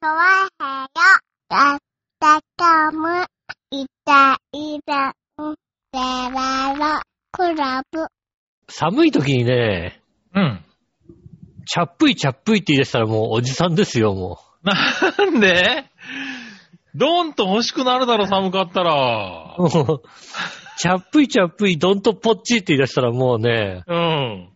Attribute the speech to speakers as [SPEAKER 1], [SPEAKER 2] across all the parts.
[SPEAKER 1] わはよ。あたたむ。いたいたん。でらら。クラブ。
[SPEAKER 2] 寒い時にね、
[SPEAKER 3] うん。
[SPEAKER 2] チャップイチャップイって言い出したらもうおじさんですよ、も
[SPEAKER 3] なんでドンと欲しくなるだろ、寒かったら。
[SPEAKER 2] う。チャップイチャップイ、どんとぽっちって言い出したらもうね、
[SPEAKER 3] うん。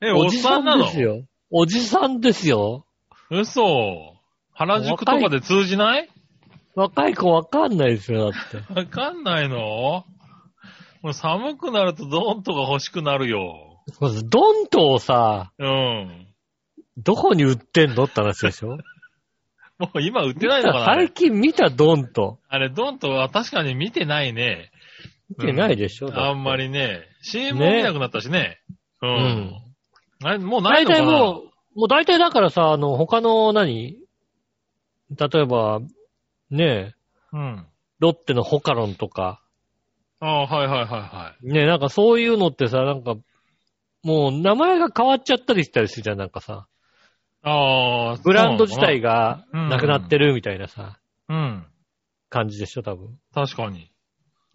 [SPEAKER 3] え、おっさんなの
[SPEAKER 2] ですよ。おじさんですよ。
[SPEAKER 3] 嘘。原宿とかで通じない
[SPEAKER 2] 若い子わかんないですよ、だって。
[SPEAKER 3] わかんないのもう寒くなるとドンとが欲しくなるよ。
[SPEAKER 2] まずドンとをさ、
[SPEAKER 3] うん。
[SPEAKER 2] どこに売ってんのって話でしょ
[SPEAKER 3] もう今売ってないのかなあれ
[SPEAKER 2] 最近見たドンと。
[SPEAKER 3] あれ、ドンとは確かに見てないね。
[SPEAKER 2] 見てないでしょ、だって
[SPEAKER 3] あんま。りね。CM も見なくなったしね。うん。あれ、もうない
[SPEAKER 2] 大体
[SPEAKER 3] のかな
[SPEAKER 2] もう、もう大体だからさ、あの、他の何例えば、ねえ、
[SPEAKER 3] う。うん。
[SPEAKER 2] ロッテのホカロンとか、
[SPEAKER 3] ああ、はいはいはいは
[SPEAKER 2] ねえ、なんかそういうのってさ、なんか、もう名前が変わっちゃったりしたりするじゃん、なんかさ。
[SPEAKER 3] い。ああ、
[SPEAKER 2] ブランド自体
[SPEAKER 3] が。
[SPEAKER 2] がなくなってるみたいなさ、
[SPEAKER 3] うん。
[SPEAKER 2] 感じでしょ、多分。
[SPEAKER 3] 確かに。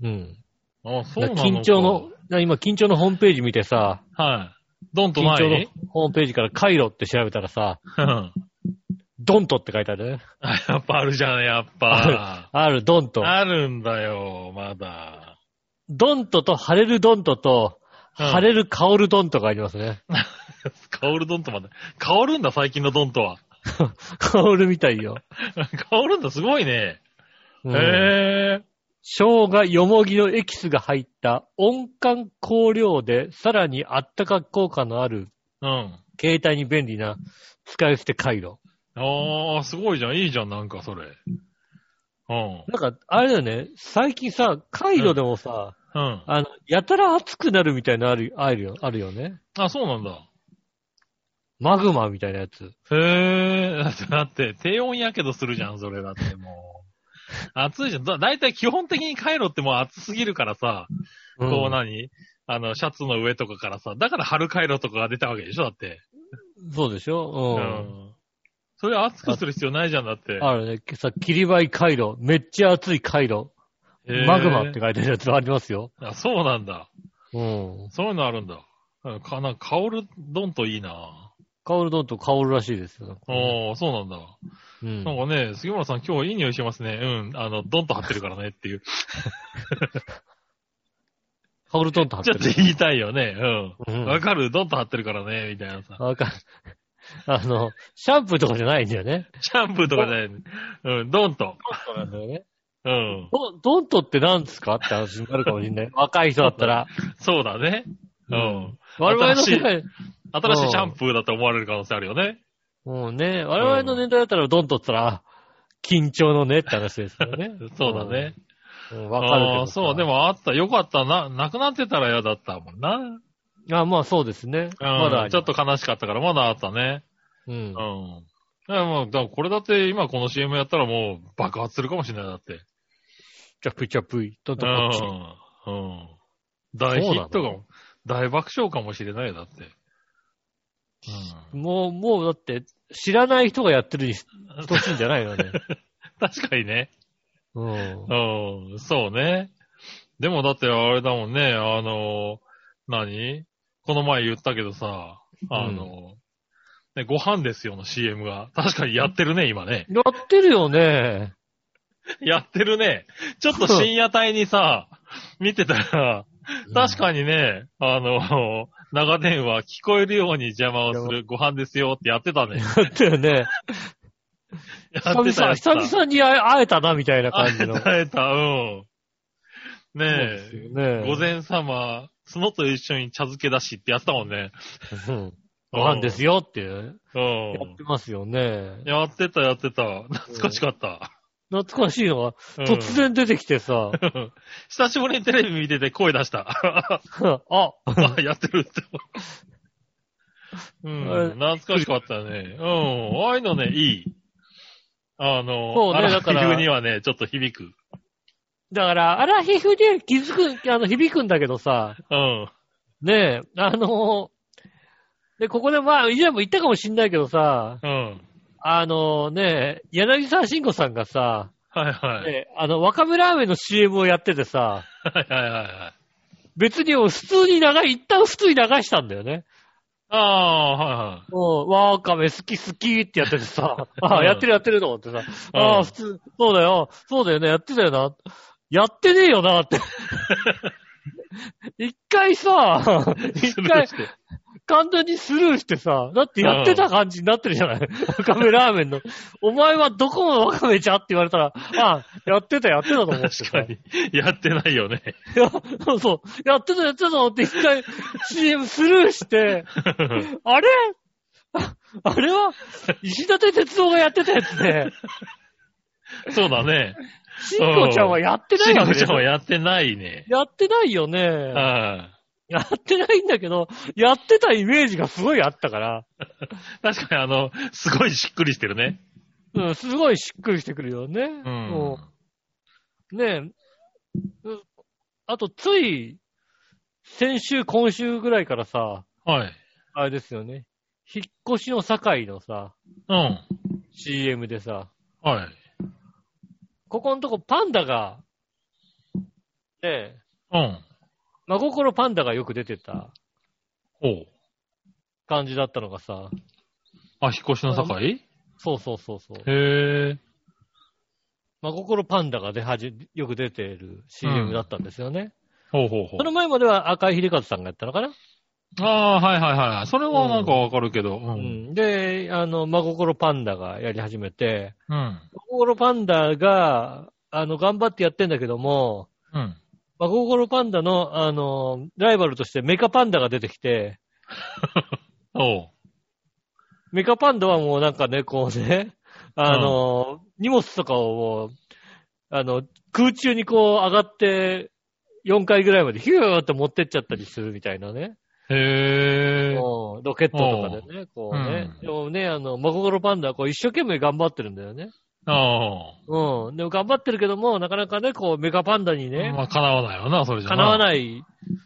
[SPEAKER 2] うん。
[SPEAKER 3] ああ、そう
[SPEAKER 2] だ
[SPEAKER 3] な
[SPEAKER 2] か
[SPEAKER 3] の
[SPEAKER 2] ら
[SPEAKER 3] か
[SPEAKER 2] 緊張の、な今、緊張のホームページ見てさ、
[SPEAKER 3] はい。ドンと
[SPEAKER 2] 緊
[SPEAKER 3] な
[SPEAKER 2] 張の
[SPEAKER 3] い
[SPEAKER 2] ホームページからカイロって調べたらさ、
[SPEAKER 3] うん。
[SPEAKER 2] ドントって書いてあるね。
[SPEAKER 3] あ やっぱあるじゃん、やっぱ。
[SPEAKER 2] R ドント。
[SPEAKER 3] あるんだよ、まだ。
[SPEAKER 2] ドントと晴れるドントと、
[SPEAKER 3] うん
[SPEAKER 2] 晴れる香るドントがありますね。
[SPEAKER 3] 香るドンとまで。香るんだ、最近のドンとは。
[SPEAKER 2] 香るみたいよ。
[SPEAKER 3] 香るんだ、すごいね。
[SPEAKER 2] うん
[SPEAKER 3] へえ。
[SPEAKER 2] 生姜、よもぎのエキスが入った温感香料で、さらにあったか効果のある、
[SPEAKER 3] うん。
[SPEAKER 2] 携帯に便利な、使い捨て回路。
[SPEAKER 3] ああ、すごいじゃん、いいじゃん、なんかそれ。うん。
[SPEAKER 2] なんか、あれだよね、最近さ、回路でもさ、
[SPEAKER 3] うん。
[SPEAKER 2] あの、やたら熱くなるみたいなのある、あるよ、あるよね。
[SPEAKER 3] あ、そうなんだ。
[SPEAKER 2] マグマみたいなやつ。
[SPEAKER 3] へえ。だって、 だって、低温やけどするじゃん、それだってもう。暑いじゃん。だ、だいたい基本的にカイロってもう暑すぎるからさ、こう何あの、シャツの上とかからさ、だから春回路とかが出たわけでしょだって。
[SPEAKER 2] うんそうでし
[SPEAKER 3] う
[SPEAKER 2] ょうん。
[SPEAKER 3] ん。それ熱くする必要ないじゃん、だって。
[SPEAKER 2] あるね、さ、切りばい回路、めっちゃ熱い回路、
[SPEAKER 3] へー
[SPEAKER 2] マグマって。書いてるやつありますよ。
[SPEAKER 3] あ、そうなんだ。
[SPEAKER 2] うん。
[SPEAKER 3] そういうのあるんだ。うんかな、香るどんといいな。
[SPEAKER 2] 香るどんと香るらしいですよ。
[SPEAKER 3] おー、そうなんだ。
[SPEAKER 2] うん
[SPEAKER 3] なんかね、杉村さん今日いい匂いしますね。うん。あの、ドンと張ってるからねっていう。
[SPEAKER 2] 香るどんと貼っ
[SPEAKER 3] ち
[SPEAKER 2] て
[SPEAKER 3] ょっ
[SPEAKER 2] る
[SPEAKER 3] と。言いたいよね。
[SPEAKER 2] う
[SPEAKER 3] うん。
[SPEAKER 2] ん
[SPEAKER 3] わかるドンと張ってるからね、みたいなさ。
[SPEAKER 2] わかる。 あの、シャンプーとかじゃないんだよね。
[SPEAKER 3] シャンプーとかじゃない。うん、ドンと。
[SPEAKER 2] そうなんだよね。
[SPEAKER 3] うん。
[SPEAKER 2] ドドントって何ですかって話になるかもしれ ない。若い人だったら。
[SPEAKER 3] そうだね。うん。
[SPEAKER 2] 我々の
[SPEAKER 3] 新しい
[SPEAKER 2] 世代、
[SPEAKER 3] 新しいシャンプーだと思われる可能性あるよね。。
[SPEAKER 2] もうね、我々の年代だったらドントって言ったら、緊張のねって話ですよね
[SPEAKER 3] そうだね。
[SPEAKER 2] うん。わ、かるけ
[SPEAKER 3] あ
[SPEAKER 2] ど
[SPEAKER 3] ー
[SPEAKER 2] さ。
[SPEAKER 3] そう、でもあった。よかった。な、なくなってたら嫌だったもんな。うん。
[SPEAKER 2] あ、まあそうですね。まだあります
[SPEAKER 3] ちょっと。悲しかったから、まだあったね。
[SPEAKER 2] うん
[SPEAKER 3] う。ん。いや、もう、だからこれだって今この CM やったらもう爆発するかもしれない。だって。
[SPEAKER 2] チャプチャプイ。ドン
[SPEAKER 3] う
[SPEAKER 2] トこっち。
[SPEAKER 3] ん。うん。大ヒットかも。大爆笑かもしれないよ、だって。
[SPEAKER 2] もう、もうだって、知らない人がやってるに
[SPEAKER 3] うん。
[SPEAKER 2] 等しいんじゃないの ね。
[SPEAKER 3] 確かにね。
[SPEAKER 2] うん。
[SPEAKER 3] うん、そうね。でもだってあれだもんね、あの、何この前言ったけどさ、あの、ね、ご飯ですよの CM が。確かにやってるね、今ね。
[SPEAKER 2] やってるよね。
[SPEAKER 3] やってるね。ちょっと深夜帯にさ、見てたら、確かにね、あの、長電話聞こえるように邪魔をするご飯ですよってやってたね。
[SPEAKER 2] に。やってるよね。
[SPEAKER 3] や
[SPEAKER 2] 久
[SPEAKER 3] ってた
[SPEAKER 2] 々、
[SPEAKER 3] やってた
[SPEAKER 2] 久々に会えたな、みたいな感
[SPEAKER 3] 会
[SPEAKER 2] じ
[SPEAKER 3] え
[SPEAKER 2] の。
[SPEAKER 3] た、会えた、うん。
[SPEAKER 2] そう
[SPEAKER 3] ね
[SPEAKER 2] です
[SPEAKER 3] え、
[SPEAKER 2] よね。
[SPEAKER 3] 午前様、角と一緒に茶漬けだしってやってたもんね。
[SPEAKER 2] うん。ご飯ですよっていう。
[SPEAKER 3] う
[SPEAKER 2] や
[SPEAKER 3] ん
[SPEAKER 2] って。ますよね。
[SPEAKER 3] やってた、やってた。懐かしかった。
[SPEAKER 2] 懐かしいのは、
[SPEAKER 3] うん
[SPEAKER 2] 突。然出てきて さ、
[SPEAKER 3] 久しぶりにテレビ見てて声出 した。
[SPEAKER 2] あ、
[SPEAKER 3] あ、やってるって。
[SPEAKER 2] あ
[SPEAKER 3] う
[SPEAKER 2] れ
[SPEAKER 3] ん。懐かしかったね。うん。ああいうのね、いい。あの、
[SPEAKER 2] そうね
[SPEAKER 3] アラ
[SPEAKER 2] だから
[SPEAKER 3] フィフにはね、ちょっと響く。
[SPEAKER 2] だから、アラヒフで気づく、あの、響くんだけどさ、
[SPEAKER 3] うん。
[SPEAKER 2] ねえ、あので、ここでまあ、以前も言ったかもしんないけどさ、
[SPEAKER 3] うん。
[SPEAKER 2] あのね、柳沢慎吾さんがさ、
[SPEAKER 3] はいはい。
[SPEAKER 2] ねあの、わかめラーメンの CM をやっててさ、
[SPEAKER 3] はいはいはいはい。
[SPEAKER 2] 別に普通に流い、一旦普通に流したんだよね。
[SPEAKER 3] ああ、はいはい。
[SPEAKER 2] もう、ワーカメ好き好きってやってて さ、あ
[SPEAKER 3] う
[SPEAKER 2] あ、
[SPEAKER 3] ん
[SPEAKER 2] やってるやってると思ってさ、ああ、普通、そうだよ、そうだよね、やってたよな。やってねえよなって。 一回 さ、一
[SPEAKER 3] スルー
[SPEAKER 2] 回
[SPEAKER 3] して
[SPEAKER 2] 完全にスルーしてさ、だってやってた感じになってるじゃ ない。わかめラーメンの。お前はどこのわかめちゃって言われたら、ああ、やってたやってたと思ってさ。
[SPEAKER 3] 確かに。やってないよね。
[SPEAKER 2] いや、 そうそう。やってたやってたと思って一回 CM スルーして、 あれああれは、石立哲夫がやってたやつ で、
[SPEAKER 3] そうだね。
[SPEAKER 2] しんこちゃんはやってない
[SPEAKER 3] シン
[SPEAKER 2] わけ
[SPEAKER 3] ゴ
[SPEAKER 2] でし
[SPEAKER 3] ちゃん
[SPEAKER 2] ょ
[SPEAKER 3] はやってないね。
[SPEAKER 2] やってないよ
[SPEAKER 3] う
[SPEAKER 2] ね。
[SPEAKER 3] ん。
[SPEAKER 2] やってないんだけど、やってたイメージがすごいあったから、
[SPEAKER 3] 確かにあの、すごいしっくりしてるね。
[SPEAKER 2] うん、すごいしっくりしてくるよね。
[SPEAKER 3] うん。
[SPEAKER 2] うんねえ、うあとつい、先週、今週ぐらいからさ、
[SPEAKER 3] はい。
[SPEAKER 2] あれですよね、引っ越しの境のさ、
[SPEAKER 3] うん。
[SPEAKER 2] CM でさ、
[SPEAKER 3] はい。
[SPEAKER 2] ここのとこパンダが、ねえ、
[SPEAKER 3] うん。
[SPEAKER 2] 真心パンダがよく出てた
[SPEAKER 3] おう。
[SPEAKER 2] 感じだったのがさ、
[SPEAKER 3] あ、引っ越しの境へ
[SPEAKER 2] そうそうそうそう。
[SPEAKER 3] え。
[SPEAKER 2] 真心パンダが出始め、よく出てる CM だったんですよね。
[SPEAKER 3] ほうほうほ
[SPEAKER 2] その前までは赤井秀和さんがやったのかな、
[SPEAKER 3] う。ああ、はいはいはいはい。それはなんかわかるけど。う。
[SPEAKER 2] うんん、で、あの、真心パンダがやり始めて、
[SPEAKER 3] うん。
[SPEAKER 2] 真心パンダが、あの、頑張ってやってんだけども、
[SPEAKER 3] うん。
[SPEAKER 2] 真心パンダの、あの、ライバルとしてメカパンダが出てきて、
[SPEAKER 3] おう。
[SPEAKER 2] メカパンダはもうなんかね、こうね、あの、荷物とかをもう、あの、空中にこう上がって、4階ぐらいまでヒューって持ってっちゃったりするみたいなね。
[SPEAKER 3] へえ。
[SPEAKER 2] うんロケットとかでね、こうね。
[SPEAKER 3] うん
[SPEAKER 2] でもね、あの、マコゴロパンダはこう一生懸命頑張ってるんだよね。
[SPEAKER 3] あ
[SPEAKER 2] うん。でも頑張ってるけども、なかなかね、こうメカパンダに
[SPEAKER 3] あ。
[SPEAKER 2] ね、
[SPEAKER 3] まあ、叶わないよな、それじゃ
[SPEAKER 2] 叶わ
[SPEAKER 3] い。
[SPEAKER 2] ない、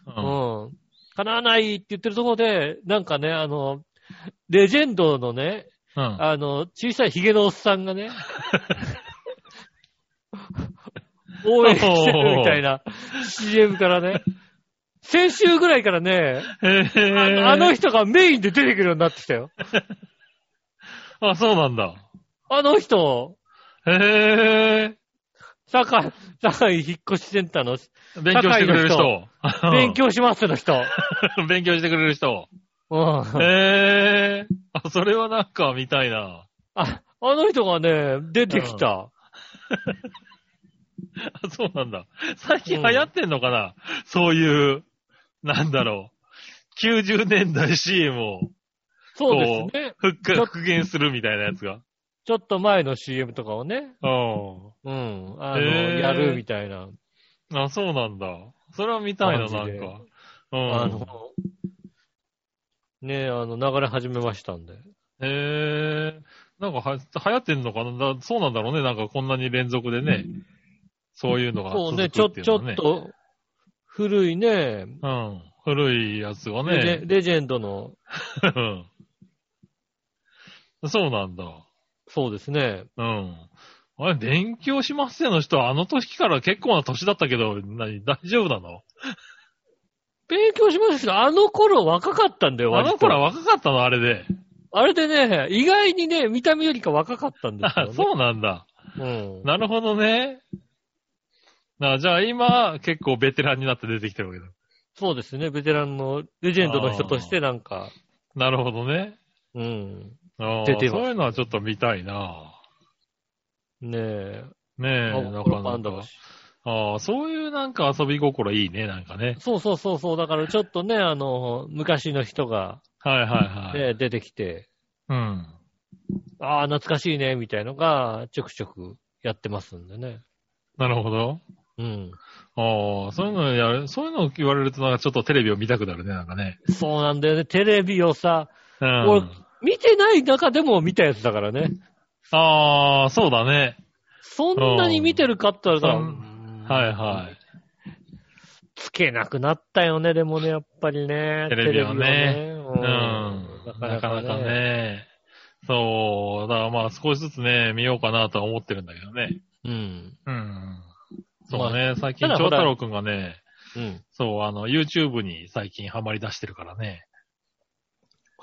[SPEAKER 3] う。
[SPEAKER 2] うんん。叶わないって言ってるところで、なんかね、あの、レジェンドのね、
[SPEAKER 3] うん。
[SPEAKER 2] あの、小さいヒゲのおっさんが ね、応援してるみたいな CM からね、先週ぐらいからね、
[SPEAKER 3] へ
[SPEAKER 2] あ
[SPEAKER 3] え。
[SPEAKER 2] のあの人がメインで出てくるようになってきたよ。
[SPEAKER 3] あ、そうなんだ。
[SPEAKER 2] あの人、
[SPEAKER 3] へえ。
[SPEAKER 2] 堺、堺引っ越しセンターの
[SPEAKER 3] 勉強してくれる人。
[SPEAKER 2] 勉強しますの人。
[SPEAKER 3] 勉強してくれる人。
[SPEAKER 2] うん
[SPEAKER 3] へえ。あ、それはなんか見たいな。
[SPEAKER 2] ああの人がね、出てきた。
[SPEAKER 3] あそうなんだ。最近流行ってんのかな、そういう、なんだろう。90年代 CM を
[SPEAKER 2] そうですね。
[SPEAKER 3] 復
[SPEAKER 2] ちょっ
[SPEAKER 3] 活復元するみたいなやつが。
[SPEAKER 2] ちょっと前の CM とかをね、
[SPEAKER 3] う
[SPEAKER 2] うん、あの、
[SPEAKER 3] へー
[SPEAKER 2] やるみたいな。
[SPEAKER 3] ん。あ、そうなんだ。それは見たいな、な
[SPEAKER 2] 感じで
[SPEAKER 3] んか。う
[SPEAKER 2] あ
[SPEAKER 3] ん
[SPEAKER 2] の。、ねえ、あの、流れ始めましたんで。
[SPEAKER 3] へえ。なんかは流行ってんのかなだそうなんだろうね。なんかこんなに連続でね。そういうのが
[SPEAKER 2] そう
[SPEAKER 3] 続く
[SPEAKER 2] ね、
[SPEAKER 3] っ
[SPEAKER 2] ちょ、
[SPEAKER 3] てい
[SPEAKER 2] ち
[SPEAKER 3] うの
[SPEAKER 2] ょ
[SPEAKER 3] はね。
[SPEAKER 2] っと、古いね、
[SPEAKER 3] うん。古いやつが
[SPEAKER 2] レジ
[SPEAKER 3] ね
[SPEAKER 2] ェ。レジェンドの、
[SPEAKER 3] うんそうなんだ。
[SPEAKER 2] そうですね。
[SPEAKER 3] うん。あれ、勉強しますよの人は、あの時から結構な年だったけど、何、大丈夫なの
[SPEAKER 2] 勉強しましたけど、あの頃若かったんだよ、
[SPEAKER 3] あ
[SPEAKER 2] 割と
[SPEAKER 3] の頃は若かったの、あれで。
[SPEAKER 2] あれでね、意外にね、見た目よりか若かったんですよ、
[SPEAKER 3] あ
[SPEAKER 2] ね。
[SPEAKER 3] そうなんだ。
[SPEAKER 2] うん。
[SPEAKER 3] なるほどね。なじゃあ今、結構ベテランになって出てきてるわけだ。
[SPEAKER 2] そうですね、ベテランの、レジェンドの人としてなんか、
[SPEAKER 3] なるほどね。
[SPEAKER 2] うん。
[SPEAKER 3] あー
[SPEAKER 2] 出てます
[SPEAKER 3] そういうのはちょっと見たいな。
[SPEAKER 2] ねえ、
[SPEAKER 3] ねえ、な
[SPEAKER 2] あ
[SPEAKER 3] か
[SPEAKER 2] このパ
[SPEAKER 3] な
[SPEAKER 2] ンダだ
[SPEAKER 3] か
[SPEAKER 2] し。
[SPEAKER 3] あーそういうなんか遊び心いいね、なんかね。
[SPEAKER 2] そうそうそうそう、だからちょっとね、あの、昔の人が、
[SPEAKER 3] はいはいはい。
[SPEAKER 2] ね、出てきて、
[SPEAKER 3] うん。
[SPEAKER 2] ああ、懐かしいね、みたいのが、ちょくちょくやってますんでね。
[SPEAKER 3] なるほど。
[SPEAKER 2] うん。
[SPEAKER 3] ああ、そういうのやる、そういうのを言われるとなんかちょっとテレビを見たくなるね、なんかね。
[SPEAKER 2] そうなんだよね。テレビをさ、
[SPEAKER 3] うん。
[SPEAKER 2] 俺見てない中でも見たやつだからね。
[SPEAKER 3] ああ、そうだね。
[SPEAKER 2] そんなに見てるかって言われたら、
[SPEAKER 3] う
[SPEAKER 2] うん
[SPEAKER 3] んはいはい。
[SPEAKER 2] つけなくなったよね、でもね、やっぱりね。
[SPEAKER 3] テレビをね
[SPEAKER 2] テレビをね
[SPEAKER 3] うん。なかなか。ね。そう、だからまあ少しずつね、見ようかなとは思ってるんだけどね。
[SPEAKER 2] うん。
[SPEAKER 3] うん。そうね、最近、
[SPEAKER 2] ただ
[SPEAKER 3] 長
[SPEAKER 2] ほら
[SPEAKER 3] 太郎くんがね、
[SPEAKER 2] うん。
[SPEAKER 3] そう、あの、YouTube に最近ハマり出してるからね。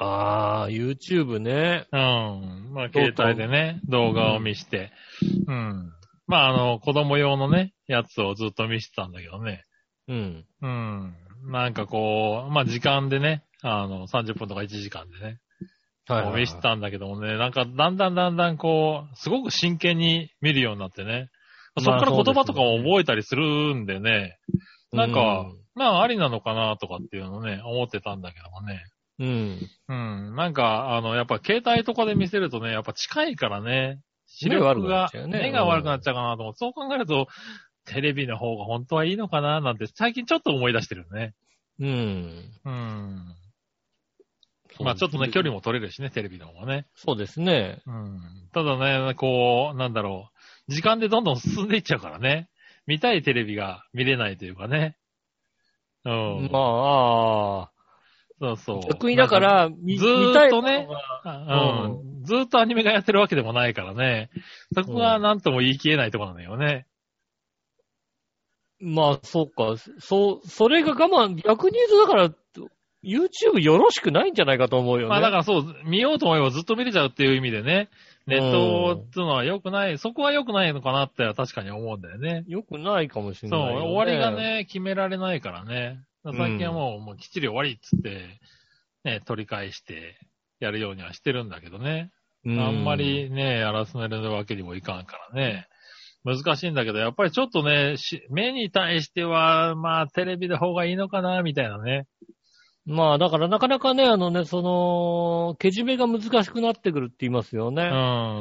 [SPEAKER 2] ああ、YouTube ね。
[SPEAKER 3] うん。まあ、
[SPEAKER 2] どう
[SPEAKER 3] 携帯でね、動画を見して。うん。まあ、あの、子供用のね、やつをずっと見してたんだけどね。
[SPEAKER 2] うん。
[SPEAKER 3] うん。なんかこう、まあ、時間でね、あの、30分とか1時間でね、
[SPEAKER 2] はいはいはい
[SPEAKER 3] 見してたんだけどもね、なんかだんだんだんだんこう、すごく真剣に見るようになってね。そこ
[SPEAKER 2] まあ
[SPEAKER 3] から言葉と
[SPEAKER 2] そうです
[SPEAKER 3] か
[SPEAKER 2] よね
[SPEAKER 3] も覚えたりするんでね、なんか、まあ、ありなのかなとかっていうのね、思ってたんだけどもね。
[SPEAKER 2] うん、うん。
[SPEAKER 3] うん。なんか、あの、やっぱ携帯とかで見せるとね、やっぱ近いからね、視
[SPEAKER 2] 目が悪
[SPEAKER 3] 力
[SPEAKER 2] くな
[SPEAKER 3] が
[SPEAKER 2] っちゃうよね
[SPEAKER 3] 目が悪くなっちゃうかなと思って、そう考えると、テレビの方が本当はいいのかななんて、最近ちょっと思い出してるね。
[SPEAKER 2] うん。
[SPEAKER 3] うん。まあちょっとね、距離も取れるしね、テレビの方がね。
[SPEAKER 2] そうですね。
[SPEAKER 3] うん。ただね、こう、なんだろう。時間でどんどん進んでいっちゃうからね。見たいテレビが見れないというかね。うん。
[SPEAKER 2] まあ、あ
[SPEAKER 3] そうそう
[SPEAKER 2] あ。。逆にだか、ら、見
[SPEAKER 3] ずーっとね
[SPEAKER 2] 見たいものが
[SPEAKER 3] うんずーっとアニメがやってるわけでもないからね。そこが何とも言い切れないところなんだよね。
[SPEAKER 2] まあ、そうか。そう、それが我慢、逆に言うとだから、YouTube よろしくないんじゃないかと思うよね。
[SPEAKER 3] まあだからそう、見ようと思えばずっと見れちゃうっていう意味でね。ネットっていうのは良くない、そこは良くないのかなっては確かに思うんだよね。
[SPEAKER 2] よくないかもしれ
[SPEAKER 3] そ
[SPEAKER 2] な
[SPEAKER 3] う
[SPEAKER 2] い、よ、、
[SPEAKER 3] 終わりが。ね、決められないからね。だから最近はもう、もうきっちり終わりっつって、ね、取り返してやるようにはしてるんだけどね。
[SPEAKER 2] う
[SPEAKER 3] あんま。りね、やらせるわけにもいかんからね。難しいんだけど、やっぱりちょっとね、し目に対しては、まあ、テレビの方がいいのかな、みたいなね。
[SPEAKER 2] まあ、だからなかなかね、あのね、その、けじめが難しくなってくるって言いますよ
[SPEAKER 3] う
[SPEAKER 2] ね。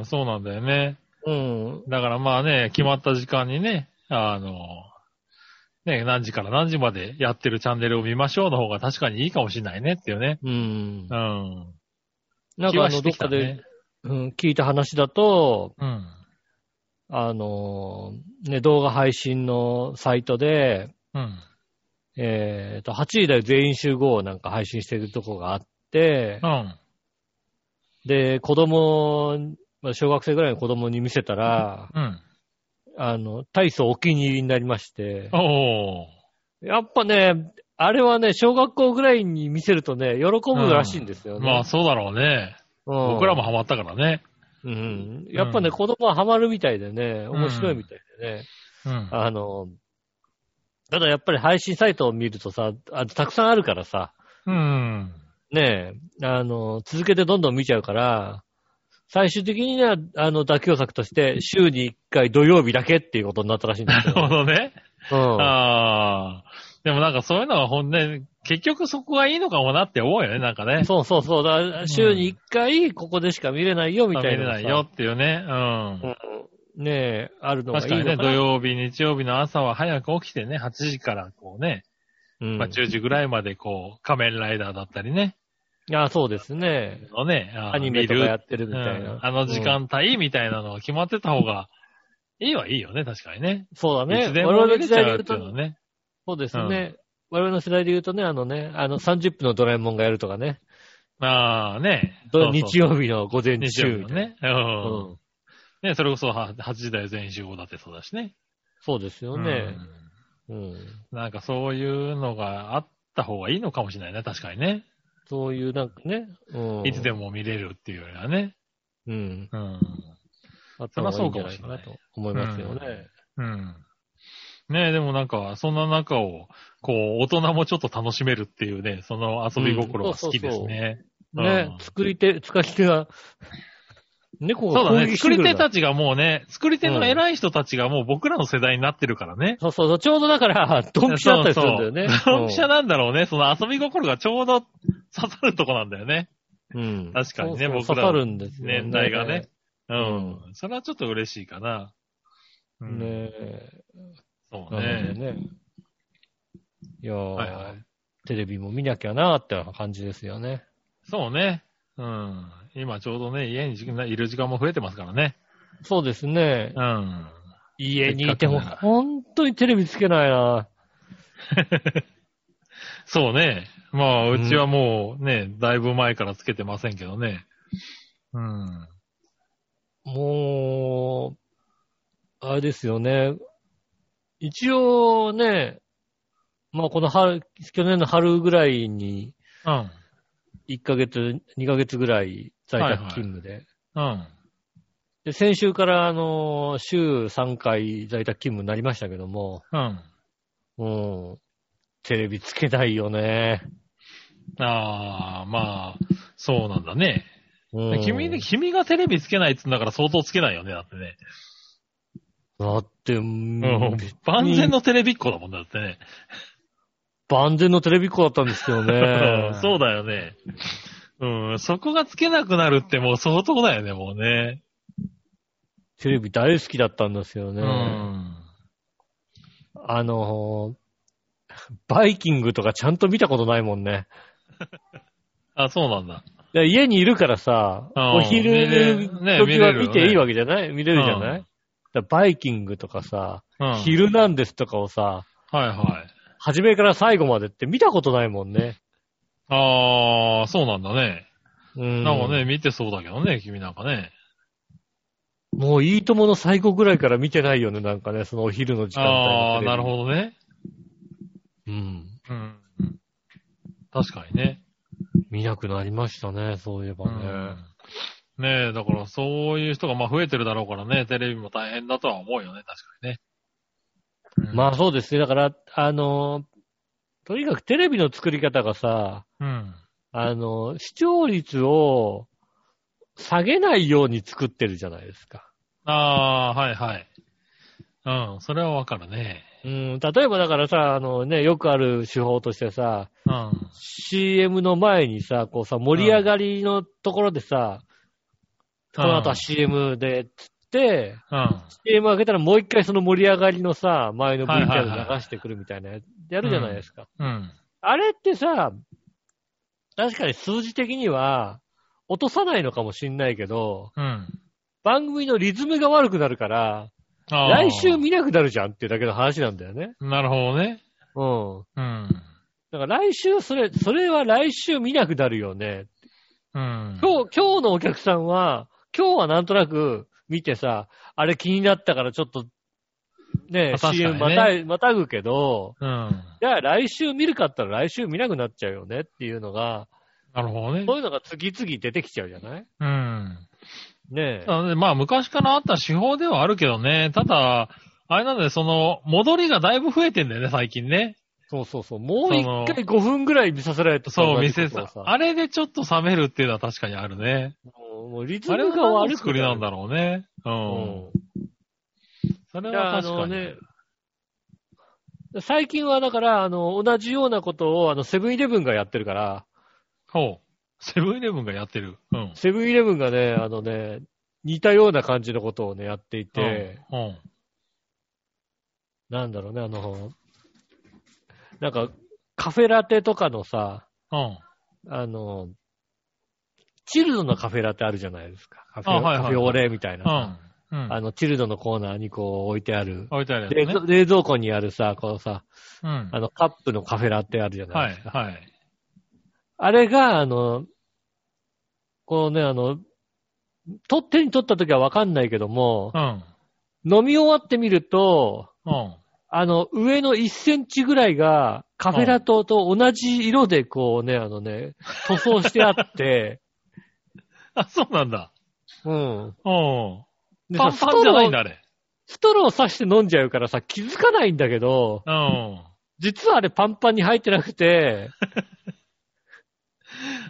[SPEAKER 3] ん、そうなんだよね。
[SPEAKER 2] うん。
[SPEAKER 3] だからまあね、決まった時間にね、あの、ね、何時から何時までやってるチャンネルを見ましょうの方が確かにいいかもしれないねっていうね。
[SPEAKER 2] うん
[SPEAKER 3] う。ん。
[SPEAKER 2] なん
[SPEAKER 3] 気
[SPEAKER 2] かあの、
[SPEAKER 3] は
[SPEAKER 2] ど
[SPEAKER 3] して
[SPEAKER 2] っ
[SPEAKER 3] きた
[SPEAKER 2] か
[SPEAKER 3] ね
[SPEAKER 2] で、うん、聞いた話だと、
[SPEAKER 3] うん。
[SPEAKER 2] あのーね、動画配信のサイトで、
[SPEAKER 3] うん。
[SPEAKER 2] えっ、と、8時だよ全員集合をなんか配信してるとこがあって
[SPEAKER 3] う、ん。
[SPEAKER 2] で、子供、まあ小学生ぐらいの子供に見せたら、
[SPEAKER 3] うん。
[SPEAKER 2] あの、体操お気に入りになりまして、
[SPEAKER 3] おー。
[SPEAKER 2] やっぱね、あれはね、小学校ぐらいに見せるとね、喜ぶらしいんですよね。
[SPEAKER 3] まあ、そうだろうね。
[SPEAKER 2] うん
[SPEAKER 3] 僕らもハマったからね。
[SPEAKER 2] うん。やっぱね、子供はハマるみたいでね、面白いみたいでね。
[SPEAKER 3] うん。
[SPEAKER 2] あの、ただやっぱり配信サイトを見るとさ、あたくさんあるからさ、
[SPEAKER 3] うん。
[SPEAKER 2] ねえ、あの、続けてどんどん見ちゃうから、最終的には、あの、妥協策として、週に1回土曜日だけっていうことになったらしいんです
[SPEAKER 3] なるほ
[SPEAKER 2] よ。
[SPEAKER 3] どね。
[SPEAKER 2] うん。
[SPEAKER 3] ああ。でもなんかそういうのはほんね、結局そこがいいのかもなって思うよね、なんかね。
[SPEAKER 2] そうそうそう。だから週に1回、ここでしか見れないよ、みたい
[SPEAKER 3] 見れ
[SPEAKER 2] なのが
[SPEAKER 3] な
[SPEAKER 2] さ。
[SPEAKER 3] いよっていうね。うん。
[SPEAKER 2] うん。ねえ、あるのがい
[SPEAKER 3] 確
[SPEAKER 2] い
[SPEAKER 3] か
[SPEAKER 2] の
[SPEAKER 3] に
[SPEAKER 2] か
[SPEAKER 3] ね、
[SPEAKER 2] な
[SPEAKER 3] 土曜日、日曜日の朝は早く起きてね、8時からこうね、
[SPEAKER 2] うん。
[SPEAKER 3] まあ10時ぐらいまでこう、仮面ライダーだったりね、
[SPEAKER 2] あそうですね。
[SPEAKER 3] のね、あー
[SPEAKER 2] アニメとかやってる
[SPEAKER 3] 見
[SPEAKER 2] み
[SPEAKER 3] る
[SPEAKER 2] たい
[SPEAKER 3] うん
[SPEAKER 2] な。
[SPEAKER 3] あの時間帯みたいなのが決まってた方が、いいはいいよね、確かにね。
[SPEAKER 2] そうだね。
[SPEAKER 3] いつでも
[SPEAKER 2] 我々
[SPEAKER 3] 見
[SPEAKER 2] の
[SPEAKER 3] れ
[SPEAKER 2] 時
[SPEAKER 3] ち
[SPEAKER 2] 代で言
[SPEAKER 3] ゃうっ
[SPEAKER 2] う
[SPEAKER 3] て
[SPEAKER 2] と
[SPEAKER 3] いうのはね。
[SPEAKER 2] そうですね。我々の世代で言うとね、あのね、あの30分のドラえもんがやるとかね、
[SPEAKER 3] ああ、ね。
[SPEAKER 2] ど
[SPEAKER 3] そうそう
[SPEAKER 2] 日曜日の午前
[SPEAKER 3] 日曜日
[SPEAKER 2] 中
[SPEAKER 3] の。ね。う。
[SPEAKER 2] うんん。
[SPEAKER 3] ね、それこそは8時台全員集合だってそうだしね。
[SPEAKER 2] そうですよね。うん。
[SPEAKER 3] なんかそういうのがあった方がいいのかもしれないね、確かにね。
[SPEAKER 2] そういうなんかね、うん。
[SPEAKER 3] いつでも見れるっていうよりはね。
[SPEAKER 2] うん。
[SPEAKER 3] うん。
[SPEAKER 2] あった方がいいんじゃないかなと思いますよね。
[SPEAKER 3] うん。ねえ、でもなんか、そんな中を、こう、大人もちょっと楽しめるっていうね、その遊び心は好きですね。うん
[SPEAKER 2] ね、作り手、使い手が、猫が
[SPEAKER 3] そうだ
[SPEAKER 2] 攻撃
[SPEAKER 3] ね。
[SPEAKER 2] して
[SPEAKER 3] 作
[SPEAKER 2] くる
[SPEAKER 3] り
[SPEAKER 2] んだ
[SPEAKER 3] 手たちがもうね、作り手の偉い人たちがもう僕らの世代になってるからね。
[SPEAKER 2] そうそうそう、ちょうどだから、ドンピシャだったりするんだよね
[SPEAKER 3] そう。そうドンピシャなんだろうね。その遊び心がちょうど刺さるとこなんだよね。
[SPEAKER 2] うん。
[SPEAKER 3] 確かにね
[SPEAKER 2] そうそう刺
[SPEAKER 3] 僕ら
[SPEAKER 2] さるんですよね
[SPEAKER 3] 年代がね。。うん
[SPEAKER 2] ん。
[SPEAKER 3] それはちょっと嬉しいかな。うん
[SPEAKER 2] ねえ。
[SPEAKER 3] そう
[SPEAKER 2] なるほ
[SPEAKER 3] ね。
[SPEAKER 2] どね。いやー、
[SPEAKER 3] はいはい
[SPEAKER 2] テレビも見なきゃなーってな感じですよね。
[SPEAKER 3] そうね。うん。今ちょうどね、家に時間いる時間も増えてますからね。
[SPEAKER 2] そうですね。
[SPEAKER 3] うん。
[SPEAKER 2] 家にいて
[SPEAKER 3] せ
[SPEAKER 2] も
[SPEAKER 3] っかくなら
[SPEAKER 2] 本当にテレビつけないな
[SPEAKER 3] そうね。まあ、うちはもうね、だいぶ前からつけてませんけどね。うん。
[SPEAKER 2] もう、あれですよね。一応ね、まあこの春、去年の春ぐらいに、
[SPEAKER 3] うん。
[SPEAKER 2] 1ヶ月、2ヶ月ぐらい在宅勤務で。
[SPEAKER 3] うん。
[SPEAKER 2] で、先週から、あの、週3回在宅勤務になりましたけども、
[SPEAKER 3] うん。
[SPEAKER 2] うん。テレビつけないよね。
[SPEAKER 3] ああ、まあ、そうなんだね。
[SPEAKER 2] うん、
[SPEAKER 3] 君に、君がテレビつけないっつうんだから相当つけないよね、だってね。
[SPEAKER 2] だって、うん
[SPEAKER 3] うん。万全のテレビっ子だもんだってね。
[SPEAKER 2] 万全のテレビっ子だったんですけどね。
[SPEAKER 3] そうだよね。うん、そこがつけなくなるってもう相当だよね、もうね。
[SPEAKER 2] テレビ大好きだったんですよ
[SPEAKER 3] う
[SPEAKER 2] ね。
[SPEAKER 3] ん。
[SPEAKER 2] あのーバイキングとかちゃんと見たことないもんね。
[SPEAKER 3] あ、そうなんだ。
[SPEAKER 2] で家にいるからさ、
[SPEAKER 3] うん
[SPEAKER 2] お
[SPEAKER 3] 見れ
[SPEAKER 2] 昼
[SPEAKER 3] るね
[SPEAKER 2] 時は
[SPEAKER 3] 見れるよね
[SPEAKER 2] 見ていいわけじゃない見れるじゃない、だ
[SPEAKER 3] うん
[SPEAKER 2] からバイキングとかさ、
[SPEAKER 3] うん。はい
[SPEAKER 2] ヒルナンデスとかをさ、
[SPEAKER 3] はい。
[SPEAKER 2] 初めから最後までって見たことないもんね。
[SPEAKER 3] ああ、そうなんだね。
[SPEAKER 2] うん。
[SPEAKER 3] なんかね、見てそうだけどね、君なんかね。
[SPEAKER 2] もういいともの最後ぐらいから見てないよね、なんかね、そのお昼の時間帯
[SPEAKER 3] ああ、なる
[SPEAKER 2] ど。
[SPEAKER 3] ほどね。
[SPEAKER 2] うん。
[SPEAKER 3] うん。確かにね。
[SPEAKER 2] 見なくなりましたね、そういえば
[SPEAKER 3] う
[SPEAKER 2] ね。
[SPEAKER 3] んねえ、だからそういう人がまあ増えてるだろうからね、テレビも大変だとは思うよね、確かにね。
[SPEAKER 2] まあそうですね、だから、あのーとにかくテレビの作り方がさ、
[SPEAKER 3] あ、うん。
[SPEAKER 2] あの、視聴率を下げないように作ってるじゃないですか。
[SPEAKER 3] ああ、はいはい。うん、それはわかるね。
[SPEAKER 2] うん、例えばだからさ、あのね、よくある手法としてさ、
[SPEAKER 3] うん。
[SPEAKER 2] CM の前にさ、こうさ、盛り上がりのところでさ、
[SPEAKER 3] うん
[SPEAKER 2] この後は CM で、つって、
[SPEAKER 3] うん。
[SPEAKER 2] CM 開けたらもう一回その盛り上がりのさ、前の
[SPEAKER 3] はいはい
[SPEAKER 2] VTR
[SPEAKER 3] はい
[SPEAKER 2] 流してくるみたいなややるじゃないですか。
[SPEAKER 3] うん。
[SPEAKER 2] あれってさ、確かに数字的には落とさないのかもしんないけど、
[SPEAKER 3] うん。
[SPEAKER 2] 番組のリズムが悪くなるから、
[SPEAKER 3] あー
[SPEAKER 2] 来週見なくなるじゃんっていうだけの話なんだよね。
[SPEAKER 3] なるほどね。
[SPEAKER 2] うん。
[SPEAKER 3] うん。
[SPEAKER 2] だから来週、それ、それは来週見なくなるよね。
[SPEAKER 3] う
[SPEAKER 2] 今
[SPEAKER 3] ん。
[SPEAKER 2] 日、今日のお客さんは、今日はなんとなく見てさ、あれ気になったからちょっと、ね、
[SPEAKER 3] あ確かに
[SPEAKER 2] CM
[SPEAKER 3] ね
[SPEAKER 2] またい、またぐけど、
[SPEAKER 3] うん。
[SPEAKER 2] じゃあ来週見るかったら来週見なくなっちゃうよねっていうのが、
[SPEAKER 3] なるほどね
[SPEAKER 2] そう。いうのが次々出てきちゃうじゃない
[SPEAKER 3] うん。
[SPEAKER 2] ねえ。
[SPEAKER 3] なのでまあ、昔からあった手法ではあるけどね。ただ、あれなんだよ、その、戻りがだいぶ増えてんだよね、最近ね。
[SPEAKER 2] そうそうそう。もう
[SPEAKER 3] その
[SPEAKER 2] 一回5分ぐらい見させられた
[SPEAKER 3] そう、
[SPEAKER 2] 見
[SPEAKER 3] 見
[SPEAKER 2] せ
[SPEAKER 3] せさ。あれでちょっと冷めるっていうのは確かにあるね。
[SPEAKER 2] もうもうリズ
[SPEAKER 3] あれ
[SPEAKER 2] ム
[SPEAKER 3] は
[SPEAKER 2] が
[SPEAKER 3] 何
[SPEAKER 2] 悪
[SPEAKER 3] の
[SPEAKER 2] く
[SPEAKER 3] 作りなんだろうね。う。
[SPEAKER 2] うんん。
[SPEAKER 3] それ
[SPEAKER 2] いや
[SPEAKER 3] は
[SPEAKER 2] あ
[SPEAKER 3] 確か
[SPEAKER 2] の
[SPEAKER 3] に。
[SPEAKER 2] ね、最近はだから、あの、同じようなことを、あの、セブンイレブンがやってるから、
[SPEAKER 3] ほう。セブンイレブンがやってる。うん。
[SPEAKER 2] セブンイレブンがね、あのね、似たような感じのことをね、やっていて、
[SPEAKER 3] うん、うん。
[SPEAKER 2] なんだろうね、あの、なんか、カフェラテとかのさ、
[SPEAKER 3] うん。
[SPEAKER 2] あの、チルドのカフェラテあるじゃないですか。カフェ,、
[SPEAKER 3] あはいはいはい
[SPEAKER 2] カフェオレみたいな
[SPEAKER 3] う
[SPEAKER 2] さ、
[SPEAKER 3] ん。うん。
[SPEAKER 2] あの、チルドのコーナーにこう置いてある、
[SPEAKER 3] 置いてある
[SPEAKER 2] 冷
[SPEAKER 3] やつね
[SPEAKER 2] 蔵。冷蔵庫にあるさ、このさ、
[SPEAKER 3] うん
[SPEAKER 2] あ。の、カップのカフェラテあるじゃない
[SPEAKER 3] は
[SPEAKER 2] で
[SPEAKER 3] い、
[SPEAKER 2] すか。
[SPEAKER 3] はい。
[SPEAKER 2] あれが、あの、こうね、あの、と手に取った時はわかんないけども
[SPEAKER 3] う、ん。
[SPEAKER 2] 飲み終わってみると、
[SPEAKER 3] うん。
[SPEAKER 2] あの、上の1センチぐらいが、カフェラトと同じ色でこうね、あのね、塗装してあ って、
[SPEAKER 3] あ、そうなんだ。
[SPEAKER 2] うん。
[SPEAKER 3] うん。
[SPEAKER 2] でさ
[SPEAKER 3] パン
[SPEAKER 2] スト
[SPEAKER 3] パンじゃ
[SPEAKER 2] ロ
[SPEAKER 3] ないん
[SPEAKER 2] ー
[SPEAKER 3] だ、、あれ。
[SPEAKER 2] ストロー刺して飲んじゃうからさ、気づかないんだけど、
[SPEAKER 3] うん。
[SPEAKER 2] 実はあれパンパンに入ってなくて、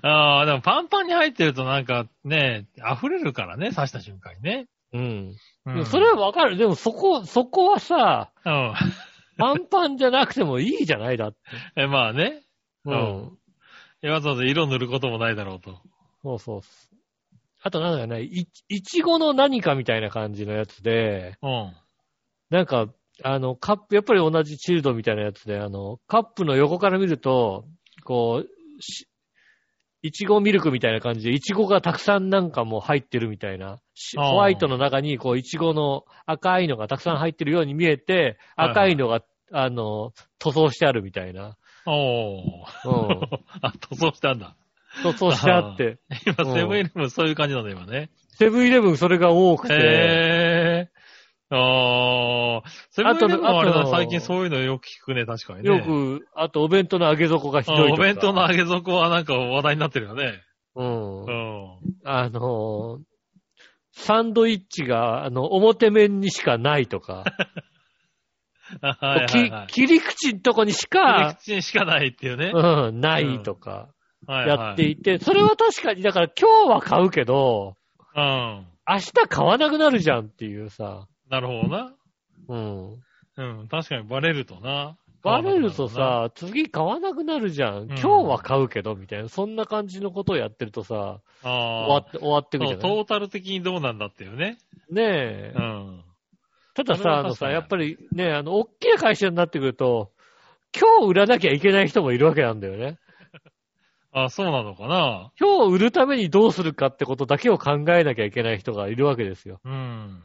[SPEAKER 3] ああ、でもパンパンに入ってるとなんかね、溢れるからね、刺した瞬間にね。
[SPEAKER 2] うん。
[SPEAKER 3] う
[SPEAKER 2] で
[SPEAKER 3] ん
[SPEAKER 2] もそれはわかる。でもそこ、そこは さ、
[SPEAKER 3] うん。
[SPEAKER 2] パンパンじゃなくてもいいじゃないだって。
[SPEAKER 3] え、まあね。
[SPEAKER 2] う
[SPEAKER 3] うん
[SPEAKER 2] ん。
[SPEAKER 3] わざわざ色塗ることもないだろうと。
[SPEAKER 2] そうそう。あとなんだよね、い、いちごの何かみたいな感じのやつで、
[SPEAKER 3] うん。
[SPEAKER 2] なんか、あの、カップ、やっぱり同じチルドみたいなやつで、あの、カップの横から見ると、こう、しいちごミルクみたいな感じで、いちごがたくさんなんかもう入ってるみたいな。し
[SPEAKER 3] あー
[SPEAKER 2] ホワイトの中に、こう、いちごの赤いのがたくさん入ってるように見えて、
[SPEAKER 3] はいはい
[SPEAKER 2] 赤いのが、あの、塗装してあるみたいな。
[SPEAKER 3] おー。
[SPEAKER 2] うん。
[SPEAKER 3] あ、塗装したんだ。
[SPEAKER 2] 塗装してあって。
[SPEAKER 3] 今、
[SPEAKER 2] うん
[SPEAKER 3] セブンイレブンそういう感じなんだ、今ね。
[SPEAKER 2] セブンイレブンそれが多くて。
[SPEAKER 3] へぇー。あー。セブンイレブンはあれ
[SPEAKER 2] あ
[SPEAKER 3] だ
[SPEAKER 2] と、
[SPEAKER 3] 最近そういうのよく聞くね、確かにね。
[SPEAKER 2] よく、あとお弁当の揚げ底がひ
[SPEAKER 3] う
[SPEAKER 2] ど
[SPEAKER 3] ん。
[SPEAKER 2] いとか。
[SPEAKER 3] お弁当の揚げ底はなんか話題になってるよね。
[SPEAKER 2] うん
[SPEAKER 3] う。ん。
[SPEAKER 2] あのーサンドイッチが、あの、表面にしかないとか、
[SPEAKER 3] はいはいはい。
[SPEAKER 2] き切り口のとこにしか、
[SPEAKER 3] 切り口にしかないっていうね。
[SPEAKER 2] うん、ないとか、
[SPEAKER 3] はいはい
[SPEAKER 2] やっていて、それは確かに、だから今日は買うけど、
[SPEAKER 3] うん。
[SPEAKER 2] 明日買わなくなるじゃんっていうさ、
[SPEAKER 3] なるほどな。
[SPEAKER 2] うん。
[SPEAKER 3] うん。確かにバレるとな。
[SPEAKER 2] バレると、さ、次買わなくなるじゃん。今日は買うけど、みたいな、そんな感じのことをやってるとさ、終わ
[SPEAKER 3] ああ。
[SPEAKER 2] って、終わってく
[SPEAKER 3] そ
[SPEAKER 2] じゃ
[SPEAKER 3] う、
[SPEAKER 2] な
[SPEAKER 3] ト
[SPEAKER 2] い
[SPEAKER 3] ータル的にどうなんだっていうね。
[SPEAKER 2] ねえ
[SPEAKER 3] う。ん。
[SPEAKER 2] ただ
[SPEAKER 3] それは
[SPEAKER 2] さ、あの
[SPEAKER 3] 確か
[SPEAKER 2] さ、
[SPEAKER 3] に
[SPEAKER 2] やっぱりね、あの、大きな会社になってくると、今日売らなきゃいけない人もいるわけなんだよね。
[SPEAKER 3] あそうなのかな。
[SPEAKER 2] 今日売るためにどうするかってことだけを考えなきゃいけない人がいるわけですよ。
[SPEAKER 3] うん。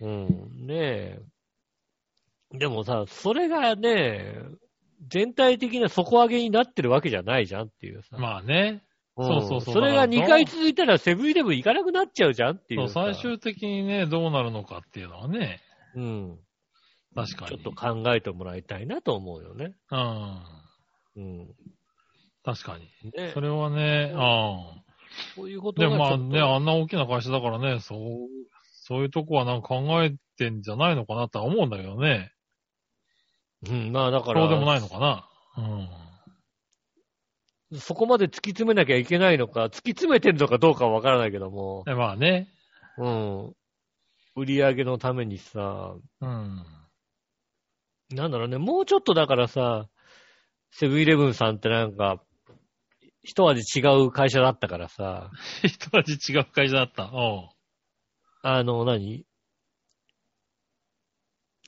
[SPEAKER 2] うん。ねえ。でもさ、それがね、全体的な底上げになってるわけじゃないじゃんっていうさ。
[SPEAKER 3] まあね。
[SPEAKER 2] ん
[SPEAKER 3] そうそうそう
[SPEAKER 2] それが
[SPEAKER 3] だから
[SPEAKER 2] 2回続いたらセブンイレブン行かなくなっちゃうじゃんってい
[SPEAKER 3] そうう、
[SPEAKER 2] さ。
[SPEAKER 3] 最終的にね、どうなるのかっていうのはね。
[SPEAKER 2] うん。
[SPEAKER 3] 確か
[SPEAKER 2] ちょ
[SPEAKER 3] に。
[SPEAKER 2] っと考えてもらいたいなと思うよね。
[SPEAKER 3] うん。
[SPEAKER 2] うん。
[SPEAKER 3] 確かに。
[SPEAKER 2] ね
[SPEAKER 3] それはね、うん。
[SPEAKER 2] そういうこと
[SPEAKER 3] で
[SPEAKER 2] が
[SPEAKER 3] もまあ
[SPEAKER 2] ちょっと
[SPEAKER 3] ね、あんな大きな会社だからね、そう、そういうとこはなんか考えてんじゃないのかなとは思うんだけどね。
[SPEAKER 2] うん、まあだか
[SPEAKER 3] そう
[SPEAKER 2] ら、
[SPEAKER 3] でもないのかな。うん。
[SPEAKER 2] そこまで突き詰めなきゃいけないのか、突き詰めてるのかどうかはわからないけども、
[SPEAKER 3] えまあね。
[SPEAKER 2] うん。売り上げのためにさ、
[SPEAKER 3] うん。
[SPEAKER 2] なんだろうね、もうちょっとだからさ、セブンイレブンさんってなんか、一味違う会社だったからさ、
[SPEAKER 3] 一味違う会社だった。お
[SPEAKER 2] あの、何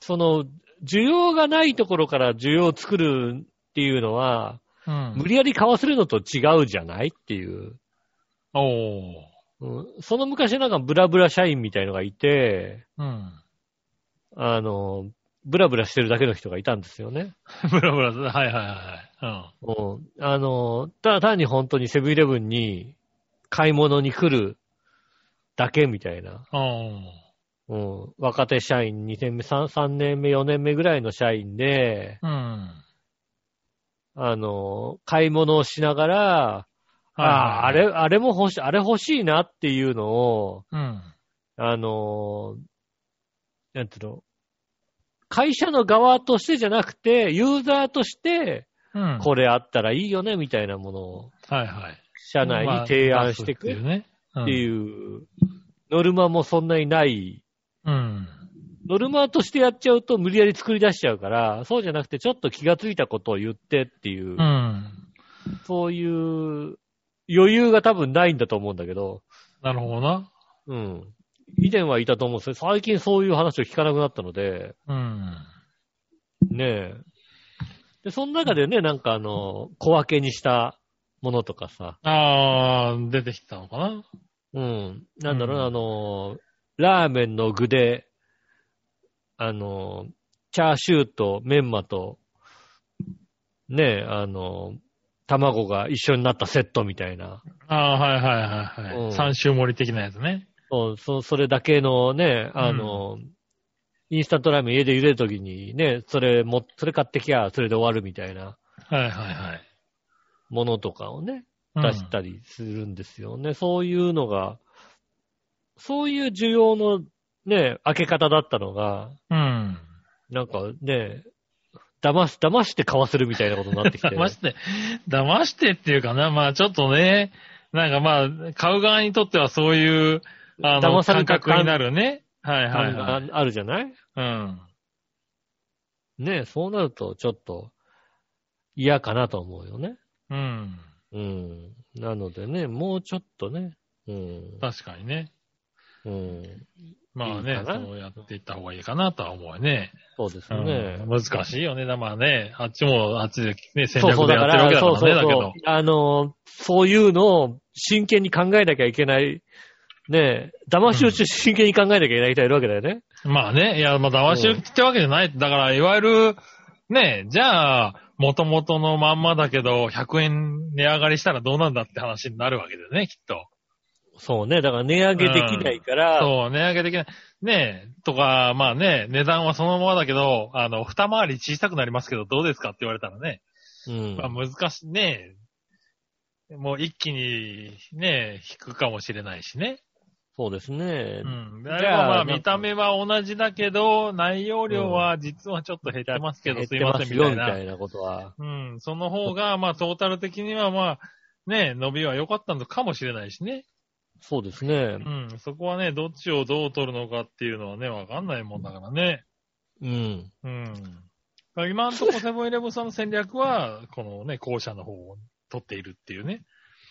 [SPEAKER 2] その、需要がないところから需要を作るっていうのは、
[SPEAKER 3] う。うん。
[SPEAKER 2] 無理やり買わせるのと違うじゃないっていう。
[SPEAKER 3] お
[SPEAKER 2] うんその昔なんかブラブラ社員みたいのがいて、
[SPEAKER 3] う。うん。
[SPEAKER 2] あの、ブラブラしてるだけの人がいたんですよね。
[SPEAKER 3] ブラブラ、はいはいはいはい。
[SPEAKER 2] うんあの、ただ単に本当にセブンイレブンに買い物に来るだけみたいな。
[SPEAKER 3] うん。
[SPEAKER 2] うん若手社員2年目3、3年目、4年目ぐらいの社員で、
[SPEAKER 3] うん。うん。
[SPEAKER 2] あの、買い物をしながら、ああ、あれ、あれも欲しい、あれ欲しいなっていうのを、
[SPEAKER 3] うん。
[SPEAKER 2] あのーなんていうの、会社の側としてじゃなくて、ユーザーとして、
[SPEAKER 3] うん。
[SPEAKER 2] これあったらいいよね、みたいなものを、
[SPEAKER 3] はいはい。
[SPEAKER 2] 社内に提案していく
[SPEAKER 3] まあ出
[SPEAKER 2] っ
[SPEAKER 3] すね。ってう
[SPEAKER 2] いう、ノルマもそんなにない。
[SPEAKER 3] ん。うん。
[SPEAKER 2] ノルマとしてやっちゃうと無理やり作り出しちゃうから、そうじゃなくてちょっと気がついたことを言ってっていう、
[SPEAKER 3] うん。
[SPEAKER 2] そういう余裕が多分ないんだと思うんだけど、
[SPEAKER 3] なるほどな。
[SPEAKER 2] うん。以前はいたと思うんですけど、最近そういう話を聞かなくなったので、
[SPEAKER 3] うん。
[SPEAKER 2] ねえ。で、その中でね、なんかあの、小分けにしたものとかさ、
[SPEAKER 3] ああ、出てきたのかな。
[SPEAKER 2] うん。なんだろうな、
[SPEAKER 3] うん
[SPEAKER 2] あの、ラーメンの具で、あの、チャーシューとメンマと、ねえ、あの、卵が一緒になったセットみたいな。
[SPEAKER 3] ああ、はいはいはい、
[SPEAKER 2] う
[SPEAKER 3] は
[SPEAKER 2] ん
[SPEAKER 3] い。三種盛り的なやつね。
[SPEAKER 2] そうそそれだけのね、あの、インスタントラーメン家で茹でるときにね、それも、それ買ってきゃ、それで終わるみたいな
[SPEAKER 3] はいはいはい。
[SPEAKER 2] ものとかをね、
[SPEAKER 3] うん
[SPEAKER 2] 出したりするんですよね。そういうのが、そういう需要のね、開け方だったのが、
[SPEAKER 3] うん。
[SPEAKER 2] なんかね、騙す、騙して買わせるみたいなことになってきて。
[SPEAKER 3] 騙して、騙してっていうかな、まあちょっとね、なんかまあ、買う側にとってはそういう、あの、
[SPEAKER 2] 騙され
[SPEAKER 3] 感
[SPEAKER 2] た
[SPEAKER 3] 覚になるね。はいはいは
[SPEAKER 2] あ
[SPEAKER 3] い。
[SPEAKER 2] あるじゃない
[SPEAKER 3] うん。
[SPEAKER 2] ね、そうなるとちょっと嫌かなと思うよね。
[SPEAKER 3] うん。
[SPEAKER 2] うん。なのでね、もうちょっとね、うん。
[SPEAKER 3] 確かにね。
[SPEAKER 2] うん、
[SPEAKER 3] まあ
[SPEAKER 2] いい
[SPEAKER 3] ね
[SPEAKER 2] か、な
[SPEAKER 3] そうやっていった方がいいかなとは思うね。
[SPEAKER 2] そうです
[SPEAKER 3] うん
[SPEAKER 2] ね。
[SPEAKER 3] 難しいよね。だまあね、あっちもあっちでね、戦
[SPEAKER 2] そうそ
[SPEAKER 3] 略
[SPEAKER 2] う、
[SPEAKER 3] で
[SPEAKER 2] だ
[SPEAKER 3] や
[SPEAKER 2] か
[SPEAKER 3] ってるわ
[SPEAKER 2] ら、
[SPEAKER 3] けだ
[SPEAKER 2] そう
[SPEAKER 3] か
[SPEAKER 2] そう
[SPEAKER 3] らね、だけ
[SPEAKER 2] そう
[SPEAKER 3] ど。。
[SPEAKER 2] あの、そういうのを真剣に考えなきゃいけない。ねえ、騙しをち真剣に考えなきゃいけない人がいるわけだよね。
[SPEAKER 3] まあね、いや、まあ、騙し打ちってわけじゃない。だから、いわゆる、ね、じゃあ、元々のまんまだけど、100円値上がりしたらどうなんだって話になるわけだよね、きっと。
[SPEAKER 2] そうね。だから値上げできないから、
[SPEAKER 3] そう、値上げできない。ねえ、とか、まあね、値段はそのままだけど、あの、二回り小さくなりますけど、どうですかって言われたらね、
[SPEAKER 2] うん
[SPEAKER 3] まあ難しい、ねえ、もう一気にね、引くかもしれないしね。
[SPEAKER 2] そうですね。
[SPEAKER 3] うん。
[SPEAKER 2] じゃあ
[SPEAKER 3] あれはま
[SPEAKER 2] な
[SPEAKER 3] あ
[SPEAKER 2] んか
[SPEAKER 3] 見た目は同じだけど、内容量は実はちょっと減ってますけど、
[SPEAKER 2] 減っ
[SPEAKER 3] すい
[SPEAKER 2] て
[SPEAKER 3] ま
[SPEAKER 2] ま
[SPEAKER 3] せん、
[SPEAKER 2] す
[SPEAKER 3] み
[SPEAKER 2] よ
[SPEAKER 3] た
[SPEAKER 2] み
[SPEAKER 3] いな
[SPEAKER 2] た。いなことは。
[SPEAKER 3] うん、その方が、まあ、トータル的には、まあ、ね、伸びは良かったのかもしれないしね。
[SPEAKER 2] そうですね
[SPEAKER 3] う。ん、そこはね、どっちをどう取るのかっていうのはね、わかんないもんだからね。
[SPEAKER 2] うん。
[SPEAKER 3] うん。だから今のところセブンイレブンさんの戦略は、このね、後者の方を取っているっていうね、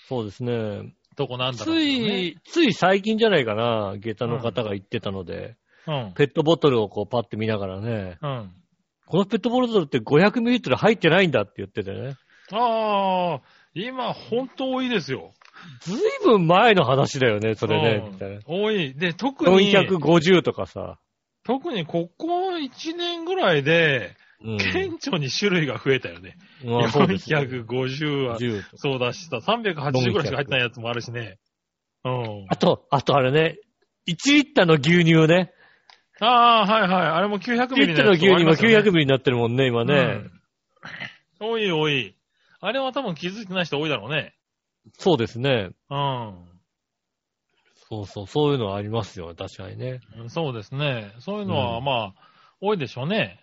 [SPEAKER 2] そうですね。
[SPEAKER 3] とこなんだろう
[SPEAKER 2] つ
[SPEAKER 3] けどね。
[SPEAKER 2] い、つい最近じゃないかな、下駄の方が言ってたので、
[SPEAKER 3] うん。
[SPEAKER 2] ペットボトルをこうパッて見ながらね、
[SPEAKER 3] うん。
[SPEAKER 2] このペットボトルって 500ml 入ってないんだって言っててね。
[SPEAKER 3] ああ、今、本当多いですよ。
[SPEAKER 2] ずいぶん前の話だよね、それ
[SPEAKER 3] う
[SPEAKER 2] ね、
[SPEAKER 3] ん
[SPEAKER 2] みたいな。
[SPEAKER 3] 多い。で、特に、
[SPEAKER 2] 450とかさ。
[SPEAKER 3] 特にここ1年ぐらいで、
[SPEAKER 2] うん
[SPEAKER 3] 顕著に種類が増えたよね。
[SPEAKER 2] まあそうですね
[SPEAKER 3] 450は、
[SPEAKER 2] 10と
[SPEAKER 3] そうだしさ、380ぐらいしか入ってないやつもあるしね。うん。
[SPEAKER 2] あと、あとあれね、1リッターの牛乳ね。
[SPEAKER 3] ああー、はいはい。あれも900
[SPEAKER 2] 1
[SPEAKER 3] ミ
[SPEAKER 2] リ
[SPEAKER 3] リ
[SPEAKER 2] ッターの牛乳が900
[SPEAKER 3] 900
[SPEAKER 2] ミリになってるもんね、今ね。
[SPEAKER 3] 多い多い。あれは多分気づいてない人多いだろうね。
[SPEAKER 2] そうですね。
[SPEAKER 3] う
[SPEAKER 2] そうそう、そういうのはありますよ、確かにね。
[SPEAKER 3] ん。そうですね。そういうのは、
[SPEAKER 2] うん
[SPEAKER 3] まあ、多いでしょうね。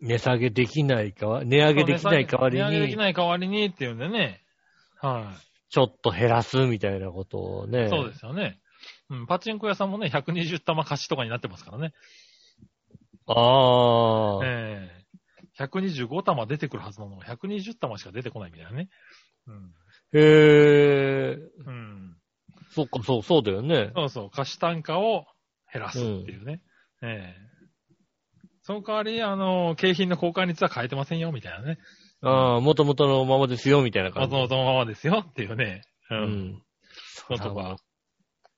[SPEAKER 2] 値下げできないかわ、値上げできない代わり
[SPEAKER 3] 値上げでき
[SPEAKER 2] に、
[SPEAKER 3] ない代わりにっていうんでね。は
[SPEAKER 2] ちょっと減らすみたいなことをね。
[SPEAKER 3] い。そうですよね。うん。パチンコ屋さんもね、120玉貸しとかになってますからね。
[SPEAKER 2] ああ、
[SPEAKER 3] ええ125玉出てくるはずなのが120玉しか出てこないみたいなね。うん。
[SPEAKER 2] へえ、
[SPEAKER 3] うん。
[SPEAKER 2] そっか、そう、そうだよね。
[SPEAKER 3] そうそう、貸し単価を減らすっていうね。ええその代わり、あの、景品の交換率は変えてませんよ、みたいなね。
[SPEAKER 2] ああ、元々のままですよ、みたいな
[SPEAKER 3] ま
[SPEAKER 2] 感
[SPEAKER 3] ず
[SPEAKER 2] じ。
[SPEAKER 3] のそのままですよっていうね。う。
[SPEAKER 2] うんん。
[SPEAKER 3] のと
[SPEAKER 2] そら
[SPEAKER 3] か。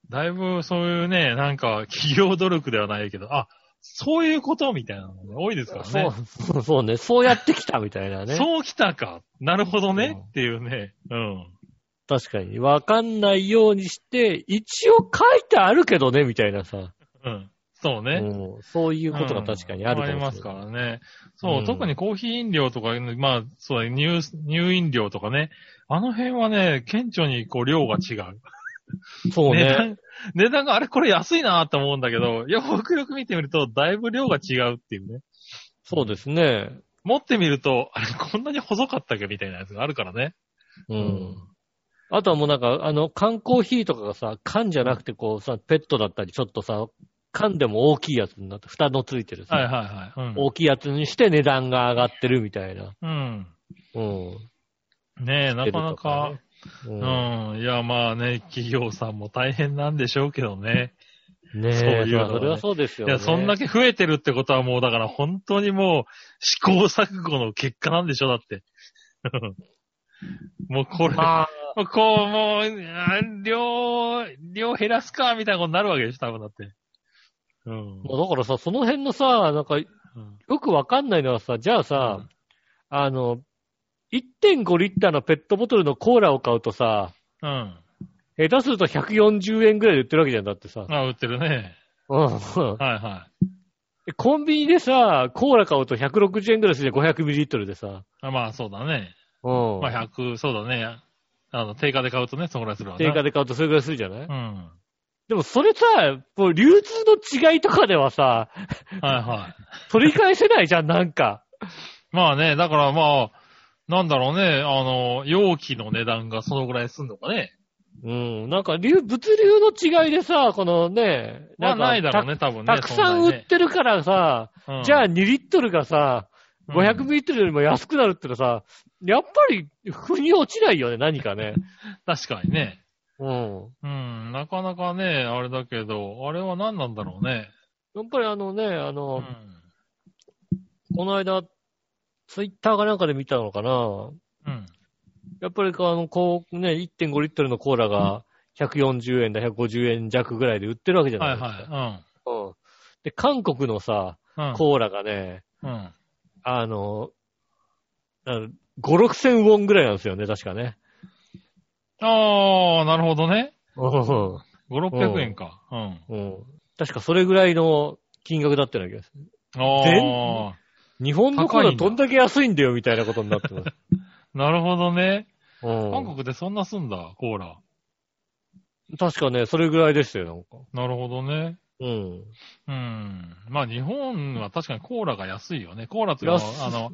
[SPEAKER 3] だいぶそういうね、なんか企業努力ではないけど、あ、そういうことみたいなのが多いですからね。
[SPEAKER 2] そう、そう そうね。そうやってきたみたいなね。
[SPEAKER 3] そうきたか。なるほどね、
[SPEAKER 2] うん
[SPEAKER 3] っていうね。うん。
[SPEAKER 2] 確かに。わかんないようにして、一応書いてあるけどね、みたいなさ。
[SPEAKER 3] うん。そうね。
[SPEAKER 2] うん、そういうことが確かにある
[SPEAKER 3] うん
[SPEAKER 2] か
[SPEAKER 3] あり
[SPEAKER 2] も
[SPEAKER 3] ま
[SPEAKER 2] し
[SPEAKER 3] す
[SPEAKER 2] れな
[SPEAKER 3] か
[SPEAKER 2] い。
[SPEAKER 3] らね。そう、
[SPEAKER 2] うん
[SPEAKER 3] 特にコーヒー飲料とか、まあ、そうだね乳、乳飲料とかね。あの辺はね、顕著にこう量が違う。
[SPEAKER 2] そう
[SPEAKER 3] 値
[SPEAKER 2] ね。
[SPEAKER 3] 段、値段があれこれ安いなと思うんだけど、よくよく見てみると、だいぶ量が違うっていうね。
[SPEAKER 2] そうですね。
[SPEAKER 3] 持ってみると、 あれこんなに細かったっけみたいなやつがあるからね。
[SPEAKER 2] うん。あとはもうなんか、あの、缶コーヒーとかがさ、缶じゃなくてこうさ、ペットだったり、ちょっとさ、缶でも大きいやつになって、蓋のついてるさ、
[SPEAKER 3] はいはいはい。
[SPEAKER 2] 大きいやつにして値段が上がってるみたいな。
[SPEAKER 3] うん。
[SPEAKER 2] うん。
[SPEAKER 3] うん。ねえ、なかなか。
[SPEAKER 2] うん。
[SPEAKER 3] うん。いや、まあね、企業さんも大変なんでしょうけどね。
[SPEAKER 2] ねえ、
[SPEAKER 3] そういうのはね
[SPEAKER 2] それはそうですよ
[SPEAKER 3] い
[SPEAKER 2] ね。
[SPEAKER 3] や、そんだけ増えてるってことはもう、だから本当にもう、試行錯誤の結果なんでしょ、だって。 もうこれ、
[SPEAKER 2] まあ、
[SPEAKER 3] こう、もう、あ量、量減らすか、みたいなことになるわけでしょ、多分だって。うん。
[SPEAKER 2] もうだからさ、その辺のさ、なんか、
[SPEAKER 3] うん
[SPEAKER 2] よくわかんないのはさ、じゃあさ、あの、1.5リッターのペットボトルのコーラを買うとさ、
[SPEAKER 3] うん。
[SPEAKER 2] 下手すると140円ぐらいで売ってるわけじゃんだってさ。
[SPEAKER 3] あ、売ってるね。
[SPEAKER 2] うん。
[SPEAKER 3] はいはい。
[SPEAKER 2] コンビニでさ、コーラ買うと160円ぐらいするじゃん、500ミリリットルでさ。
[SPEAKER 3] あまあ、そうだね。
[SPEAKER 2] うん。
[SPEAKER 3] まあ、100、そうだね。あの、定価で買うとね、そのぐらいするわね。
[SPEAKER 2] 定価で買うとそれぐらいするじゃない、
[SPEAKER 3] うん。
[SPEAKER 2] でもそれさ、もう流通の違いとかではさ、
[SPEAKER 3] はいはい。
[SPEAKER 2] 取り返せないじゃん、なんか。
[SPEAKER 3] まあね、だからまあ、なんだろうね、あの、容器の値段がそのぐらいすんのかね。
[SPEAKER 2] うん。なんか流、物流の違いでさ、このね、
[SPEAKER 3] まあ
[SPEAKER 2] んか
[SPEAKER 3] ないだろうね、多分ね。
[SPEAKER 2] た。たくさん売ってるからさ、
[SPEAKER 3] そなにね、
[SPEAKER 2] じゃあ
[SPEAKER 3] あ、
[SPEAKER 2] 2リットルがさ、500ミリリットルよりも安くなるってのはさ、やっぱり、腑に落ちないよね、何か ね。
[SPEAKER 3] 確かにね。
[SPEAKER 2] うん。
[SPEAKER 3] うん、なかなかね、あれだけど、あれは何なんだろうね。
[SPEAKER 2] やっぱりあのね、あ
[SPEAKER 3] う
[SPEAKER 2] の、
[SPEAKER 3] ん。
[SPEAKER 2] この間、ツイッターかなんかで見たのかな。
[SPEAKER 3] うん。
[SPEAKER 2] やっぱりこう、あの、こう、ね、1.5リットルのコーラが、140円だ、150円弱ぐらいで売ってるわけじゃ
[SPEAKER 3] は
[SPEAKER 2] ない
[SPEAKER 3] い
[SPEAKER 2] ですか。
[SPEAKER 3] は
[SPEAKER 2] うん。で、韓国のさ、
[SPEAKER 3] い。うん。うん。
[SPEAKER 2] コーラがね、
[SPEAKER 3] うん。
[SPEAKER 2] あの、 5、6千ウォンぐらいなんですよね、確かね。
[SPEAKER 3] ああ、なるほどね。
[SPEAKER 2] うん
[SPEAKER 3] 5、600円か。うん。
[SPEAKER 2] うん。確かそれぐらいの金額だったような気がする。
[SPEAKER 3] ああ、
[SPEAKER 2] 日本の
[SPEAKER 3] 高い
[SPEAKER 2] 頃
[SPEAKER 3] んだ
[SPEAKER 2] どんだけ安いんだよ、みたいなことになってます。
[SPEAKER 3] なるほどね。
[SPEAKER 2] うん。
[SPEAKER 3] 韓国でそんなすんだ、コーラ。
[SPEAKER 2] 確かね、それぐらいでしたよ、なんか。
[SPEAKER 3] なるほどね。
[SPEAKER 2] うん。
[SPEAKER 3] うん。まあ日本は確かにコーラが安いよね。コーラっていうの
[SPEAKER 2] 安い
[SPEAKER 3] は、あの、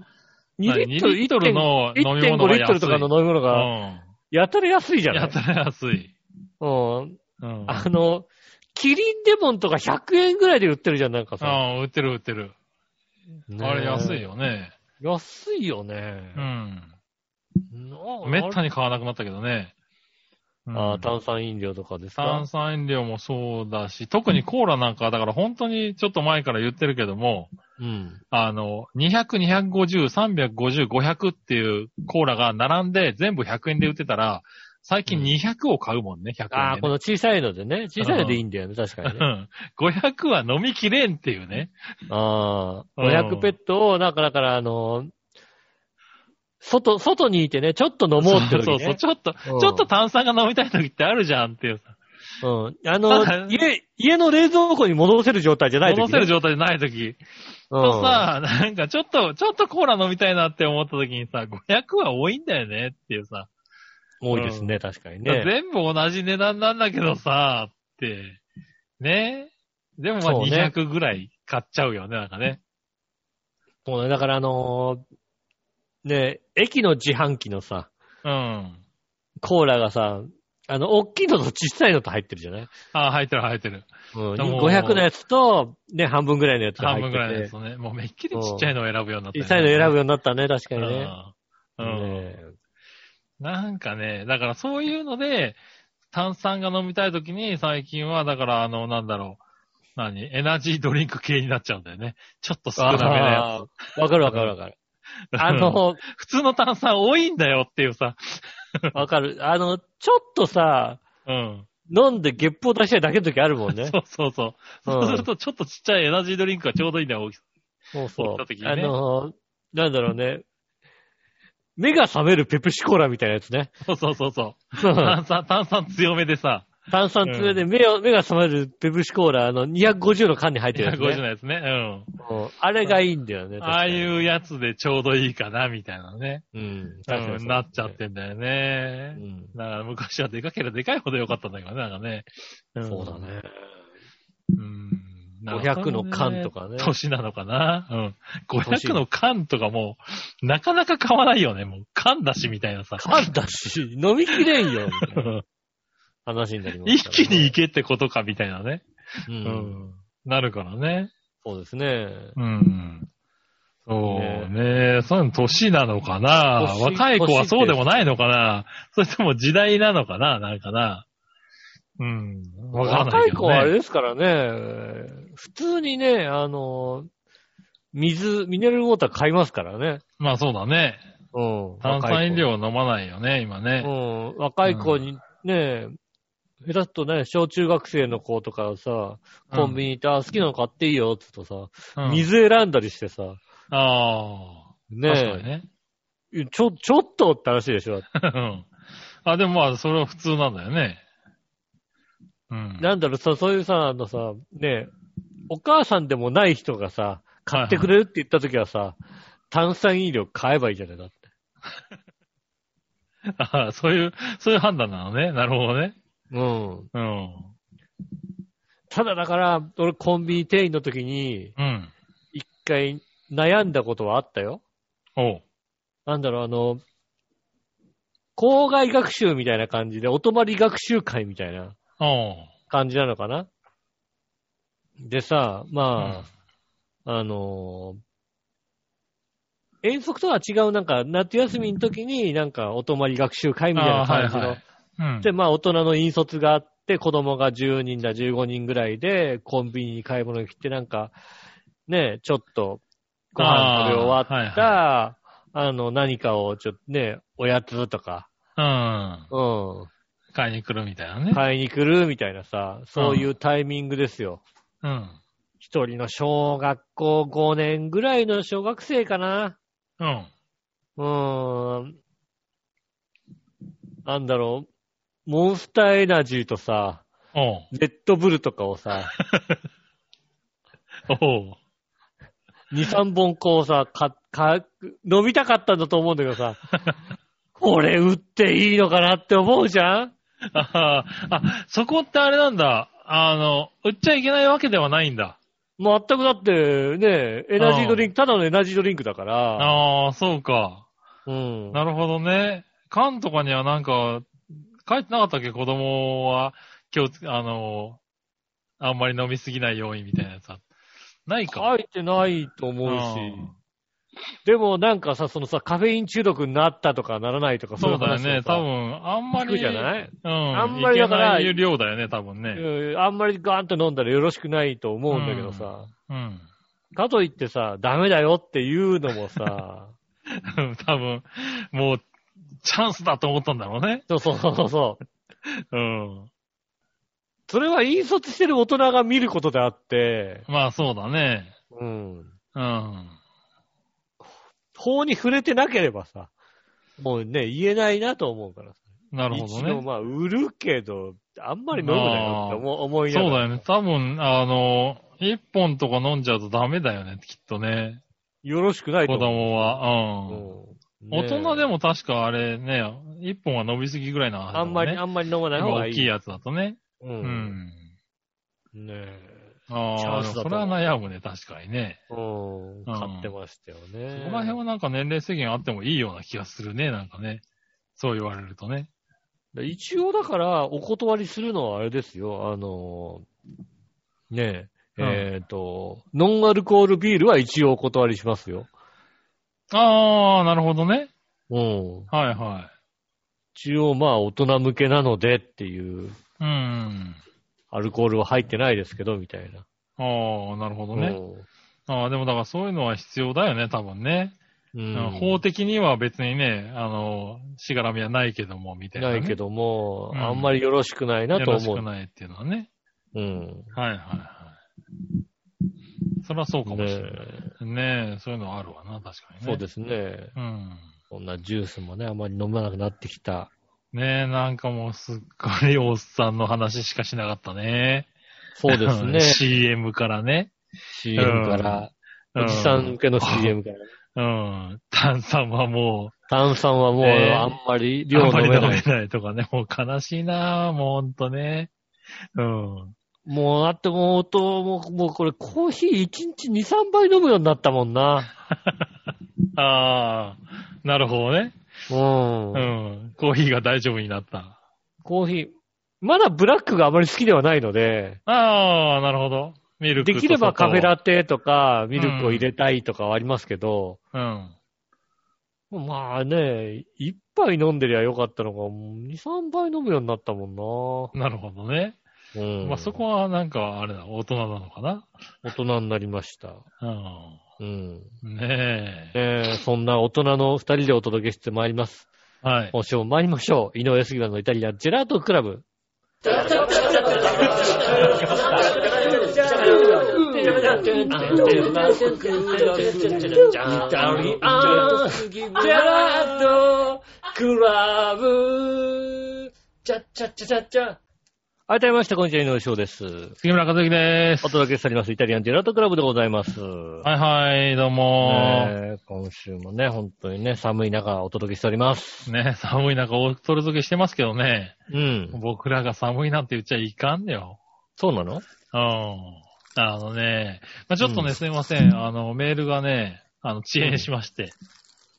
[SPEAKER 2] 2リットル、
[SPEAKER 3] 2リットルの飲み
[SPEAKER 2] 1.5
[SPEAKER 3] 物が安い。
[SPEAKER 2] リットルとかの飲み物
[SPEAKER 3] う
[SPEAKER 2] が、やたら安いじゃ
[SPEAKER 3] ん。
[SPEAKER 2] ない
[SPEAKER 3] やったら安い。
[SPEAKER 2] うん。
[SPEAKER 3] うん。
[SPEAKER 2] あの、キリンレモンとか100円ぐらいで売ってるじゃん、なんかさ。
[SPEAKER 3] ああ、売ってる売ってる。
[SPEAKER 2] ねえ
[SPEAKER 3] あれ安い。よね。
[SPEAKER 2] 安いよね
[SPEAKER 3] う。ん。
[SPEAKER 2] な
[SPEAKER 3] めったに買わなくなったけどね。うん
[SPEAKER 2] ああ、炭酸飲料とかですか
[SPEAKER 3] 炭酸飲料もそうだし、特にコーラなんかは、だから本当にちょっと前から言ってるけども、
[SPEAKER 2] うん。
[SPEAKER 3] あの、200、250、350、500っていうコーラが並んで全部100円で売ってたら、最近
[SPEAKER 2] うん
[SPEAKER 3] 200を買うもんね、100
[SPEAKER 2] ああ、
[SPEAKER 3] 円
[SPEAKER 2] こ
[SPEAKER 3] でね、
[SPEAKER 2] の小さいのでね。小さいのでいいんだよね、確かに
[SPEAKER 3] う
[SPEAKER 2] ね。
[SPEAKER 3] ん。500は飲みきれんっていうね。
[SPEAKER 2] ああ、
[SPEAKER 3] うん
[SPEAKER 2] 500ペットを、なんかだから、あの、外、外にいてね、ちょっと飲もうって時、ね。
[SPEAKER 3] そうそう、ちょっと、
[SPEAKER 2] うん
[SPEAKER 3] ちょっと炭酸が飲みたい時ってあるじゃんっていうさ。
[SPEAKER 2] うん。あ
[SPEAKER 3] ただ
[SPEAKER 2] の、家、家の冷蔵庫に戻せる状態じゃない時、ね。
[SPEAKER 3] 戻せる状態じゃない時。とさ、なんかちょっと、ちょっとコーラ飲みたいなって思った時にさ、500は多いんだよねっていうさ。
[SPEAKER 2] うん。多いですね、確かに
[SPEAKER 3] だから
[SPEAKER 2] ね。
[SPEAKER 3] 全部同じ値段なんだけどさ、って。ねでもまあ
[SPEAKER 2] そうね
[SPEAKER 3] 200ぐらい買っちゃうよね、なんかね。
[SPEAKER 2] もうねだからあのーね、駅の自販機のさ、
[SPEAKER 3] うん。
[SPEAKER 2] コーラがさ、あの、大きいのと小さいのと入ってるじゃない
[SPEAKER 3] あ入ってる入ってる。
[SPEAKER 2] うん。
[SPEAKER 3] でも
[SPEAKER 2] 500のやつと、ね、半分ぐらいのやつが
[SPEAKER 3] 半
[SPEAKER 2] 入って
[SPEAKER 3] 分
[SPEAKER 2] て。
[SPEAKER 3] ぐらいですね。もうめっきりちっちゃいのを選ぶようになった、
[SPEAKER 2] 小さいの選ぶ
[SPEAKER 3] よ
[SPEAKER 2] ようになったね、確かにね。
[SPEAKER 3] うん。うん
[SPEAKER 2] ね
[SPEAKER 3] なんかね、だからそういうので、炭酸が飲みたい時に最近は、だからあの、なんだろう。何エナジードリンク系になっちゃうんだよね。ちょっと少なめのや
[SPEAKER 2] あーわかるわかるわかる。
[SPEAKER 3] つ。
[SPEAKER 2] あ
[SPEAKER 3] うん、
[SPEAKER 2] の、
[SPEAKER 3] 普通の炭酸多いんだよっていうさ。
[SPEAKER 2] わかる。あの、ちょっとさ、
[SPEAKER 3] うん。
[SPEAKER 2] 飲んでゲップを出したいだけの時あるもんね
[SPEAKER 3] そ。うそうそう。そうすると、ちょっとちっちゃいエナジードリンクがちょうどいいんだよ、大きさ。
[SPEAKER 2] そうそ
[SPEAKER 3] 折った時に
[SPEAKER 2] う。
[SPEAKER 3] ね
[SPEAKER 2] あの、なんだろうね。目が覚めるペプシコーラみたいなやつ ね。
[SPEAKER 3] そうそうそう そう。炭酸、炭酸強めでさ、
[SPEAKER 2] 炭酸通で目を、目が覚めるペプシコーラ、あの、250の缶に入ってるやつ、
[SPEAKER 3] 150
[SPEAKER 2] ね。
[SPEAKER 3] のやつね。うん。
[SPEAKER 2] うんあれがいいんだよね。。
[SPEAKER 3] ああいううやつでちょうどいいかな、みたいなね。
[SPEAKER 2] うん。確か
[SPEAKER 3] う
[SPEAKER 2] に
[SPEAKER 3] ん、なっちゃってんだよね
[SPEAKER 2] う。ん。
[SPEAKER 3] だから昔はでかければでかいほど良かったんだけどね、なんかね。ん
[SPEAKER 2] そうだ。ね。
[SPEAKER 3] うん。
[SPEAKER 2] 500の缶とかね
[SPEAKER 3] 年なのかなうん。500の缶とかもう、なかなか買わないよね、もう。缶だしみたいなさ。
[SPEAKER 2] 缶だし、飲みきれんよ。みたいな
[SPEAKER 3] うん
[SPEAKER 2] 話になります、
[SPEAKER 3] 一気にい。けってことか、みたいなね。
[SPEAKER 2] う。
[SPEAKER 3] うんん。なるからね。
[SPEAKER 2] そうですね。
[SPEAKER 3] うん。そうね。そういうの年なのかな
[SPEAKER 2] 年
[SPEAKER 3] 若い子はそうでもないのかなそれとも時代なのかななんかなうん。わかんな
[SPEAKER 2] 若
[SPEAKER 3] い
[SPEAKER 2] い
[SPEAKER 3] けど、ね。
[SPEAKER 2] 子はあれですからね、普通にね、あの、水、ミネラルウォーター買いますからね。
[SPEAKER 3] まあそうだね。
[SPEAKER 2] うん。
[SPEAKER 3] 炭酸飲料を飲まないよね、今
[SPEAKER 2] 若い子
[SPEAKER 3] ね。
[SPEAKER 2] うん。若い子にね、下手すとね、小中学生の子とかさ、コンビニ行って、あ、好きなの買っていいよ、つうとさ、
[SPEAKER 3] うん
[SPEAKER 2] 水選んだりしてさ、
[SPEAKER 3] ああ。確かに
[SPEAKER 2] ね
[SPEAKER 3] ね。
[SPEAKER 2] ちょ、ちょっとって話でしょ。
[SPEAKER 3] うん あ、でもまあ、それは普通なんだよね。うん。
[SPEAKER 2] なんだろう、さ、そういうさ、あのさ、ね、お母さんでもない人がさ、買ってくれるって言った時はさ、炭酸飲料買えばいいじゃないだって。
[SPEAKER 3] ああ そういう、そういう判断なのね。なるほどね。
[SPEAKER 2] うん。
[SPEAKER 3] うん。
[SPEAKER 2] ただだから、俺コンビニ店員の時に、
[SPEAKER 3] うん。
[SPEAKER 2] 一回悩んだことはあったよ。
[SPEAKER 3] おう。
[SPEAKER 2] なんだろう、あの、校外学習みたいな感じで、お泊まり学習会みたいな
[SPEAKER 3] おう。
[SPEAKER 2] 感じなのかなでさ、
[SPEAKER 3] う
[SPEAKER 2] ま
[SPEAKER 3] ん
[SPEAKER 2] あ、あのー遠足とは違う、なんか、夏休みの時に、なんか、お泊まり学習会みたいな感じの。
[SPEAKER 3] あーはいはいうん。
[SPEAKER 2] で、まあ、大人の引率があって、子供が10人だ、15人ぐらいで、コンビニに買い物に来て、なんか、ね、ちょっと、ご飯食べ終わった、あ,、の、何かを、ちょっとね、おやつとか、
[SPEAKER 3] うん。
[SPEAKER 2] う
[SPEAKER 3] 買いに来るみたいなね。
[SPEAKER 2] ん、買いに来るみたいなさ、そういうタイミングですよ。
[SPEAKER 3] うん。
[SPEAKER 2] 一人の小学校5年ぐらいの小学生かな。
[SPEAKER 3] うん。
[SPEAKER 2] うーん。なんだろう。モンスターエナジーとさ、
[SPEAKER 3] お
[SPEAKER 2] レッドブルとかをさ、
[SPEAKER 3] うおう
[SPEAKER 2] 2、3本こうさ、か、か、飲みたかったんだと思うんだけどさ、これ売っていいのかなって思うじゃん
[SPEAKER 3] あーあ、そこってあれなんだ。あの、売っちゃいけないわけではないんだ。
[SPEAKER 2] 全くだって、ね、エナジードリンク、ただのエナジードリンクだから、
[SPEAKER 3] ああ、そうか。
[SPEAKER 2] うん。
[SPEAKER 3] なるほどね。缶とかにはなんか、書いてなかったっけ子供は、今日、あの、あんまり飲みすぎないようにみたいなやつは。ないか。
[SPEAKER 2] 書いてないと思うし、
[SPEAKER 3] うん
[SPEAKER 2] でもなんかさ、そのさ、カフェイン中毒になったとかならないとか、
[SPEAKER 3] そうだよ
[SPEAKER 2] い話
[SPEAKER 3] ね
[SPEAKER 2] を。さ
[SPEAKER 3] 多分、あんま
[SPEAKER 2] 聞
[SPEAKER 3] り。
[SPEAKER 2] くじゃない
[SPEAKER 3] うん。
[SPEAKER 2] あんまりだから
[SPEAKER 3] いけない量だよね、多分ね。
[SPEAKER 2] うんあんまりガーンと飲んだらよろしくないと思うんだけどさ、
[SPEAKER 3] うん。
[SPEAKER 2] かといってさ、ダメだよっていうのもさ、
[SPEAKER 3] 多分、もう、チャンスだと思ったんだろうね。
[SPEAKER 2] そうそうそうそう。
[SPEAKER 3] うん。
[SPEAKER 2] それは引率してる大人が見ることであって、
[SPEAKER 3] まあ、そうだね。
[SPEAKER 2] うん。
[SPEAKER 3] うん。
[SPEAKER 2] 法に触れてなければさ、もうね、言えないなと思うからさ。
[SPEAKER 3] なるほど
[SPEAKER 2] 一応
[SPEAKER 3] ね。
[SPEAKER 2] まあ、売るけど、あんまり飲むなよって思思いな
[SPEAKER 3] そう
[SPEAKER 2] が
[SPEAKER 3] だ
[SPEAKER 2] ら。
[SPEAKER 3] よね。多分、あの、一本とか飲んじゃうとダメだよね、きっとね。
[SPEAKER 2] よろしくないと
[SPEAKER 3] 子
[SPEAKER 2] 思
[SPEAKER 3] 供は。うん。
[SPEAKER 2] う。うんね
[SPEAKER 3] 大人でも確かあれね、一本は飲みすぎぐらいな、
[SPEAKER 2] あんまり、あんまり飲まない方がい
[SPEAKER 3] 大
[SPEAKER 2] い。
[SPEAKER 3] きいやつだとね。
[SPEAKER 2] う。
[SPEAKER 3] うんん。
[SPEAKER 2] ねえ。チャ
[SPEAKER 3] あ
[SPEAKER 2] ン
[SPEAKER 3] あ、
[SPEAKER 2] スだと
[SPEAKER 3] それは悩むね、確かにね。
[SPEAKER 2] うん。買ってましたよ
[SPEAKER 3] そ
[SPEAKER 2] ね。
[SPEAKER 3] こら辺はなんか年齢制限あってもいいような気がするね、なんかね。そう言われるとね。
[SPEAKER 2] 一応だから、お断りするのはあれですよ。あの、ねえ、
[SPEAKER 3] うん
[SPEAKER 2] えっ、と、ノンアルコールビールは一応お断りしますよ。
[SPEAKER 3] ああ、なるほどね。
[SPEAKER 2] うん。
[SPEAKER 3] はいは
[SPEAKER 2] 一応まあ大人向けなのでっていう、
[SPEAKER 3] い。うん。
[SPEAKER 2] アルコールは入ってないですけど、みたいな。
[SPEAKER 3] ああ、なるほどね。
[SPEAKER 2] うん
[SPEAKER 3] ああ、でもだからそういうのは必要だよね、多分ね。
[SPEAKER 2] うん。
[SPEAKER 3] 法的には別にね、あの、しがらみはないけども、みたいな、ね。
[SPEAKER 2] ないけども、
[SPEAKER 3] うん
[SPEAKER 2] あんまりよろしくないなと
[SPEAKER 3] よろし
[SPEAKER 2] 思
[SPEAKER 3] く
[SPEAKER 2] う。
[SPEAKER 3] ないっていうのはね。
[SPEAKER 2] うん。
[SPEAKER 3] はいはいはい。そりゃそうかもしれない。ねえ、そういうのあるわな、確かにね。
[SPEAKER 2] そうですね。
[SPEAKER 3] うん。
[SPEAKER 2] こんなジュースもね、あまり飲まなくなってきた。
[SPEAKER 3] ねえ、なんかもうすっかりおっさんの話しかしなかったね。
[SPEAKER 2] そうです ね。
[SPEAKER 3] CM からね。
[SPEAKER 2] CM から、
[SPEAKER 3] う
[SPEAKER 2] おじさん向けの CM から。
[SPEAKER 3] うん。炭酸はも
[SPEAKER 2] 炭酸はもう
[SPEAKER 3] ね
[SPEAKER 2] あんまり
[SPEAKER 3] う、
[SPEAKER 2] 量
[SPEAKER 3] あんま
[SPEAKER 2] 飲
[SPEAKER 3] り
[SPEAKER 2] め
[SPEAKER 3] 飲
[SPEAKER 2] な
[SPEAKER 3] め
[SPEAKER 2] い。
[SPEAKER 3] ないとかね。もう悲しいなぁ、もうほんとね。うん。
[SPEAKER 2] もうだってもう、ともう、もうこれコーヒー1日2、3杯飲むようになったもんな。
[SPEAKER 3] ああ、なるほどね。
[SPEAKER 2] うん。
[SPEAKER 3] うん。コーヒーが大丈夫になった。
[SPEAKER 2] コーヒー。まだブラックがあまり好きではないので、
[SPEAKER 3] ああ、なるほど。ミルク
[SPEAKER 2] で
[SPEAKER 3] と
[SPEAKER 2] きればカフェラ
[SPEAKER 3] テ。
[SPEAKER 2] テとかミルクを入れたいとかはありますけど、
[SPEAKER 3] うん。
[SPEAKER 2] まあね、1杯飲んでりゃよかったのが、2、3杯飲むようになったも
[SPEAKER 3] なるほどね。
[SPEAKER 2] んな。うん。
[SPEAKER 3] まあそこはなんか、あれだ、大人なのかな。
[SPEAKER 2] 大人になりました。
[SPEAKER 3] うん。
[SPEAKER 2] うん。
[SPEAKER 3] ねえ。
[SPEAKER 2] えーそんな大人の二人でお届けしてまいります。
[SPEAKER 3] はい。
[SPEAKER 2] 今週も参りましょう。井上杉村のイタリアンジェラートクラブ。改めまして、こんにちは、井上翔です。
[SPEAKER 3] 杉村和之です
[SPEAKER 2] お。届けしております、イタリアンジェラートクラブでございます。
[SPEAKER 3] はいはい、どうも
[SPEAKER 2] ねえ今週もね、本当にね、寒い中お届けしております。
[SPEAKER 3] ー。ね、寒い中、おそれぞけしてますけどね。
[SPEAKER 2] うん。
[SPEAKER 3] 僕らが寒いなんて言っちゃいかんよ。
[SPEAKER 2] そうなの
[SPEAKER 3] うん。あのね、まあ、ちょっとね、
[SPEAKER 2] うん
[SPEAKER 3] すいません。あの、メールがね、あの、遅延しまして。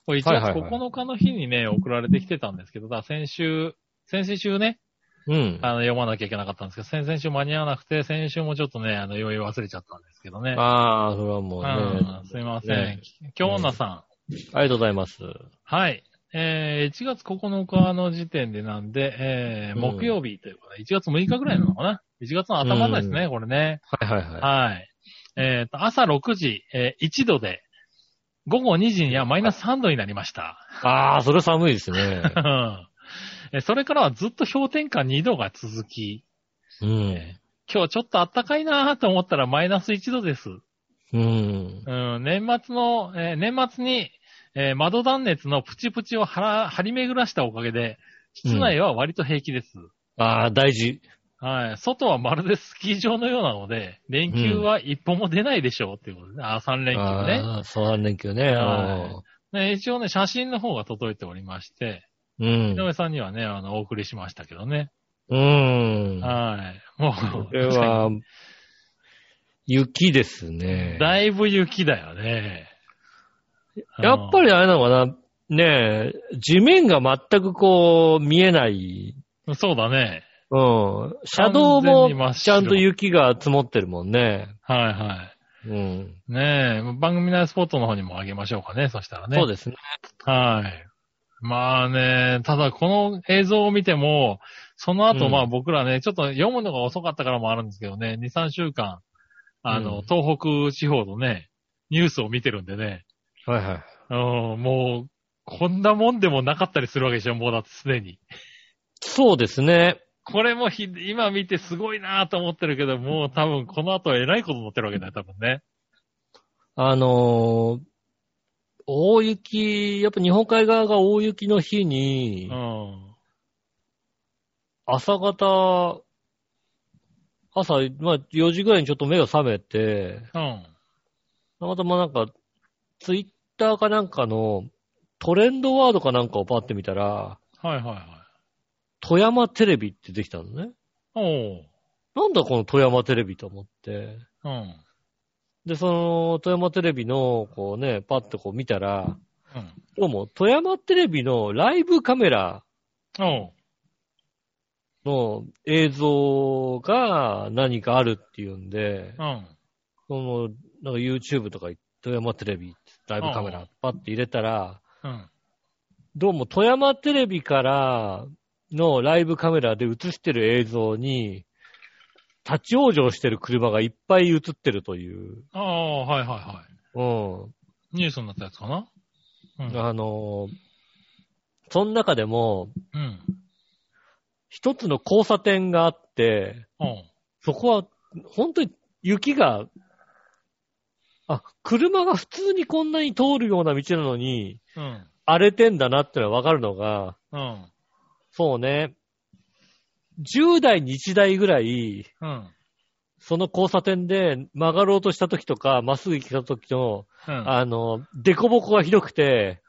[SPEAKER 3] これ1
[SPEAKER 2] はいはい
[SPEAKER 3] 月
[SPEAKER 2] はい
[SPEAKER 3] 9日の日にね、送られてきてたんですけど、だから先週、先々週ね、
[SPEAKER 2] うん。
[SPEAKER 3] あの、読まなきゃいけなかったんですけど、先々週間に合わなくて、先週もちょっとね、あの、用意忘れちゃったんですけどね。
[SPEAKER 2] ああ、それはもうね。
[SPEAKER 3] うん、すいません。
[SPEAKER 2] ね
[SPEAKER 3] 京奈さん。
[SPEAKER 2] ありがとうございます。
[SPEAKER 3] はい。えー、1月9日の時点でなんで、えー、
[SPEAKER 2] うん
[SPEAKER 3] 木曜日ということで、1月6日ぐらいなのかな ?1 月の頭ですね、これね。
[SPEAKER 2] はいはいはい。
[SPEAKER 3] はい。えー、と、朝6時、えー、1度で、午後2時にはマイナス3度になりました。
[SPEAKER 2] ああ、それ寒いですね。
[SPEAKER 3] うんえーそれからはずっと氷点下2度が続き、
[SPEAKER 2] うん。
[SPEAKER 3] 今日ちょっと暖かいなと思ったらマイナス1度です。
[SPEAKER 2] うん。
[SPEAKER 3] うん、年末の、えー年末に、えー窓断熱のプチプチを張ら張り巡らしたおかげで、室内は割と平気です。
[SPEAKER 2] ああ、大事。
[SPEAKER 3] はい。外はまるでスキー場のようなので、連休は一歩も出ないでしょうっていうことで、ね。あー、3連休ね。
[SPEAKER 2] ああ、そうなん連休ね。あ
[SPEAKER 3] ね、一応ね、写真の方が届いておりまして、
[SPEAKER 2] ーう
[SPEAKER 3] 井
[SPEAKER 2] ん。
[SPEAKER 3] 上さんにはね、あの、お送りしましたけどね。
[SPEAKER 2] うん。
[SPEAKER 3] はい。も
[SPEAKER 2] こ
[SPEAKER 3] う、
[SPEAKER 2] れは、雪ですね。
[SPEAKER 3] だいぶ雪だよね。
[SPEAKER 2] やっぱりあれなのかなねえ、地面が全くこう見えない。
[SPEAKER 3] あの、そうだね。
[SPEAKER 2] うん。車道
[SPEAKER 3] 完全に真っ
[SPEAKER 2] も
[SPEAKER 3] 白
[SPEAKER 2] ちゃんと雪が積もってるもんね。
[SPEAKER 3] はいは
[SPEAKER 2] うん。
[SPEAKER 3] い。ねえ、番組内スポットの方にもあげましょうかね、そしたらね。
[SPEAKER 2] そうですね。
[SPEAKER 3] はい。まあね、ただこの映像を見ても、その後、
[SPEAKER 2] うん
[SPEAKER 3] まあ僕らね、ちょっと読むのが遅かったからもあるんですけどね、2、3週間、あの、
[SPEAKER 2] うん
[SPEAKER 3] 東北地方のね、ニュースを見てるんでね、
[SPEAKER 2] はいはい。
[SPEAKER 3] うん、もう、こんなもんでもなかったりするわけでしょ、もうだってすでに。
[SPEAKER 2] そうですね。
[SPEAKER 3] これもひ、今見てすごいなぁと思ってるけど、もう多分この後は偉いことになってるわけだよ、多分ね。
[SPEAKER 2] あのー大雪、やっぱ日本海側が大雪の日に、
[SPEAKER 3] うん。
[SPEAKER 2] 朝方、朝、まあ4時ぐらいにちょっと目が覚めて、
[SPEAKER 3] うん。
[SPEAKER 2] たまたまなんか、ツイッターかなんかのトレンドワードかなんかをパッて見たら、
[SPEAKER 3] はいはいはい。
[SPEAKER 2] 富山テレビってできたのね。
[SPEAKER 3] おう。
[SPEAKER 2] なんだこの富山テレビと思って。
[SPEAKER 3] うん。
[SPEAKER 2] で、その、富山テレビの、こうね、パッとこう見たら、
[SPEAKER 3] うん。
[SPEAKER 2] どうも、富山テレビのライブカメラ
[SPEAKER 3] おう。
[SPEAKER 2] の映像が何かあるっていうんで、
[SPEAKER 3] うん。
[SPEAKER 2] その、なんか YouTube とか富山テレビライブカメ
[SPEAKER 3] う
[SPEAKER 2] ラパッて入れたら、
[SPEAKER 3] うん。
[SPEAKER 2] どうも富山テレビからのライブカメラで映してる映像に、立ち往生してる車がいっぱい映ってるという、
[SPEAKER 3] ああ、はいはいは
[SPEAKER 2] うん、
[SPEAKER 3] い。ニュースになったやつかなうん。
[SPEAKER 2] あのー、その中でも、
[SPEAKER 3] うん。
[SPEAKER 2] 一つの交差点があって、
[SPEAKER 3] うん。
[SPEAKER 2] そこは、本当に雪が、あ、車が普通にこんなに通るような道なのに、
[SPEAKER 3] うん。
[SPEAKER 2] 荒れてんだなってのはわかるのが、
[SPEAKER 3] うん。
[SPEAKER 2] そうね、10台、20台ぐらい、
[SPEAKER 3] うん。
[SPEAKER 2] その交差点で曲がろうとした時とか、まっすぐ来た時の、
[SPEAKER 3] うん。
[SPEAKER 2] あの、デコボコがひどくて、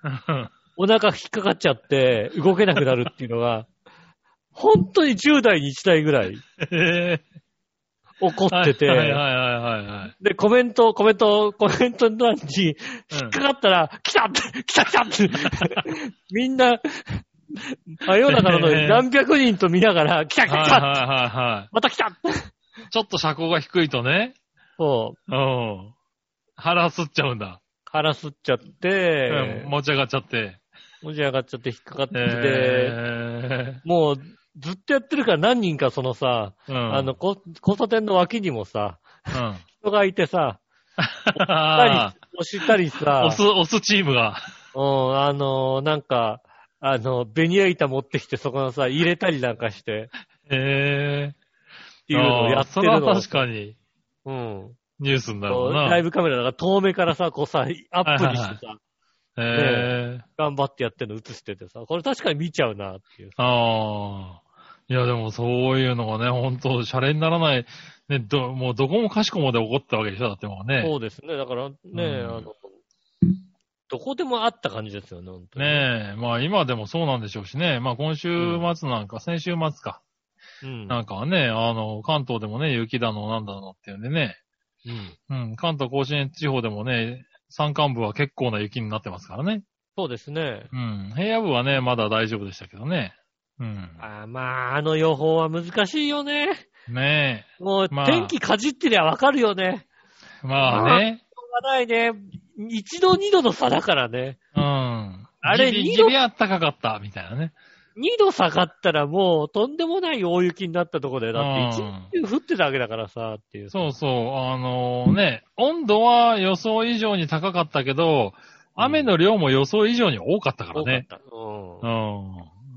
[SPEAKER 2] お腹引っかかっちゃって、動けなくなるっていうのが、本当に10代に1台ぐらい
[SPEAKER 3] え
[SPEAKER 2] 起こってて、
[SPEAKER 3] はいはいはいはいはい。
[SPEAKER 2] で、コメント、コメント、コメントの欄に、引
[SPEAKER 3] うん
[SPEAKER 2] っかかったら、来たって、来た来たって、 みんな、真夜中なのに何百人と見ながら、来た来
[SPEAKER 3] はい
[SPEAKER 2] た来
[SPEAKER 3] はい
[SPEAKER 2] た
[SPEAKER 3] はいは
[SPEAKER 2] また来た
[SPEAKER 3] い。ちょっと車高が低いとね。
[SPEAKER 2] そう、
[SPEAKER 3] うん。腹すっちゃうんだ。
[SPEAKER 2] 腹すっちゃっ
[SPEAKER 3] う
[SPEAKER 2] て
[SPEAKER 3] ん。、持ち上がっちゃって。
[SPEAKER 2] 持ち上がっちゃって引っかかってて、
[SPEAKER 3] え
[SPEAKER 2] もう、ずっとやってるから何人かそのさ、
[SPEAKER 3] え。うん。
[SPEAKER 2] あの、、こ交差点の脇にもさ、
[SPEAKER 3] うん。
[SPEAKER 2] 人がいてさ、
[SPEAKER 3] ああ。
[SPEAKER 2] 押したりさ、
[SPEAKER 3] 押す、押すチームが。
[SPEAKER 2] うん、あのーなんか、あの、ベニヤ板持ってきて、そこのさ、入れたりなんかして、
[SPEAKER 3] ええ。
[SPEAKER 2] っていうのをやってる
[SPEAKER 3] ああそれ
[SPEAKER 2] の
[SPEAKER 3] は
[SPEAKER 2] を。
[SPEAKER 3] 確かに
[SPEAKER 2] うん。
[SPEAKER 3] ニュースになる
[SPEAKER 2] こ
[SPEAKER 3] わ
[SPEAKER 2] う
[SPEAKER 3] な。
[SPEAKER 2] ライブカメラが遠目からさ、こうさ、アップにしてさ、
[SPEAKER 3] ええ。
[SPEAKER 2] 頑張ってやってるの映しててさ、これ確かに見ちゃうなっていう。
[SPEAKER 3] ああ。いや、でもそういうのがね、ほんと、シャレにならない、ね、ど、もうどこもかしこもで怒ったわけでしょ、だってもうね。
[SPEAKER 2] そうですね。だからね、
[SPEAKER 3] うん
[SPEAKER 2] あの、どこでもあった感じですよね、本当に。
[SPEAKER 3] ねえ、まあ今でもそうなんでしょうしね、まあ今週末なんか、先週末か、
[SPEAKER 2] うん。
[SPEAKER 3] なんかはね、あの、関東でもね、雪だの、なんだのっていうんでね、
[SPEAKER 2] うん
[SPEAKER 3] うん、関東甲信越地方でもね、山間部は結構な雪になってますからね。
[SPEAKER 2] そうですね。
[SPEAKER 3] うん、平野部はね、まだ大丈夫でしたけどね。うん。
[SPEAKER 2] あーまあ、あの予報は難しいよね。
[SPEAKER 3] ね
[SPEAKER 2] もう、
[SPEAKER 3] まあ
[SPEAKER 2] 天気かじってりゃわかるよね。
[SPEAKER 3] え、まあね、
[SPEAKER 2] しょうがないね。一度二度の差だからね。
[SPEAKER 3] うん。
[SPEAKER 2] あれ
[SPEAKER 3] ギリ
[SPEAKER 2] 二
[SPEAKER 3] ギ
[SPEAKER 2] 度
[SPEAKER 3] リあったかかった、みたいなね。
[SPEAKER 2] 二度下がったらもうとんでもない大雪になったとこだよ。だって一日中降ってたわけだからさ、っていう。
[SPEAKER 3] そうそう、あのね、温度は予想以上に高かったけど、雨の量も予想以上に多かったから
[SPEAKER 2] 多かっ
[SPEAKER 3] ね。
[SPEAKER 2] た。
[SPEAKER 3] う。
[SPEAKER 2] うん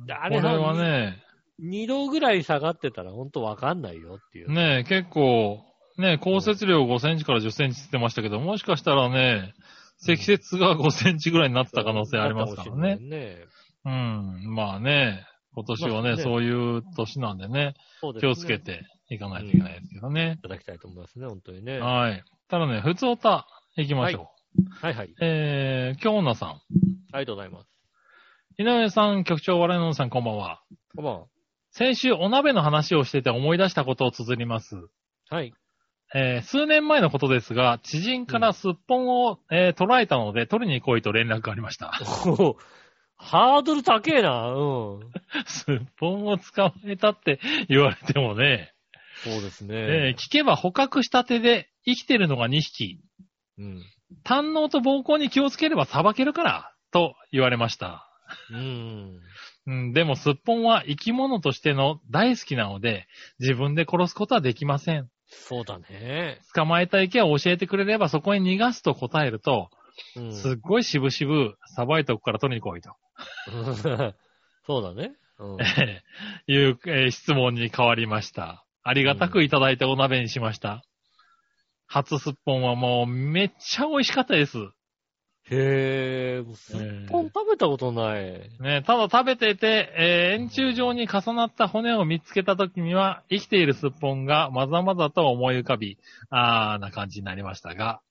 [SPEAKER 2] ん。であ
[SPEAKER 3] あ
[SPEAKER 2] れ
[SPEAKER 3] れは
[SPEAKER 2] はね、
[SPEAKER 3] ね、
[SPEAKER 2] 二度ぐらい下がってたらほんとわかんないよっていう。
[SPEAKER 3] ね、結構、ね、降雪量5センチから10センチって言ってましたけど、もしかしたらね、積雪が5センチぐらいになってた可能性ありますからね。
[SPEAKER 2] ね。
[SPEAKER 3] うん。まあね、今年は
[SPEAKER 2] まあ
[SPEAKER 3] ね、
[SPEAKER 2] ね
[SPEAKER 3] そういう年なんでね、
[SPEAKER 2] そうです
[SPEAKER 3] 気
[SPEAKER 2] ね
[SPEAKER 3] をつけ。ていかないといけないですけどね
[SPEAKER 2] い。ただきたいと思いますね、本当にね。は
[SPEAKER 3] はい。ただね、普通おた、行きましょう。
[SPEAKER 2] いはい。
[SPEAKER 3] えー、京女さん。
[SPEAKER 2] ありがとうございます。
[SPEAKER 3] 井上さん、局長、笑いのおじさん、こんばんは。
[SPEAKER 2] こんばんは
[SPEAKER 3] 先週、お鍋の話をしてて思い出したことを綴ります。
[SPEAKER 2] はい。
[SPEAKER 3] えー数年前のことですが、知人からすっぽんを、えー捕らえたので、取りに来いと連絡がありま した。
[SPEAKER 2] おーハードル高えな。うん。
[SPEAKER 3] すっぽんを捕まえたって言われてもね、
[SPEAKER 2] そうです
[SPEAKER 3] え
[SPEAKER 2] ね。
[SPEAKER 3] ー聞けば捕獲したてで生きてるのが2匹、
[SPEAKER 2] うん。
[SPEAKER 3] 胆脳と暴行に気をつければ裁けるから、と言われました。
[SPEAKER 2] うん。
[SPEAKER 3] うん、でもすっぽんは生き物としての大好きなので、自分で殺すことはできません。
[SPEAKER 2] そうだね。
[SPEAKER 3] 捕まえた池を教えてくれればそこへ逃がすと答えると、
[SPEAKER 2] うん。
[SPEAKER 3] すっごい渋々、さばいておくから取りに来いと。
[SPEAKER 2] そうだね。うん。
[SPEAKER 3] えーいう、えー質問に変わりました。ありがたくいただいてお鍋にしました。初すっぽんはもうめっちゃ美味しかったです。
[SPEAKER 2] へえ、もうすっぽん食べたことない。
[SPEAKER 3] ね、ただ食べてて、えー円柱状に重なった骨を見つけた時には、生きているすっぽんがまざまざと思い浮かび、あーな感じになりましたが、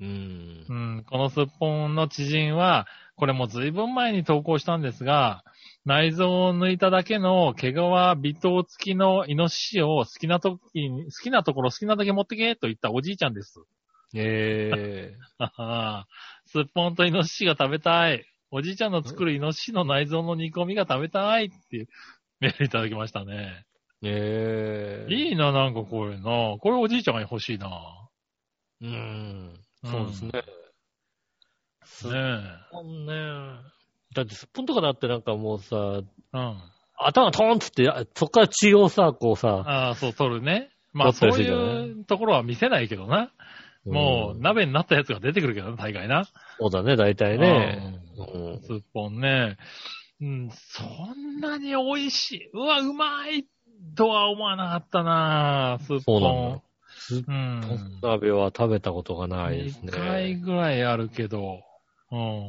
[SPEAKER 2] うん
[SPEAKER 3] う。ん、このすっぽんの知人は、これも随分前に投稿したんですが、内臓を抜いただけの毛皮微糖付きのイノシシを好きな時に、好きなところ好きなだけ持ってけと言ったおじいちゃんです。
[SPEAKER 2] へえ。
[SPEAKER 3] はは すっぽんとイノシシが食べたい。おじいちゃんの作るイノシシの内臓の煮込みが食べたいっていうメールいただきましたね。
[SPEAKER 2] へえ。
[SPEAKER 3] いいな、なんかこれな。これおじいちゃんが欲しいな。
[SPEAKER 2] うん。そうですね。すっ
[SPEAKER 3] ね
[SPEAKER 2] ぽんね。だってすっぽんとかだってなんかもうさ、
[SPEAKER 3] え。うん。
[SPEAKER 2] 頭トーンっつって、あそっから血をさ、こうさ、
[SPEAKER 3] ああ、そう、取るね。まあ、そ
[SPEAKER 2] 取った
[SPEAKER 3] う
[SPEAKER 2] りす
[SPEAKER 3] い
[SPEAKER 2] るけどね
[SPEAKER 3] うところは見せないけどな。もう、
[SPEAKER 2] ん
[SPEAKER 3] 鍋になったやつが出てくるけどな、大概な。
[SPEAKER 2] そうだね、大体ね。うん
[SPEAKER 3] すっぽんね。うん、そんなに美味しい。うわ、うまいとは思わなかったなすっ
[SPEAKER 2] そ
[SPEAKER 3] ぽ
[SPEAKER 2] うなんだ
[SPEAKER 3] ん。
[SPEAKER 2] すっ
[SPEAKER 3] うん
[SPEAKER 2] ぽん鍋は食べたことがないです
[SPEAKER 3] 一回
[SPEAKER 2] ね。
[SPEAKER 3] ぐらいあるけど、うん。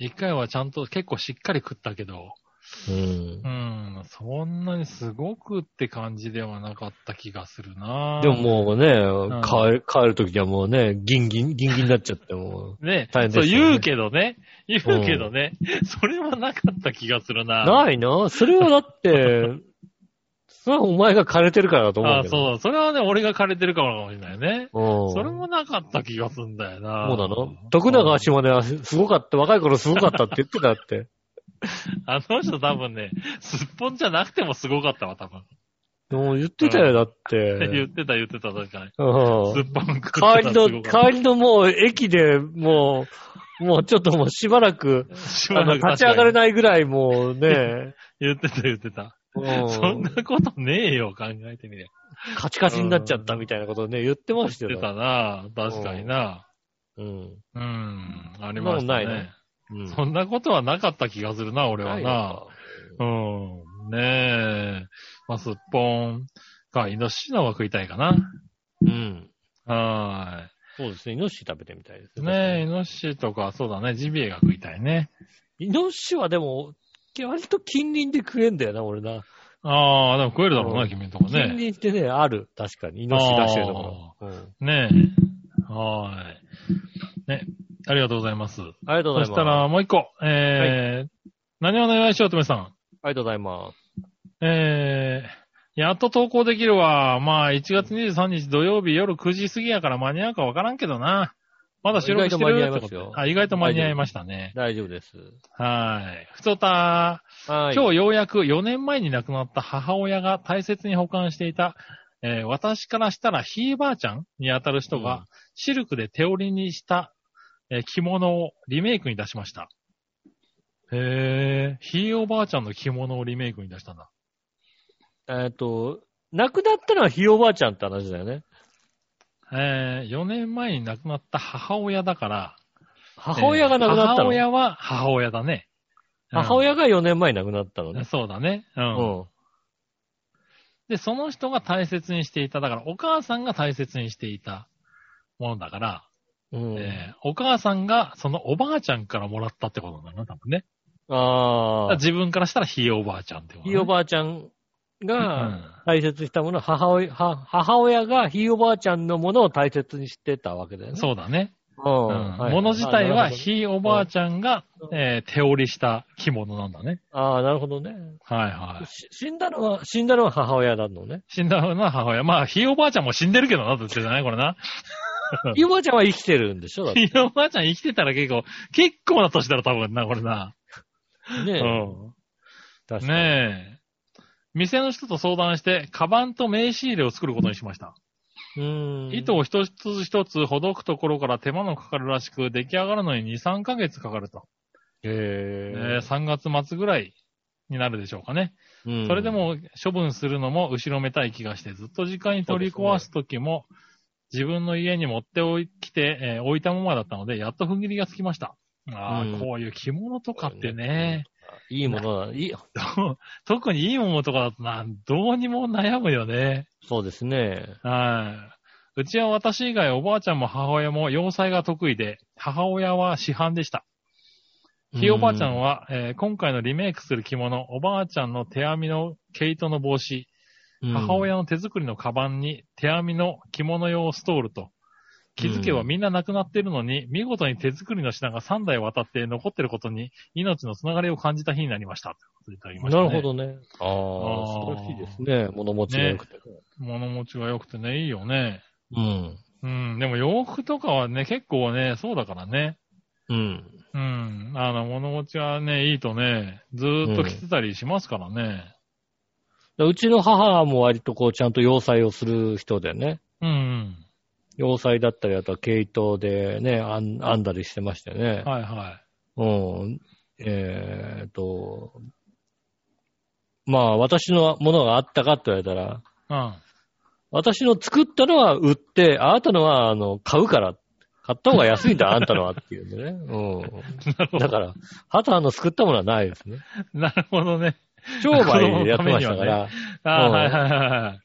[SPEAKER 3] 一回はちゃんと結構しっかり食ったけど、
[SPEAKER 2] うん
[SPEAKER 3] う。ん、そんなにすごくって感じではなかった気がするな
[SPEAKER 2] でももうね、
[SPEAKER 3] ん
[SPEAKER 2] 帰る、帰るときはもうね、ギンギン、ギンギンになっちゃってもう。
[SPEAKER 3] ね、
[SPEAKER 2] 大変で
[SPEAKER 3] そう
[SPEAKER 2] すよね
[SPEAKER 3] 言うけどね、言うけどね、それはなかった気がするな。
[SPEAKER 2] ないな。それはだ って、それはお前が枯れてるからだと思
[SPEAKER 3] あ
[SPEAKER 2] う
[SPEAKER 3] あ
[SPEAKER 2] けど。あ、
[SPEAKER 3] そう、それはね、俺が枯れてるからかもしれないね。
[SPEAKER 2] そう。ん。
[SPEAKER 3] それもなかった気がするんだよな。
[SPEAKER 2] そうなの徳永島ではすごかった、若い頃すごかったって言ってたって。
[SPEAKER 3] あの人多分ね、すっぽんじゃなくてもすごかったわ、多分。
[SPEAKER 2] もう言ってたよ、だっ。
[SPEAKER 3] 言って てた言ってた、確かに。
[SPEAKER 2] う
[SPEAKER 3] すっ
[SPEAKER 2] ん。
[SPEAKER 3] ぽん食ってたら
[SPEAKER 2] 帰り
[SPEAKER 3] すご
[SPEAKER 2] の、
[SPEAKER 3] かった
[SPEAKER 2] 帰りのもう駅でもう、もうちょっともうしばら く、
[SPEAKER 3] しば
[SPEAKER 2] あの
[SPEAKER 3] らく
[SPEAKER 2] 立ち上がれ
[SPEAKER 3] 確か
[SPEAKER 2] ないぐらいもう ね、
[SPEAKER 3] に言ってた言ってた。
[SPEAKER 2] うん
[SPEAKER 3] そんなことねえよ、考えてみりゃ。
[SPEAKER 2] カチカチになっちゃったみたいなことをね、言ってました
[SPEAKER 3] 言って
[SPEAKER 2] よ。
[SPEAKER 3] たな、確かにな。
[SPEAKER 2] うん。
[SPEAKER 3] うん、あり
[SPEAKER 2] そ
[SPEAKER 3] ました
[SPEAKER 2] んなもんない
[SPEAKER 3] ね。そんなことはなかった気がするな、俺はな。うん。ねえ。まあ、すっぽんか、イノシシの方が食いたいかな。
[SPEAKER 2] うん。
[SPEAKER 3] は
[SPEAKER 2] そうですね。イノシシ食べてみたいです
[SPEAKER 3] ーい。ねえ、イノシシとか、そうだね、ジビエが食いたいね。
[SPEAKER 2] イノシシはでも、割と近隣で食えんだよな、俺な。
[SPEAKER 3] ああ、でも食えるだろう
[SPEAKER 2] う
[SPEAKER 3] な、
[SPEAKER 2] ん
[SPEAKER 3] 君んとこ
[SPEAKER 2] 近
[SPEAKER 3] ね。
[SPEAKER 2] 隣ってね、ある。確かに。イノシシ出してるところ。うん
[SPEAKER 3] ねえ。はーい。ね、ありがとうございます。
[SPEAKER 2] ありがとうござい
[SPEAKER 3] そし
[SPEAKER 2] ます。
[SPEAKER 3] たら、もう一個。えー、何をお願いしよう、とめさん。
[SPEAKER 2] ありがとうございます。
[SPEAKER 3] えー、やっと投稿できるわ。まあ、1月23日土曜日夜9時過ぎやから間に合うかわからんけどな。まだ収録してる
[SPEAKER 2] 意外と間に合いますよ
[SPEAKER 3] あ、意外と間に合いましたね。
[SPEAKER 2] 大丈夫です。
[SPEAKER 3] はい。ふとた、
[SPEAKER 2] はい。
[SPEAKER 3] 今日ようやく4年前に亡くなった母親が大切に保管していた、えー私からしたらひいばあちゃんにあたる人が、
[SPEAKER 2] うん
[SPEAKER 3] シルクで手織りにした、えー着物をリメイクに出しました。へえ、ひいおばあちゃんの着物をリメイクに出したんだ。
[SPEAKER 2] えっと、亡くなったのはひいおばあちゃんって話だよね。
[SPEAKER 3] え4年前に亡くなった母親だから、
[SPEAKER 2] 母親が亡くなった
[SPEAKER 3] えー母
[SPEAKER 2] の。
[SPEAKER 3] 親は母親だね。うん
[SPEAKER 2] 母親が4年前に亡くなったのね。
[SPEAKER 3] そうだね。う。
[SPEAKER 2] うんん。
[SPEAKER 3] で、その人が大切にしていた、だからお母さんが大切にしていたものだから、
[SPEAKER 2] うん。
[SPEAKER 3] えーお母さんがそのおばあちゃんからもらったってことなんだな、多分ね。
[SPEAKER 2] ああ。
[SPEAKER 3] 自分からしたらひいおばあちゃんってこと、
[SPEAKER 2] ひ
[SPEAKER 3] ね。
[SPEAKER 2] いおばあちゃんが大切にしたもの、母親、は母親がひいおばあちゃんのものを大切にしてたわけだよ
[SPEAKER 3] う
[SPEAKER 2] ね。
[SPEAKER 3] ん、そうだね。
[SPEAKER 2] う。うん
[SPEAKER 3] うん。
[SPEAKER 2] はい
[SPEAKER 3] 物自体
[SPEAKER 2] あな
[SPEAKER 3] は
[SPEAKER 2] るほど
[SPEAKER 3] ひいおばあちゃんが、えー手織りした着物なんだね。
[SPEAKER 2] ああ、なるほどね。
[SPEAKER 3] はいはい。
[SPEAKER 2] し死んだのは、死んだのは母親なのね。
[SPEAKER 3] 死んだな、母親。まあ、ひいおばあちゃんも死んでるけどな、どっちじゃないこれな。
[SPEAKER 2] ひいおばあちゃんは生きてるんでしょだって
[SPEAKER 3] ひいおばあちゃん生きてたら結構、結構な年だろ、多分な、これな。
[SPEAKER 2] ね。
[SPEAKER 3] うん。
[SPEAKER 2] 確かに。
[SPEAKER 3] ねえ。店の人と相談して、カバンと名刺入れを作ることにしました。
[SPEAKER 2] うん。
[SPEAKER 3] 糸を一つ一つほどくところから手間のかかるらしく、出来上がるのに2、3ヶ月かかると。え
[SPEAKER 2] へ
[SPEAKER 3] ー3月末ぐらいになるでしょうかね。
[SPEAKER 2] え。うん
[SPEAKER 3] それで、も処分するのも後ろめたい気がして、ずっと時間に取り壊す時も、自分の家に持っておいきて、えー置いたままだったので、やっと踏ん切りがつきました。ああ、
[SPEAKER 2] うん
[SPEAKER 3] こういう着物とかってね、
[SPEAKER 2] いいものだ。いい、
[SPEAKER 3] どう特にいいものとかだとな、どうにも悩むよね。
[SPEAKER 2] そうですね。
[SPEAKER 3] はいうちは私以外おばあちゃんも母親も洋裁が得意で、母親は市販でした。ひいおばあちゃん
[SPEAKER 2] は、
[SPEAKER 3] は、えー今回のリメイクする着物、おばあちゃんの手編みの毛糸の帽子、
[SPEAKER 2] うん
[SPEAKER 3] 母親の手作りのカバンに手編みの着物用ストールと、気づけばみんな亡くなっているのに、見事に手作りの品が3台渡って残っていることに、命のつながりを感じた日になりました。ということでいただきました
[SPEAKER 2] な
[SPEAKER 3] ね
[SPEAKER 2] るほ。どね。ああ、
[SPEAKER 3] あ
[SPEAKER 2] 素晴
[SPEAKER 3] ー
[SPEAKER 2] らしいですね。物持ちが良くて。
[SPEAKER 3] 物持ちが良くてね、いいよね。
[SPEAKER 2] うん。
[SPEAKER 3] うん、でも洋服とかはね、結構ね、そうだからね。
[SPEAKER 2] うん。
[SPEAKER 3] うん、あの、物持ちはね、いいとね、ずーっと着てたりしますからね。
[SPEAKER 2] うちの母も割とこう、ちゃんと洋裁をする人でね。
[SPEAKER 3] うん、
[SPEAKER 2] 洋裁だったり、あとは毛糸でね、編ん編んだりしてましたよね。
[SPEAKER 3] うんはいは
[SPEAKER 2] うん。えーっと、まあ、私のものがあったかって言われたら、
[SPEAKER 3] い。うん。
[SPEAKER 2] 私の作ったのは売って、あなたのは、あの、買うから、買った方が安いんだ、あんたのはっていうんでね。うん。だから、ハタの作ったものはないですね。
[SPEAKER 3] なるほどね。
[SPEAKER 2] 商売でやってましたから、
[SPEAKER 3] あー
[SPEAKER 2] うん
[SPEAKER 3] はいはいはいはい。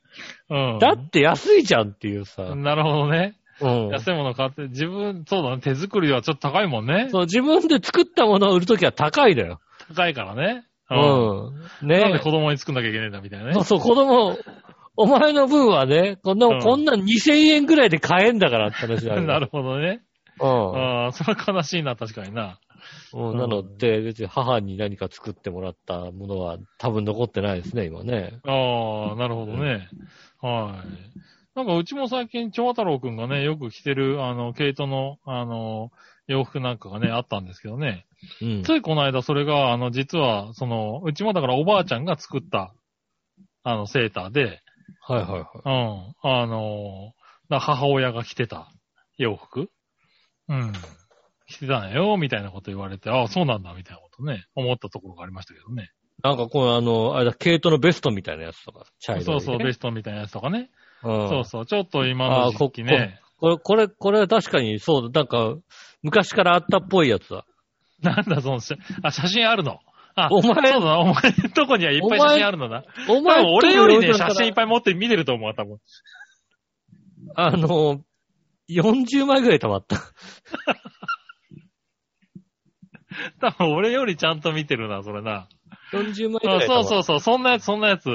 [SPEAKER 3] うん。
[SPEAKER 2] だって安いじゃんっていうさ、
[SPEAKER 3] なるほどね。
[SPEAKER 2] うん。
[SPEAKER 3] 安いもの買って、自分、そうだね、手作りはちょっと高いもんね。
[SPEAKER 2] そう、自分で作ったものを売るときは高いだよ。
[SPEAKER 3] 高いからね。
[SPEAKER 2] うん。
[SPEAKER 3] なんで
[SPEAKER 2] ね
[SPEAKER 3] 子供に作んなきゃいけないんだみたいなね。
[SPEAKER 2] そうそう、子供、お前の分はね、こんな、
[SPEAKER 3] うん
[SPEAKER 2] こんなん2000円ぐらいで買えんだからって話だよ。
[SPEAKER 3] なるほどね。
[SPEAKER 2] うん。
[SPEAKER 3] ああ、それは悲しいな、確かにな。
[SPEAKER 2] うん、なので、別に母に何か作ってもらったものは多分残ってないですね、今ね。
[SPEAKER 3] ああ、なるほどね。はい。なんかうちも最近、長太郎くんがね、よく着てる、あの、毛糸の、あの、洋服なんかがね、あったんですけどね。
[SPEAKER 2] うん。
[SPEAKER 3] ついこの間、それが、あの、実は、その、うちもだからおばあちゃんが作った、あの、セーターで、
[SPEAKER 2] はいはいはい。
[SPEAKER 3] うん。あのーだ母親が着てた洋服うん。着てたんよ、みたいなこと言われて、ああ、そうなんだ、みたいなことね、思ったところがありましたけどね。
[SPEAKER 2] なんかこう、あの、あれだ、毛糸のベストみたいなやつとか、茶色い、ね。
[SPEAKER 3] そうそう、ベ
[SPEAKER 2] ス
[SPEAKER 3] ストみたいなやつとかね。
[SPEAKER 2] ト。うん。
[SPEAKER 3] そうそう、ちょっと今の時期ね。
[SPEAKER 2] これ、これ、これは確かにそうだ。なんか、昔からあったっぽいやつだ。
[SPEAKER 3] なんだ、その写、あ、写真あるの。あ、
[SPEAKER 2] お前
[SPEAKER 3] そうだな、お前のとこにはいっぱい写真あるのな。
[SPEAKER 2] お
[SPEAKER 3] 多
[SPEAKER 2] 前、
[SPEAKER 3] 分俺よりね、写真いっ
[SPEAKER 2] い。
[SPEAKER 3] ぱい持って見てると思うわ、多分。
[SPEAKER 2] あの、40枚ぐらい溜まった。
[SPEAKER 3] 多分俺よりちゃんと見てるな、それな。
[SPEAKER 2] 40枚ぐら
[SPEAKER 3] あ
[SPEAKER 2] い溜ま
[SPEAKER 3] そ
[SPEAKER 2] った。
[SPEAKER 3] うそうそう、そんなやつ、そんなやつ。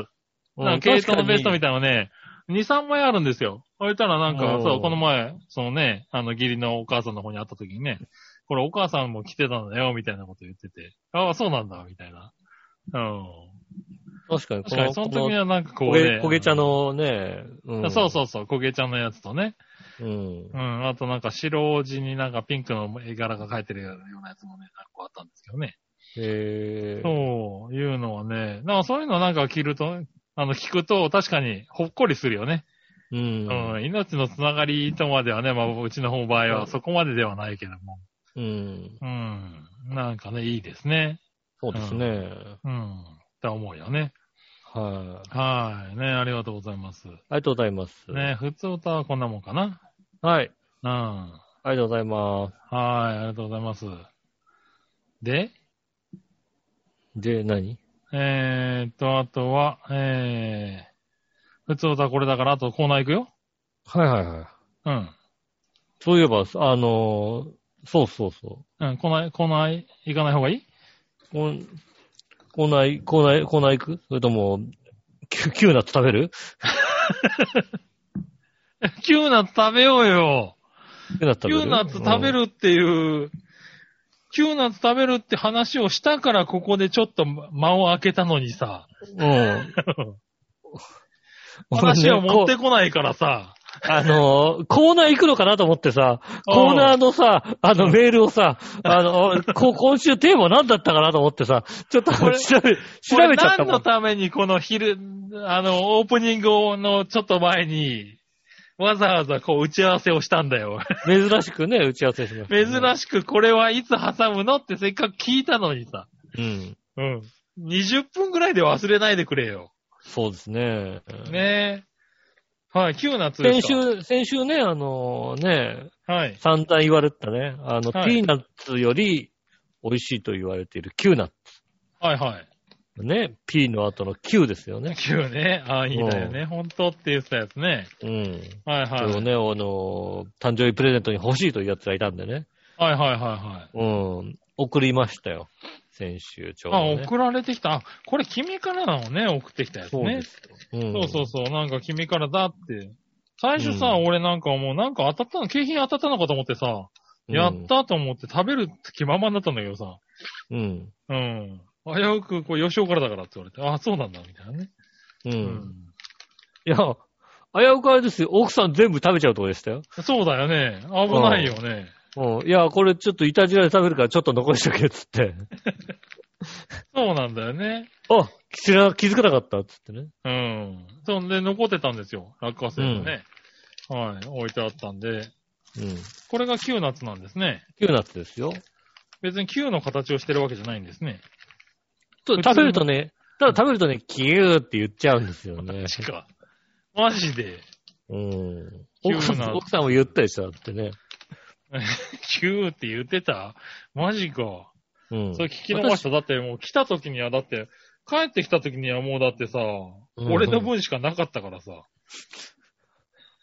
[SPEAKER 3] なんか、系統のベストみ
[SPEAKER 2] た
[SPEAKER 3] たいなのね、2、3枚あるんですよ。置いたらなんか
[SPEAKER 2] お、ー
[SPEAKER 3] そう、この前、そのね、あの、義理のお母さんの方に会った時にね、これお母さんも来てたんだよ、みたいなこと言ってて、ああ、そうなんだ、みたいな。うん。
[SPEAKER 2] 確かに、
[SPEAKER 3] 確かに、その時にはなんかこ
[SPEAKER 2] こ
[SPEAKER 3] う
[SPEAKER 2] げ、
[SPEAKER 3] ね。
[SPEAKER 2] こげ茶のね、
[SPEAKER 3] あ
[SPEAKER 2] う
[SPEAKER 3] の。
[SPEAKER 2] ん。
[SPEAKER 3] そうそうそう、焦げ茶のやつとね。
[SPEAKER 2] う。うん。
[SPEAKER 3] うん。あとなんか白地になんかピンクの絵柄が描いてるようなやつもね、なんかあったんですけどね。
[SPEAKER 2] へー。
[SPEAKER 3] そういうのはね、なんかそういうのなんか着ると、あの、聞くと確かにほっこりするよね。
[SPEAKER 2] うん。
[SPEAKER 3] うん、命のつながりとまではね、まあ、うちの方場合はそこまでではないけども。
[SPEAKER 2] うん。
[SPEAKER 3] うん。なんかね、いいですね。
[SPEAKER 2] そうですね。
[SPEAKER 3] うん。って思うよね。
[SPEAKER 2] はい。
[SPEAKER 3] はい。ね、ありがとうございます。
[SPEAKER 2] ありがとうございます。
[SPEAKER 3] ね、普通歌はこんなもんかな。
[SPEAKER 2] はい。
[SPEAKER 3] うん。
[SPEAKER 2] ありがとうございます。
[SPEAKER 3] はい、ありがとうございます。で、
[SPEAKER 2] で、何
[SPEAKER 3] えーっと、あとは、えー、普通歌はこれだから、あとコーナー行くよ。
[SPEAKER 2] はいはいはい。
[SPEAKER 3] うん。
[SPEAKER 2] そういえば、あのーそうそうそ。
[SPEAKER 3] うん、こない、こない、行かない方がい いう
[SPEAKER 2] こん、こない、こない、こない行くそれとも、キュキューナッツ食べる
[SPEAKER 3] キューナッツ食べようよ。
[SPEAKER 2] キューナッツ食べる
[SPEAKER 3] キューナッツ食べ
[SPEAKER 2] うん
[SPEAKER 3] るっていう、キューナッツ食べるって話をしたからここでちょっと間を空けたのにさ、
[SPEAKER 2] うん。
[SPEAKER 3] 話を持って
[SPEAKER 2] こ
[SPEAKER 3] こないからさ、
[SPEAKER 2] あのー、コーナー行くのかなと思ってさ、コーナーのさ、あのメールをさ、あの、こ今週テーマ何だったかなと思ってさ、ちょっと調
[SPEAKER 3] こ
[SPEAKER 2] べ、
[SPEAKER 3] れ
[SPEAKER 2] 調べちゃった
[SPEAKER 3] 俺何
[SPEAKER 2] も
[SPEAKER 3] の
[SPEAKER 2] ん。
[SPEAKER 3] ためにこの昼、あの、オープニングのちょっと前に、わざわざこう打ち合わせをしたんだよ。
[SPEAKER 2] 珍しくね、打ち合わせしました、
[SPEAKER 3] 珍しくこれはいつ挟むのってせっかく聞いたのにさ。
[SPEAKER 2] うん。
[SPEAKER 3] うん。20分ぐらいで忘れないでくれよ。
[SPEAKER 2] そうですね。
[SPEAKER 3] ねえ。はい、9夏で
[SPEAKER 2] 先
[SPEAKER 3] すか。
[SPEAKER 2] 週、先週ね、あのね、
[SPEAKER 3] はい。
[SPEAKER 2] 散々言われてたね、あの、
[SPEAKER 3] はい
[SPEAKER 2] ピーナッツより美味しいと言われているキューナッ
[SPEAKER 3] はいはい。
[SPEAKER 2] ツ。ね、ピーの後のキューですよね。
[SPEAKER 3] 9ね。ああ、いいだよね。本当って言ってたやつね。
[SPEAKER 2] うん。
[SPEAKER 3] はい
[SPEAKER 2] そ
[SPEAKER 3] はい。
[SPEAKER 2] れをね、あの、誕生日プレゼントに欲しいという奴がいたんでね。
[SPEAKER 3] はいはいはいは
[SPEAKER 2] うん。送りましたよ。先週、ちょ
[SPEAKER 3] い。
[SPEAKER 2] うど、
[SPEAKER 3] あ、
[SPEAKER 2] ね。
[SPEAKER 3] 送られてきた。あ、これ君からなのね、送ってきたやつ
[SPEAKER 2] そうで
[SPEAKER 3] ね。
[SPEAKER 2] すよ。うん
[SPEAKER 3] そうそうそう、なんか君からだって。最初さ、
[SPEAKER 2] う
[SPEAKER 3] 俺なんかもうなんか当たったの、景品当たったのかと思ってさ、
[SPEAKER 2] うん
[SPEAKER 3] やったと思って食べる気ままになったんだけどさ、
[SPEAKER 2] うん。
[SPEAKER 3] うん。危うく、こう、吉岡からだからって言われて、あ、そうなんだ、みたいなね。
[SPEAKER 2] うん。
[SPEAKER 3] うん。
[SPEAKER 2] いや、危うくあれですよ。奥さん全部食べちゃうとこでしたよ。
[SPEAKER 3] そうだよね。危ないよね。
[SPEAKER 2] うん。いや、これちょっといたじらで食べるからちょっと残しとけ、つ って。
[SPEAKER 3] そうなんだよね。
[SPEAKER 2] あ、知ら、気づかなかった、つってね。
[SPEAKER 3] うん。そんで、残ってたんですよ。落花生がね。はい。置いてあったんで。
[SPEAKER 2] うん。
[SPEAKER 3] これが9夏なんですね。
[SPEAKER 2] キューナッツですよ。
[SPEAKER 3] 別に9の形をしてるわけじゃないんですね。
[SPEAKER 2] と
[SPEAKER 3] 普通の
[SPEAKER 2] 食べるとね、ただ食べるとね、キューって言っちゃうんですよね。
[SPEAKER 3] 確か。マジで。
[SPEAKER 2] うん。
[SPEAKER 3] キュ
[SPEAKER 2] 奥さ
[SPEAKER 3] ーナッツ
[SPEAKER 2] ん奥さんも言ったでしょ、だってね。
[SPEAKER 3] 9って言ってたマジか。
[SPEAKER 2] うん
[SPEAKER 3] そ。れ聞き逃した。だってもう来た時には、だって、帰ってきた時にはもうだってさ、
[SPEAKER 2] ん
[SPEAKER 3] 俺の分しかなかったからさ。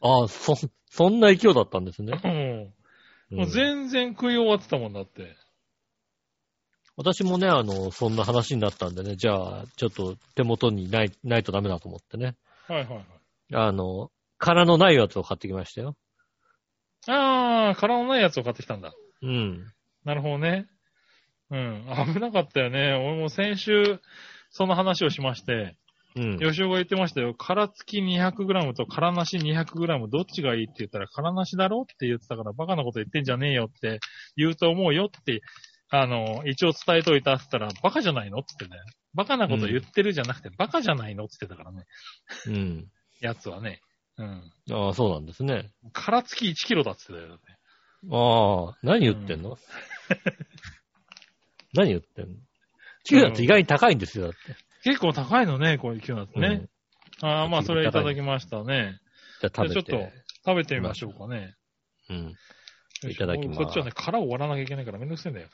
[SPEAKER 2] あそ、そんな勢いだったんですね。
[SPEAKER 3] うん
[SPEAKER 2] うん
[SPEAKER 3] もう全然食い終わってたもんだって。
[SPEAKER 2] 私もね、あの、そんな話になったんでね、じゃあ、ちょっと手元にない、ないとダメだと思ってね。
[SPEAKER 3] はいはいはい。
[SPEAKER 2] あの、殻のないやつを買ってきましたよ。
[SPEAKER 3] あー、殻のないやつを買ってきたんだ。
[SPEAKER 2] うん。
[SPEAKER 3] なるほどね。うん。危なかったよね。俺も先週、その話をしまして、
[SPEAKER 2] うん。
[SPEAKER 3] 吉尾が言ってましたよ。殻付き 200g と殻なし 200g どっちがいいって言ったら殻なしだろって言ってたからバカなこと言ってんじゃねえよって言うと思うよって、あの、一応伝えといたって言ったらバカじゃないのって言ってね。バカなこと言ってるじゃなくて、バカじゃないのって言ってたからね。
[SPEAKER 2] うん。
[SPEAKER 3] やつはね。うん。
[SPEAKER 2] ああ、そうなんですね。
[SPEAKER 3] 殻付き1キロだって言ってたよ、ね。
[SPEAKER 2] ああ、何言ってんの、 何言ってんのキューナッツ意外に高いんですよ、だって。
[SPEAKER 3] 結構高いのね、こういうキューナッツね。ああ、まあそれいただきましたね。
[SPEAKER 2] うん。じゃあ食べ
[SPEAKER 3] じゃあちょ
[SPEAKER 2] て
[SPEAKER 3] っ。食べてみましょうかね。
[SPEAKER 2] うん。
[SPEAKER 3] よし
[SPEAKER 2] いただきます
[SPEAKER 3] こっちはね、殻を割らなきゃいけないからめんどくせえんだよ。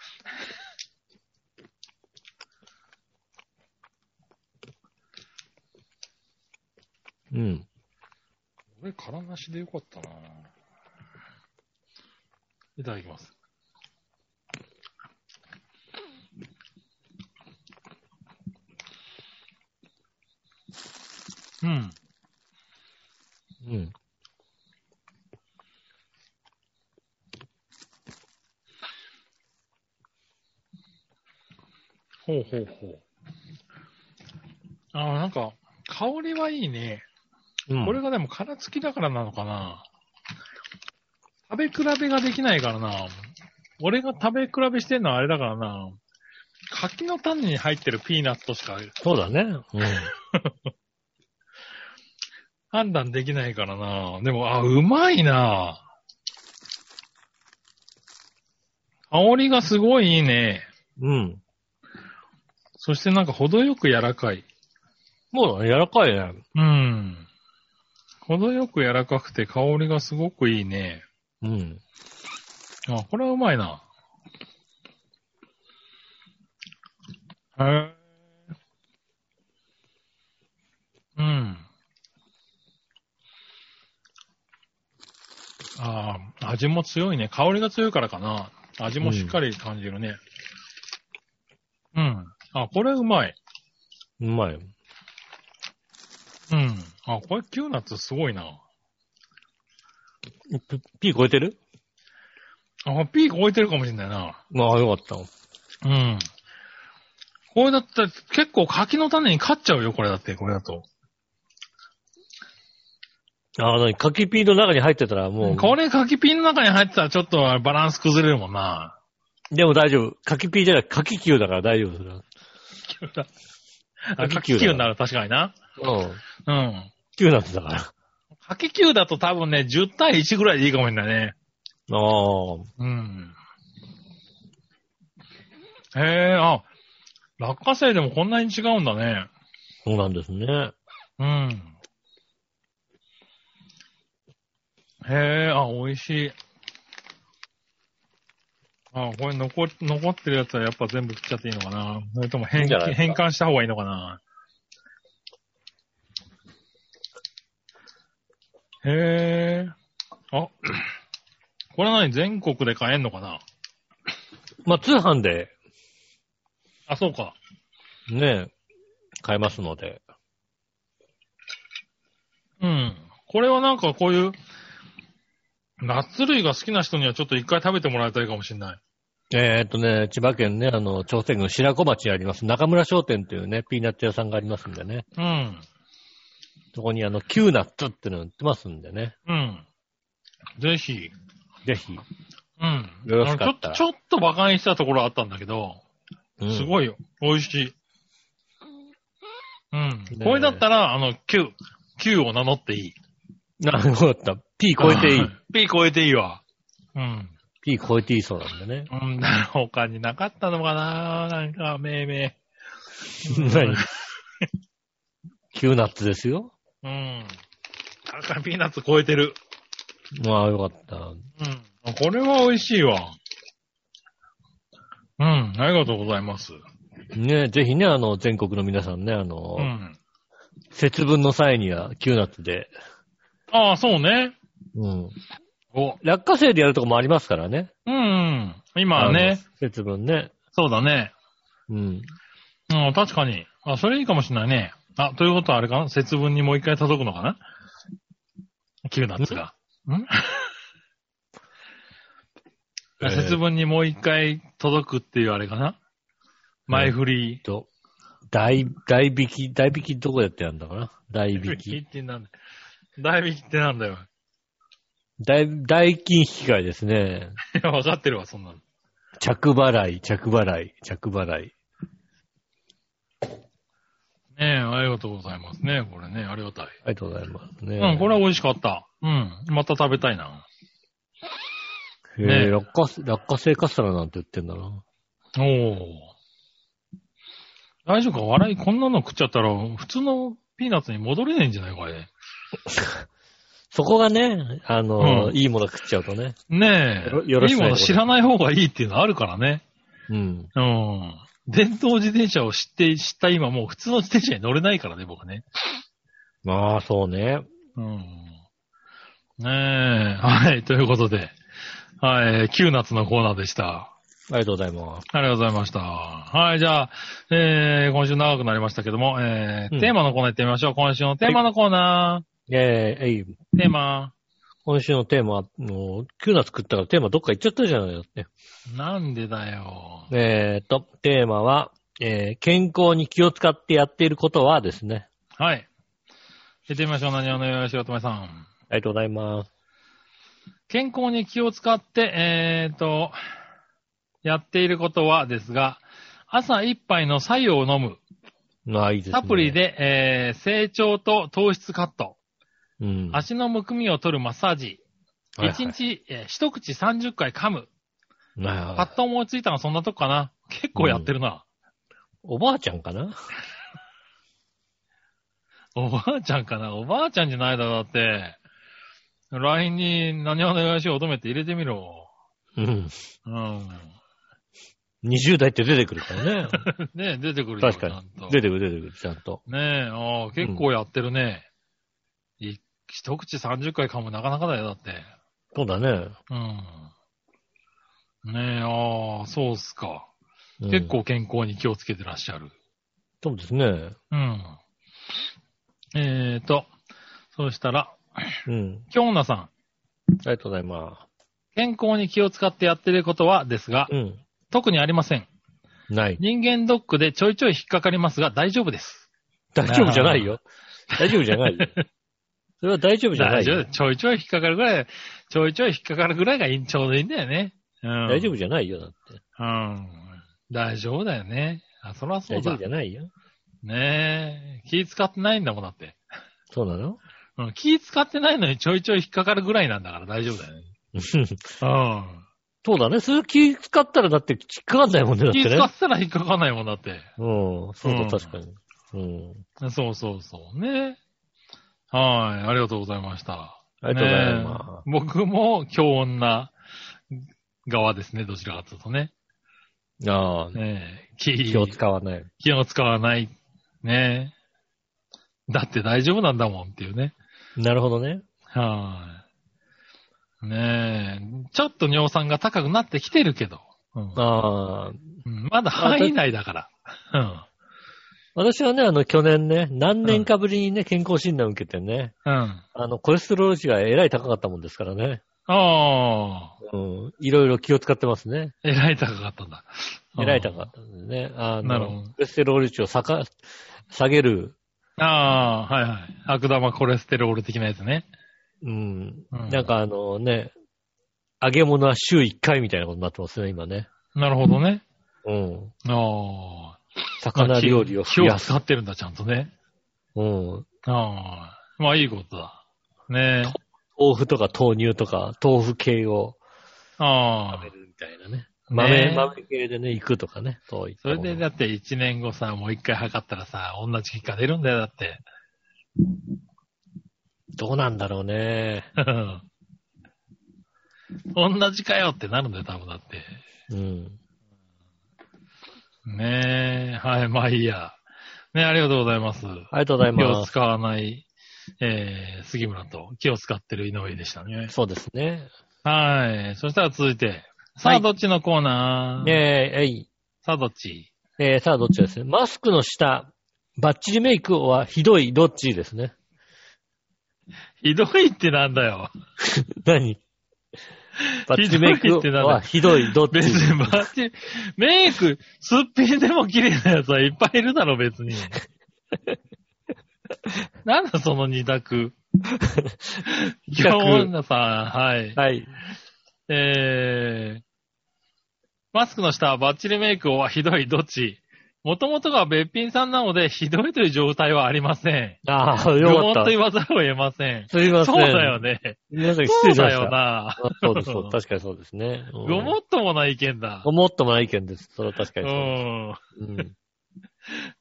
[SPEAKER 2] うん。
[SPEAKER 3] 俺、殻なしでよかったなぁいただきます。うん。
[SPEAKER 2] うん。
[SPEAKER 3] ほうほうほう。ああ、なんか、香りはいいね。
[SPEAKER 2] うん、
[SPEAKER 3] これがでも殻付きだからなのかな。食べ比べができないからな。俺が食べ比べしてんのはあれだからな。柿の種に入ってるピーナッツとしか
[SPEAKER 2] そうだね。うん。
[SPEAKER 3] 判断できないからな。でも、あ、うまいな。香りがすごいいいね。
[SPEAKER 2] うん。
[SPEAKER 3] そしてなんか程よく柔らかい。
[SPEAKER 2] そうだね、柔らかいね。
[SPEAKER 3] うん。程よく柔らかくて香りがすごくいいね。
[SPEAKER 2] うん。
[SPEAKER 3] あ、これはうまいな。へえ。うん。ああ、味も強いね。香りが強いからかな。味もしっかり感じるね。うん。あ、これうまい。
[SPEAKER 2] うまい。
[SPEAKER 3] うん。あ、これキューナッツすごいな。
[SPEAKER 2] ピピー超えてる
[SPEAKER 3] あ、ピーク置いてるかもしれないな。
[SPEAKER 2] ああ、よかった。
[SPEAKER 3] うん。これだったら結構柿の種に勝っちゃうよ、これだって、これだと。
[SPEAKER 2] ああ、なに、柿ピーの中に入ってたらもう、
[SPEAKER 3] これ柿ピンの中に入ってたらちょっとバランス崩れるもんな。
[SPEAKER 2] でも大丈夫。柿ピーじゃなく柿球だから大丈夫それは。
[SPEAKER 3] あ
[SPEAKER 2] 柿球だ
[SPEAKER 3] 柿球になる、確かにな。
[SPEAKER 2] うん。
[SPEAKER 3] うん。
[SPEAKER 2] 球なんだから。あ
[SPEAKER 3] 柿球だと多分ね、10対1ぐらいでいいかもしれないね。
[SPEAKER 2] あ。
[SPEAKER 3] うん。へえ、あ、落花生でもこんなに違うんだね。
[SPEAKER 2] そうなんですね。
[SPEAKER 3] うん。へえ、あ、美味しい。あ、これ残、残ってるやつはやっぱ全部食っちゃっていいのかなそれと
[SPEAKER 2] い
[SPEAKER 3] も
[SPEAKER 2] いん
[SPEAKER 3] 変
[SPEAKER 2] じゃないですか
[SPEAKER 3] 変換した方がいいのかなへえ。あ、これは何全国で買えんのかな
[SPEAKER 2] まあ、通販で、
[SPEAKER 3] あ、そうか。
[SPEAKER 2] ね、買えますので。
[SPEAKER 3] うん。これはなんかこういう、ナッツ類が好きな人にはちょっと一回食べてもらいたいかもしれない。
[SPEAKER 2] えー、っとね、千葉県ね、あの、朝鮮郡白子町にあります、中村商店というね、ピーナッツ屋さんがありますんでね。
[SPEAKER 3] うん。
[SPEAKER 2] そこにあの、キューナッツっての売ってますんでね。
[SPEAKER 3] うん。ぜひ。
[SPEAKER 2] ぜひ。
[SPEAKER 3] うん。
[SPEAKER 2] よろしかった
[SPEAKER 3] あの
[SPEAKER 2] ら
[SPEAKER 3] ちょっと、ちょっと馬鹿にしたところあったんだけど、
[SPEAKER 2] うん
[SPEAKER 3] すごいよ。美味しい。うん
[SPEAKER 2] え。
[SPEAKER 3] これだったら、あの、Q、Q を名乗っていい。
[SPEAKER 2] なるほど。P 超えていい。。
[SPEAKER 3] P 超えていいわ。うん。
[SPEAKER 2] P 超えていいそうなんでね。
[SPEAKER 3] うん、なる他になかったのかななんか、命名。
[SPEAKER 2] 何キューナッツですよ。
[SPEAKER 3] うん。赤ピーナッツ超えてる。
[SPEAKER 2] まあ、よかった。
[SPEAKER 3] うん。これは美味しいわ。うん。ありがとうございます。
[SPEAKER 2] ね、ぜひね、あの、全国の皆さんね、あの、
[SPEAKER 3] うん。
[SPEAKER 2] 節分の際にはキューナッツで、
[SPEAKER 3] ああ、そうね。
[SPEAKER 2] うん。
[SPEAKER 3] お。
[SPEAKER 2] 落花生でやるとこもありますからね。
[SPEAKER 3] うん、うん。今はね。
[SPEAKER 2] あの。節分ね。
[SPEAKER 3] そうだね。
[SPEAKER 2] うん。
[SPEAKER 3] うん、確かに。あ、それいいかもしれないね。あ、ということはあれかな節分にもう一回届くのかなキューナッツが。 ん
[SPEAKER 2] えー
[SPEAKER 3] 節分にもう一回届くっていうあれかな前振り。
[SPEAKER 2] と、大、大引き、大引きどこでやってやるんだかな大
[SPEAKER 3] 大
[SPEAKER 2] 引
[SPEAKER 3] 引き
[SPEAKER 2] き。
[SPEAKER 3] ってなんだ大引きってなんだよ。
[SPEAKER 2] 大、大金引き換えですね。
[SPEAKER 3] いや、わかってるわ、そんなの。
[SPEAKER 2] 着払い、着払い、着払い。
[SPEAKER 3] ねえ、ありがとうございますね。これね、ありがたい。
[SPEAKER 2] ありがとうございますね。
[SPEAKER 3] うん、これは美味しかった。うん、また食べたいな。
[SPEAKER 2] へえ、
[SPEAKER 3] ね
[SPEAKER 2] 落花生、落花生カステラなんて売ってんだな。
[SPEAKER 3] おー。大丈夫か笑い、こんなの食っちゃったら、普通のピーナッツに戻れねえんじゃないこれ。
[SPEAKER 2] そこがね、あの、
[SPEAKER 3] うん
[SPEAKER 2] いいもの食っちゃうとね。
[SPEAKER 3] ね
[SPEAKER 2] よろ
[SPEAKER 3] え。
[SPEAKER 2] よろし
[SPEAKER 3] い
[SPEAKER 2] く
[SPEAKER 3] い
[SPEAKER 2] ね
[SPEAKER 3] もの知らない方がいいっていうのあるからね。
[SPEAKER 2] うん。
[SPEAKER 3] うん。電動自転車を知って、知った今もう普通の自転車に乗れないからね、僕ね。
[SPEAKER 2] まあ、そうね。
[SPEAKER 3] うん。ねえ。はい、ということで。はい、9夏のコーナーでした。
[SPEAKER 2] ありがとうございます。
[SPEAKER 3] ありがとうございました。はい、じゃあ、えー、今週長くなりましたけども、えー
[SPEAKER 2] うん
[SPEAKER 3] テーマのコーナー行ってみましょう。今週のテーマのコーナ
[SPEAKER 2] えええい、
[SPEAKER 3] ー。テーマ。
[SPEAKER 2] 今週のテーマ、もう、キューナ作ったからテーマどっか行っちゃったじゃないよって。
[SPEAKER 3] なんでだよ。
[SPEAKER 2] えーと、テーマは、えー健康に気を使ってやっていることはですね。
[SPEAKER 3] はい。行ってみましょう。何をのよしおとめさん。
[SPEAKER 2] ありがとうございます。
[SPEAKER 3] 健康に気を使って、えーと、やっていることはですが、朝一杯の白湯を飲む。
[SPEAKER 2] まあ、いいですね。
[SPEAKER 3] サプリ。で、えー、成長と糖質カット。
[SPEAKER 2] うん。
[SPEAKER 3] 足のむくみを取るマッサージ。
[SPEAKER 2] はいはい
[SPEAKER 3] 一日、えー一口30回噛む。
[SPEAKER 2] ま
[SPEAKER 3] パ
[SPEAKER 2] あ
[SPEAKER 3] ッと思いついたのはそんなとこかな。結構やってるな。
[SPEAKER 2] おばあちゃんかな
[SPEAKER 3] おばあちゃんかなおばあちゃんじゃないだろ、だって。LINE に何をお願いしよう、乙女って入れてみろ。
[SPEAKER 2] うん。
[SPEAKER 3] うん。
[SPEAKER 2] 20代って出てくる からね。
[SPEAKER 3] ねえ出てくるよ
[SPEAKER 2] 確
[SPEAKER 3] ちゃ
[SPEAKER 2] か
[SPEAKER 3] ん
[SPEAKER 2] に。
[SPEAKER 3] と。
[SPEAKER 2] 出てくる出てくる、ちゃんと。
[SPEAKER 3] ねえ、ああ、結構やってるね。い一口30回噛むなかなかだよ、だって。
[SPEAKER 2] そうだね。
[SPEAKER 3] うん。ねえ、ああ、そうっすか。
[SPEAKER 2] うん
[SPEAKER 3] 結。構健康に気をつけてらっしゃる。
[SPEAKER 2] そうですね。
[SPEAKER 3] うん。えーと、そうしたら、
[SPEAKER 2] うん。
[SPEAKER 3] 京奈さん。
[SPEAKER 2] ありがとうございま
[SPEAKER 3] 健康に気を使ってやってることはですが
[SPEAKER 2] す。、うん。
[SPEAKER 3] 特にありません。
[SPEAKER 2] ない。
[SPEAKER 3] 人間ドックでちょいちょい引っかかりますが大丈夫です。
[SPEAKER 2] 大丈夫じゃないよ。大丈夫じゃ ないよ。それは大丈夫じゃな
[SPEAKER 3] 大
[SPEAKER 2] い
[SPEAKER 3] 丈
[SPEAKER 2] よ
[SPEAKER 3] 夫。。ちょいちょい引っかかるぐらい、ちょいちょい引っかかるぐらいがいいちょうどいいんだよね。うん。
[SPEAKER 2] 大丈夫じゃないよ、だって。
[SPEAKER 3] うん。大丈夫だよね。あ、そらそ
[SPEAKER 2] 大
[SPEAKER 3] う
[SPEAKER 2] 丈
[SPEAKER 3] だ
[SPEAKER 2] 夫じ。ゃないよ。
[SPEAKER 3] ねえ。気使ってないんだもんだって。
[SPEAKER 2] そうなの
[SPEAKER 3] うん。気使ってないのにちょいちょい引っかかるぐらいなんだから大丈 夫だよね。
[SPEAKER 2] そうだね。それ気使ったらだって引っかかんないもんね、
[SPEAKER 3] う
[SPEAKER 2] だ
[SPEAKER 3] ん。
[SPEAKER 2] って
[SPEAKER 3] 気使
[SPEAKER 2] ね。
[SPEAKER 3] ってたら引っかかんないもんだって。
[SPEAKER 2] うん。そう
[SPEAKER 3] う
[SPEAKER 2] だ、
[SPEAKER 3] ん
[SPEAKER 2] 確かに。うん。
[SPEAKER 3] そうそうそうね。はい。ありがとうございました。
[SPEAKER 2] ありがとうございま
[SPEAKER 3] ねえ僕も強女側ですね、どちらかというとね。
[SPEAKER 2] す。ああ、
[SPEAKER 3] ねえ気
[SPEAKER 2] 気を使わない。
[SPEAKER 3] 気を使わない。ねえだって大丈夫なんだもんっていうね。
[SPEAKER 2] なるほどね。
[SPEAKER 3] はい。ねえ、ちょっと尿酸が高くなってきてるけど。うん
[SPEAKER 2] ああ、
[SPEAKER 3] うんまだ範囲内だから。
[SPEAKER 2] 私はね、あの、去年ね、何年かぶりにね、健康診断受けてね、
[SPEAKER 3] うん。うん。
[SPEAKER 2] あの、コレステロール値がえらい高かったもんですからね。
[SPEAKER 3] ああ、
[SPEAKER 2] うん。いろいろ気を使ってますね。
[SPEAKER 3] えらい高かったんだ。
[SPEAKER 2] えらい高かったんでね。あ
[SPEAKER 3] なるほ
[SPEAKER 2] の、
[SPEAKER 3] ど
[SPEAKER 2] コレステロール値を下か下げる、
[SPEAKER 3] ああ、はいはい。悪玉コレステロール的なやつね。
[SPEAKER 2] うん。
[SPEAKER 3] うん
[SPEAKER 2] なんかあのね、揚げ物は週1回みたいなことになってますね、今ね。
[SPEAKER 3] なるほどね。
[SPEAKER 2] うん。
[SPEAKER 3] ああ。
[SPEAKER 2] 魚料理を増やす
[SPEAKER 3] 気。を使ってるんだ、ちゃんとね。
[SPEAKER 2] うん。
[SPEAKER 3] ああ。まあ、いいことだ。ねえ。
[SPEAKER 2] 豆腐とか豆乳とか、豆腐系を
[SPEAKER 3] あ
[SPEAKER 2] 食べ
[SPEAKER 3] あ。
[SPEAKER 2] るみたいなね。豆、
[SPEAKER 3] ねえ
[SPEAKER 2] 豆系でね、行くとかね。そういった
[SPEAKER 3] そ
[SPEAKER 2] も
[SPEAKER 3] れ
[SPEAKER 2] の
[SPEAKER 3] で、だって一年後さ、もう一回測ったらさ、同じ結果出るんだよ、だって。
[SPEAKER 2] どうなんだろうね。
[SPEAKER 3] 同じかよってなるんだよ、多分だって。
[SPEAKER 2] うん。
[SPEAKER 3] ねえ。はい、まあいいや。ねえ、ありがとうございます。
[SPEAKER 2] ありがとうござい
[SPEAKER 3] 気を
[SPEAKER 2] ます。
[SPEAKER 3] 使わない、えー、杉村と気を使ってる井上でしたね。
[SPEAKER 2] そうですね。
[SPEAKER 3] はい。そしたら続いて、さあ、どっちのコーナー、
[SPEAKER 2] ねえ、えい。
[SPEAKER 3] さあ、どっち
[SPEAKER 2] えーさあ、どっちですね。マスクの下、バッチリメイクはひどい、どっちですね。
[SPEAKER 3] ひどいってなんだよ。
[SPEAKER 2] 何バッチリメイクはひどい、どっち
[SPEAKER 3] 別にバッチリ、メイク、すっぴんでも綺麗なやつはいっぱいいるだろ、別 に。なんだ、その二択。今日女さん、はい。
[SPEAKER 2] はい。
[SPEAKER 3] えー、マスクの下、バッチリメイクはひどい、どっちもともとがべっぴんさんなので、ひどいという状態はありません。
[SPEAKER 2] ああ、
[SPEAKER 3] 愚
[SPEAKER 2] よか
[SPEAKER 3] 問と
[SPEAKER 2] った。
[SPEAKER 3] 言わざるを得ません。
[SPEAKER 2] すいませ
[SPEAKER 3] そ
[SPEAKER 2] ん。
[SPEAKER 3] うだよ。ね。
[SPEAKER 2] 皆さん失
[SPEAKER 3] そ
[SPEAKER 2] 礼
[SPEAKER 3] う
[SPEAKER 2] しま
[SPEAKER 3] だ
[SPEAKER 2] し
[SPEAKER 3] よ
[SPEAKER 2] た。
[SPEAKER 3] な。
[SPEAKER 2] あそうです、そうです確かにそうですね。うん
[SPEAKER 3] ごもっともな意見だ
[SPEAKER 2] ご。もっともない意見です。それは確か
[SPEAKER 3] う
[SPEAKER 2] にそうです
[SPEAKER 3] ん。
[SPEAKER 2] うん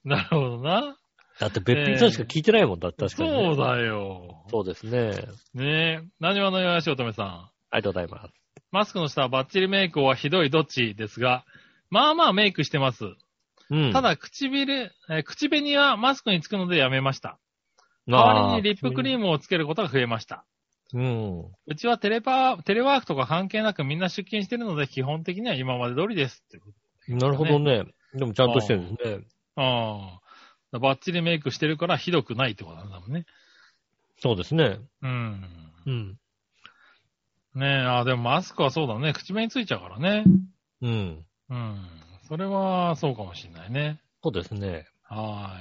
[SPEAKER 3] なるほどな。
[SPEAKER 2] だって、べっぴんさんしか聞いてないもんだって、確かにね。
[SPEAKER 3] そうだよ。
[SPEAKER 2] そうですね。
[SPEAKER 3] ねえ。何わのよやしおとめさん。
[SPEAKER 2] ありがとうございます。
[SPEAKER 3] マスクの下、バッチリメイクはひどいどっちですが、まあまあメイクしてます。
[SPEAKER 2] うん。
[SPEAKER 3] ただ、唇、えー口紅はマスクにつくのでやめました。代
[SPEAKER 2] あー、
[SPEAKER 3] わりにリップクリームをつけることが増えました。
[SPEAKER 2] うん。
[SPEAKER 3] うちはテレパテレワークとか関係なくみんな出勤してるので、基本的には今まで通りですってこと。
[SPEAKER 2] なるほどね。でもちゃんとしてるんですね。
[SPEAKER 3] ああ。バッチリメイクしてるからひどくないってことなんだもんね。
[SPEAKER 2] そうですね。
[SPEAKER 3] うん。
[SPEAKER 2] うん。
[SPEAKER 3] ねえ、あ、でもマスクはそうだね。口紅ついちゃうからね。
[SPEAKER 2] うん。
[SPEAKER 3] うん。それは、そうかもしれないね。
[SPEAKER 2] そうですね。
[SPEAKER 3] は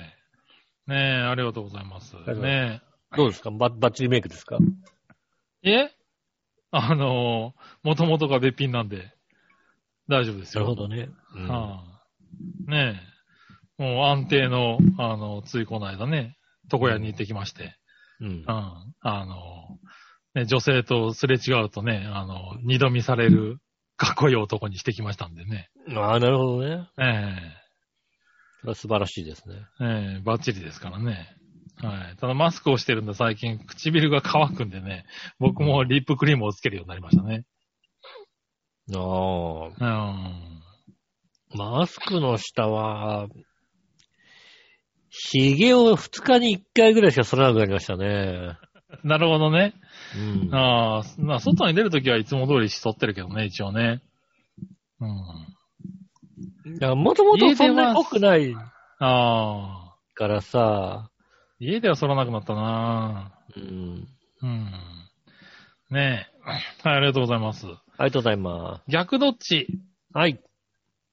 [SPEAKER 3] ーい。ねえ、ありがとうございます。
[SPEAKER 2] がとうござ
[SPEAKER 3] ね
[SPEAKER 2] どうですかババッチリメイクですか
[SPEAKER 3] え。え あのー、もともとがべっぴんなんで、大丈夫です
[SPEAKER 2] な
[SPEAKER 3] よ。
[SPEAKER 2] るほどね。うん
[SPEAKER 3] はいねえ。もう安定の、あの、ついこの間ね、床屋に行ってきまして、
[SPEAKER 2] うん
[SPEAKER 3] う。ん。あのー、ね、女性とすれ違うとね、あの、二度見される、かっこいい男にしてきましたんでね。
[SPEAKER 2] ああ、なるほどね。
[SPEAKER 3] ええ
[SPEAKER 2] それは素晴らしいですね。
[SPEAKER 3] ええバッチリですからね。はい。ただマスクをしてるんで最近唇が乾くんでね、僕もリップクリームをつけるようになりましたね。
[SPEAKER 2] ああ。
[SPEAKER 3] うん。
[SPEAKER 2] マスクの下は、髭を2日に1回ぐらいしか剃らなくなりましたね。
[SPEAKER 3] なるほどね。
[SPEAKER 2] うん
[SPEAKER 3] ああ、まあ、外に出るときはいつも通りしとってるけどね、一応ね。うん。
[SPEAKER 2] もともとそんなに濃くない
[SPEAKER 3] ああ、
[SPEAKER 2] からさ、
[SPEAKER 3] 家では剃らなくなったな
[SPEAKER 2] うん。
[SPEAKER 3] うん。ねえ。はい、ありがとうございます。
[SPEAKER 2] ありがとうございま
[SPEAKER 3] 逆どっち
[SPEAKER 2] す。はい。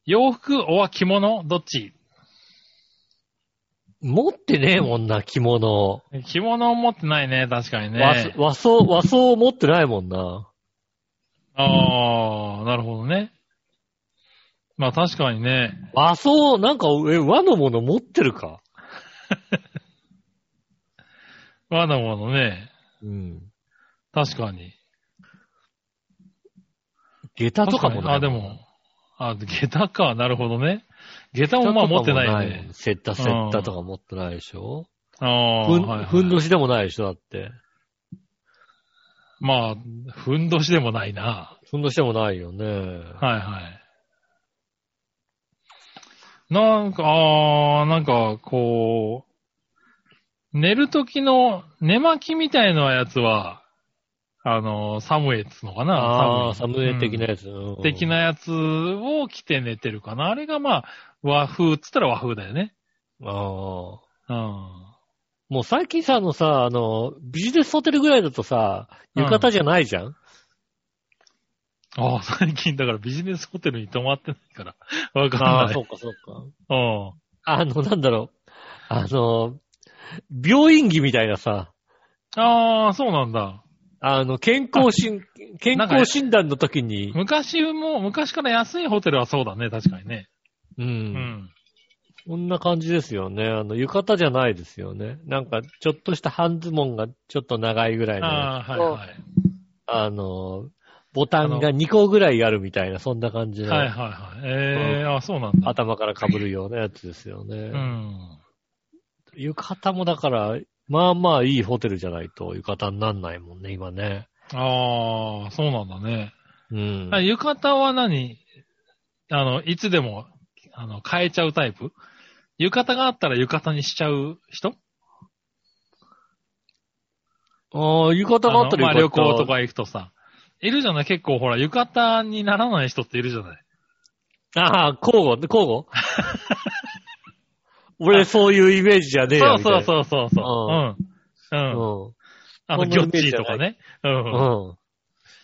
[SPEAKER 3] 洋服、おは着物どっち
[SPEAKER 2] 持ってねえもんな、着物。
[SPEAKER 3] 着物を持ってないね、確かに
[SPEAKER 2] 和
[SPEAKER 3] ね。
[SPEAKER 2] 和装、和装を持ってないもんな。
[SPEAKER 3] ああ、なるほどね。まあ確かにね。
[SPEAKER 2] 和装、なんか、え、和のもの持ってるか
[SPEAKER 3] わざわざね。
[SPEAKER 2] うん。
[SPEAKER 3] 確かに。
[SPEAKER 2] 下駄とかも
[SPEAKER 3] 確
[SPEAKER 2] ない。
[SPEAKER 3] にあ、でも。あ、下駄か。なるほどね。下駄もまあ持ってないね。。
[SPEAKER 2] セッタセッタとか持ってないでしょ
[SPEAKER 3] ああ、
[SPEAKER 2] ふん、
[SPEAKER 3] はいはい
[SPEAKER 2] ふんどしでもないでしょだって。
[SPEAKER 3] まあ、ふんどしでもないな。
[SPEAKER 2] ふんどしでもないよね。
[SPEAKER 3] はいはい。なんか、ああ、なんか、こう、寝る時の寝巻きみたいなやつは、あの、サムエっつのかな
[SPEAKER 2] ああ、サムエ的な
[SPEAKER 3] や
[SPEAKER 2] やつ。うん
[SPEAKER 3] つ。的。なやつを着て寝てるかな。あれがまあ、和風っつったら和風だよね。
[SPEAKER 2] ああ。
[SPEAKER 3] うん。
[SPEAKER 2] もう最近さ、あのさ、あの、ビジネスホテルぐらいだとさ、浴衣じゃないじゃん、
[SPEAKER 3] ああ、最近だからビジネスホテルに泊まってないから、わ
[SPEAKER 2] あ
[SPEAKER 3] かん
[SPEAKER 2] あ、
[SPEAKER 3] ない。
[SPEAKER 2] そううかそうか。
[SPEAKER 3] ん。
[SPEAKER 2] あの、なんだろう。あの、病院着みたいなさ、
[SPEAKER 3] ああ、そうなんだ。
[SPEAKER 2] あの、健康診、健
[SPEAKER 3] なんかね
[SPEAKER 2] 康診断の時に、
[SPEAKER 3] 昔も、昔から安いホテルはそうだね、確かにね。
[SPEAKER 2] う。
[SPEAKER 3] うんん。
[SPEAKER 2] こんな感じですよね。あの、浴衣じゃないですよね。なんか、ちょっとした半ズボンがちょっと長いぐらいのや
[SPEAKER 3] あ
[SPEAKER 2] つ
[SPEAKER 3] あ、
[SPEAKER 2] と。
[SPEAKER 3] はいはい。
[SPEAKER 2] あの、ボタンが2個ぐらいあるみたいな、そんな感じの、
[SPEAKER 3] はいはいはい。ええ
[SPEAKER 2] う
[SPEAKER 3] あそうなんだ。
[SPEAKER 2] 頭から被るようなやつですよね。
[SPEAKER 3] うん。
[SPEAKER 2] 浴衣もだから、まあまあいいホテルじゃないと浴衣になんないもんね、今ね。
[SPEAKER 3] ああ、そうなんだね。
[SPEAKER 2] うん。
[SPEAKER 3] あ浴衣は何あの、いつでも、あの、変えちゃうタイプ浴衣があったら浴衣にしちゃう人
[SPEAKER 2] ああ、浴衣があったら
[SPEAKER 3] のまあ旅
[SPEAKER 2] 浴衣
[SPEAKER 3] 行と。か行くとさ。いるじゃない結構ほら、浴衣にならない人っているじゃない
[SPEAKER 2] ああ、交互、交互俺そういうイメージじゃねえよ。
[SPEAKER 3] そうそう
[SPEAKER 2] う
[SPEAKER 3] そうそうそう。うん。うん。
[SPEAKER 2] そ
[SPEAKER 3] あの、
[SPEAKER 2] そん
[SPEAKER 3] ギ
[SPEAKER 2] な
[SPEAKER 3] ョ
[SPEAKER 2] イ
[SPEAKER 3] ッ
[SPEAKER 2] メー
[SPEAKER 3] チ
[SPEAKER 2] ジ
[SPEAKER 3] ー
[SPEAKER 2] じゃ
[SPEAKER 3] と
[SPEAKER 2] ない
[SPEAKER 3] かね。う
[SPEAKER 2] うんん。。うん。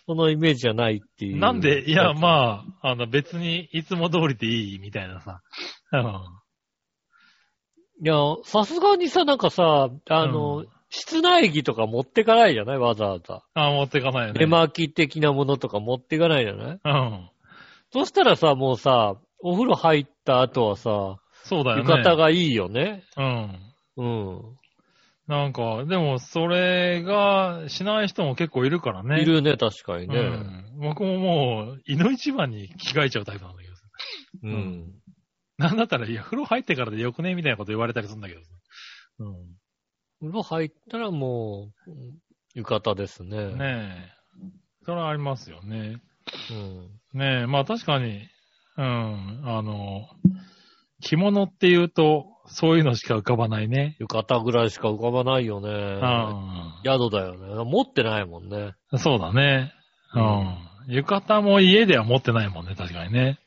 [SPEAKER 2] そのイメージじゃないっていう。
[SPEAKER 3] なんで、いや、まあ、あの、別に、いつも通りでいい、みたいなさ。う
[SPEAKER 2] いや、さすがにさ、なんかさ、あの、
[SPEAKER 3] うん
[SPEAKER 2] 室内着とか持ってかないじゃないわざわざ。
[SPEAKER 3] ん。あ持ってかないよね。
[SPEAKER 2] 絵巻き的なものとか持ってかないじゃない
[SPEAKER 3] うん。
[SPEAKER 2] そしたらさ、もうさ、お風呂入った後はさ、
[SPEAKER 3] そうだよね。
[SPEAKER 2] 浴衣がいいよね。
[SPEAKER 3] うん。
[SPEAKER 2] うん。
[SPEAKER 3] なんか、でも、それが、しない人も結構いるからね。
[SPEAKER 2] いるね、確かに
[SPEAKER 3] う
[SPEAKER 2] ね。
[SPEAKER 3] ん。僕ももう、胃の一番に着替えちゃうタイプなんだけどさ。
[SPEAKER 2] うん。
[SPEAKER 3] なんだったら、いや、風呂入ってからでよくねみたいなこと言われたりするんだけどさ。う
[SPEAKER 2] 風呂入ったらもう、浴衣ですね。
[SPEAKER 3] ん。ねえ。それはありますよね。
[SPEAKER 2] うん。
[SPEAKER 3] ねえ、まあ確かに、うん、あの、着物って言うと、そういうのしか浮かばないね。
[SPEAKER 2] 浴衣ぐらいしか浮かばないよね。
[SPEAKER 3] う
[SPEAKER 2] 宿だよね。持ってないもんね。
[SPEAKER 3] ん。そうだね。うん。浴衣も家では持ってないもんね、確かにね。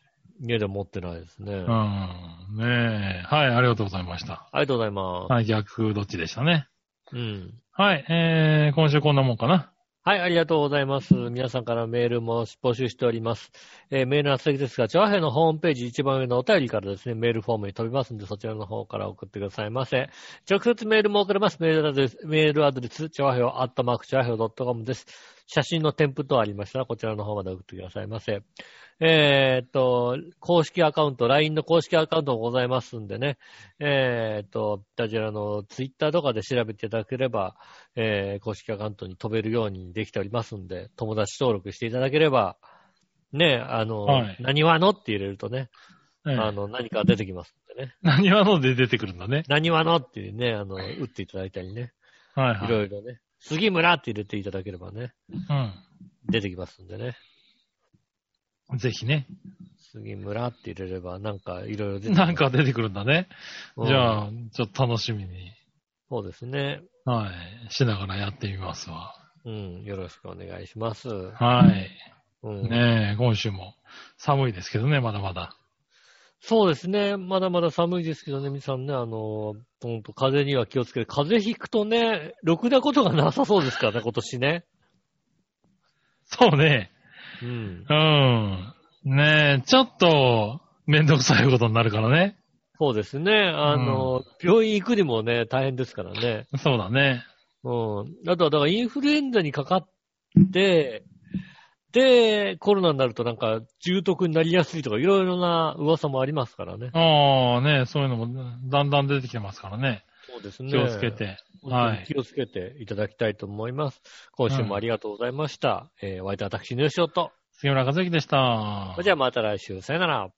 [SPEAKER 2] 家で持ってないですね。
[SPEAKER 3] う
[SPEAKER 2] あ
[SPEAKER 3] ん。ねえ。はい、ありがとうございました。
[SPEAKER 2] りがとうございます。
[SPEAKER 3] はい、逆どっちでしたね。
[SPEAKER 2] うん。
[SPEAKER 3] はい、えー、今週こんなもんかな。
[SPEAKER 2] はい、ありがとうございます。皆さんからメールも募集しております。えーメールの宛先ですが、チョアヘのホームページ一番上のお便りからですね、メールフォームに飛びますんで、そちらの方から送ってくださいませ。直接メールも送れます。メールアドレス、メールアドレス、チョアヘオ、アットマークチョアヘオ .com です。写真の添付等ありましたら、こちらの方まで送ってくださいませ。えーっと、公式アカウント、LINE の公式アカウントもございますんでね、えーっと、イタジラの Twitter とかで調べていただければ、えー公式アカウントに飛べるようにできておりますんで、友達登録していただければ、ね、あの、
[SPEAKER 3] はい
[SPEAKER 2] 何話のって入れるとね、
[SPEAKER 3] ええ
[SPEAKER 2] あの、何か出てきますんでね、
[SPEAKER 3] 何話ので出てくるんだね。
[SPEAKER 2] 何話のっていうね、あの、打っていただいたりね、
[SPEAKER 3] はい
[SPEAKER 2] い
[SPEAKER 3] はい。
[SPEAKER 2] ろいろね、杉村って入れていただければね、出てきますんでね、
[SPEAKER 3] うん。ぜひね。
[SPEAKER 2] 杉村って入れれば、なんかいろいろ出てきます
[SPEAKER 3] なんか出てくるんだね。
[SPEAKER 2] うん
[SPEAKER 3] じゃあ、ちょっと楽しみに。
[SPEAKER 2] そうですね。
[SPEAKER 3] はい。しながらやってみますわ。
[SPEAKER 2] うん。よろしくお願いします。
[SPEAKER 3] はい。
[SPEAKER 2] うん。
[SPEAKER 3] ねえ、今週も寒いですけどね、まだまだ。
[SPEAKER 2] そうですね。まだまだ寒いですけどね、皆さんね、あの、ほんと風邪には気をつけて、風邪ひくとね、ろくなことがなさそうですからね、今年ね。
[SPEAKER 3] そうね。
[SPEAKER 2] うん。
[SPEAKER 3] うん。ねえ、ちょっと、めんどくさいことになるからね。
[SPEAKER 2] そうですね。あの、病院行くにもね、大変ですからね。
[SPEAKER 3] そうだね。
[SPEAKER 2] うん。あとは、だからインフルエンザにかかって、で、コロナになるとなんか重篤になりやすいとかいろいろな噂もありますからね。
[SPEAKER 3] ああ、ねえそういうのも、だんだん出てきてますからね。
[SPEAKER 2] そうですね。
[SPEAKER 3] 気をつけ。て。
[SPEAKER 2] は。
[SPEAKER 3] はいい
[SPEAKER 2] 気をつけていただきたいと思います。今週もありがとうございました。えー、お相手は私、ヌーショット。
[SPEAKER 3] 杉村和之でした。
[SPEAKER 2] それじゃあまた来週、さよなら。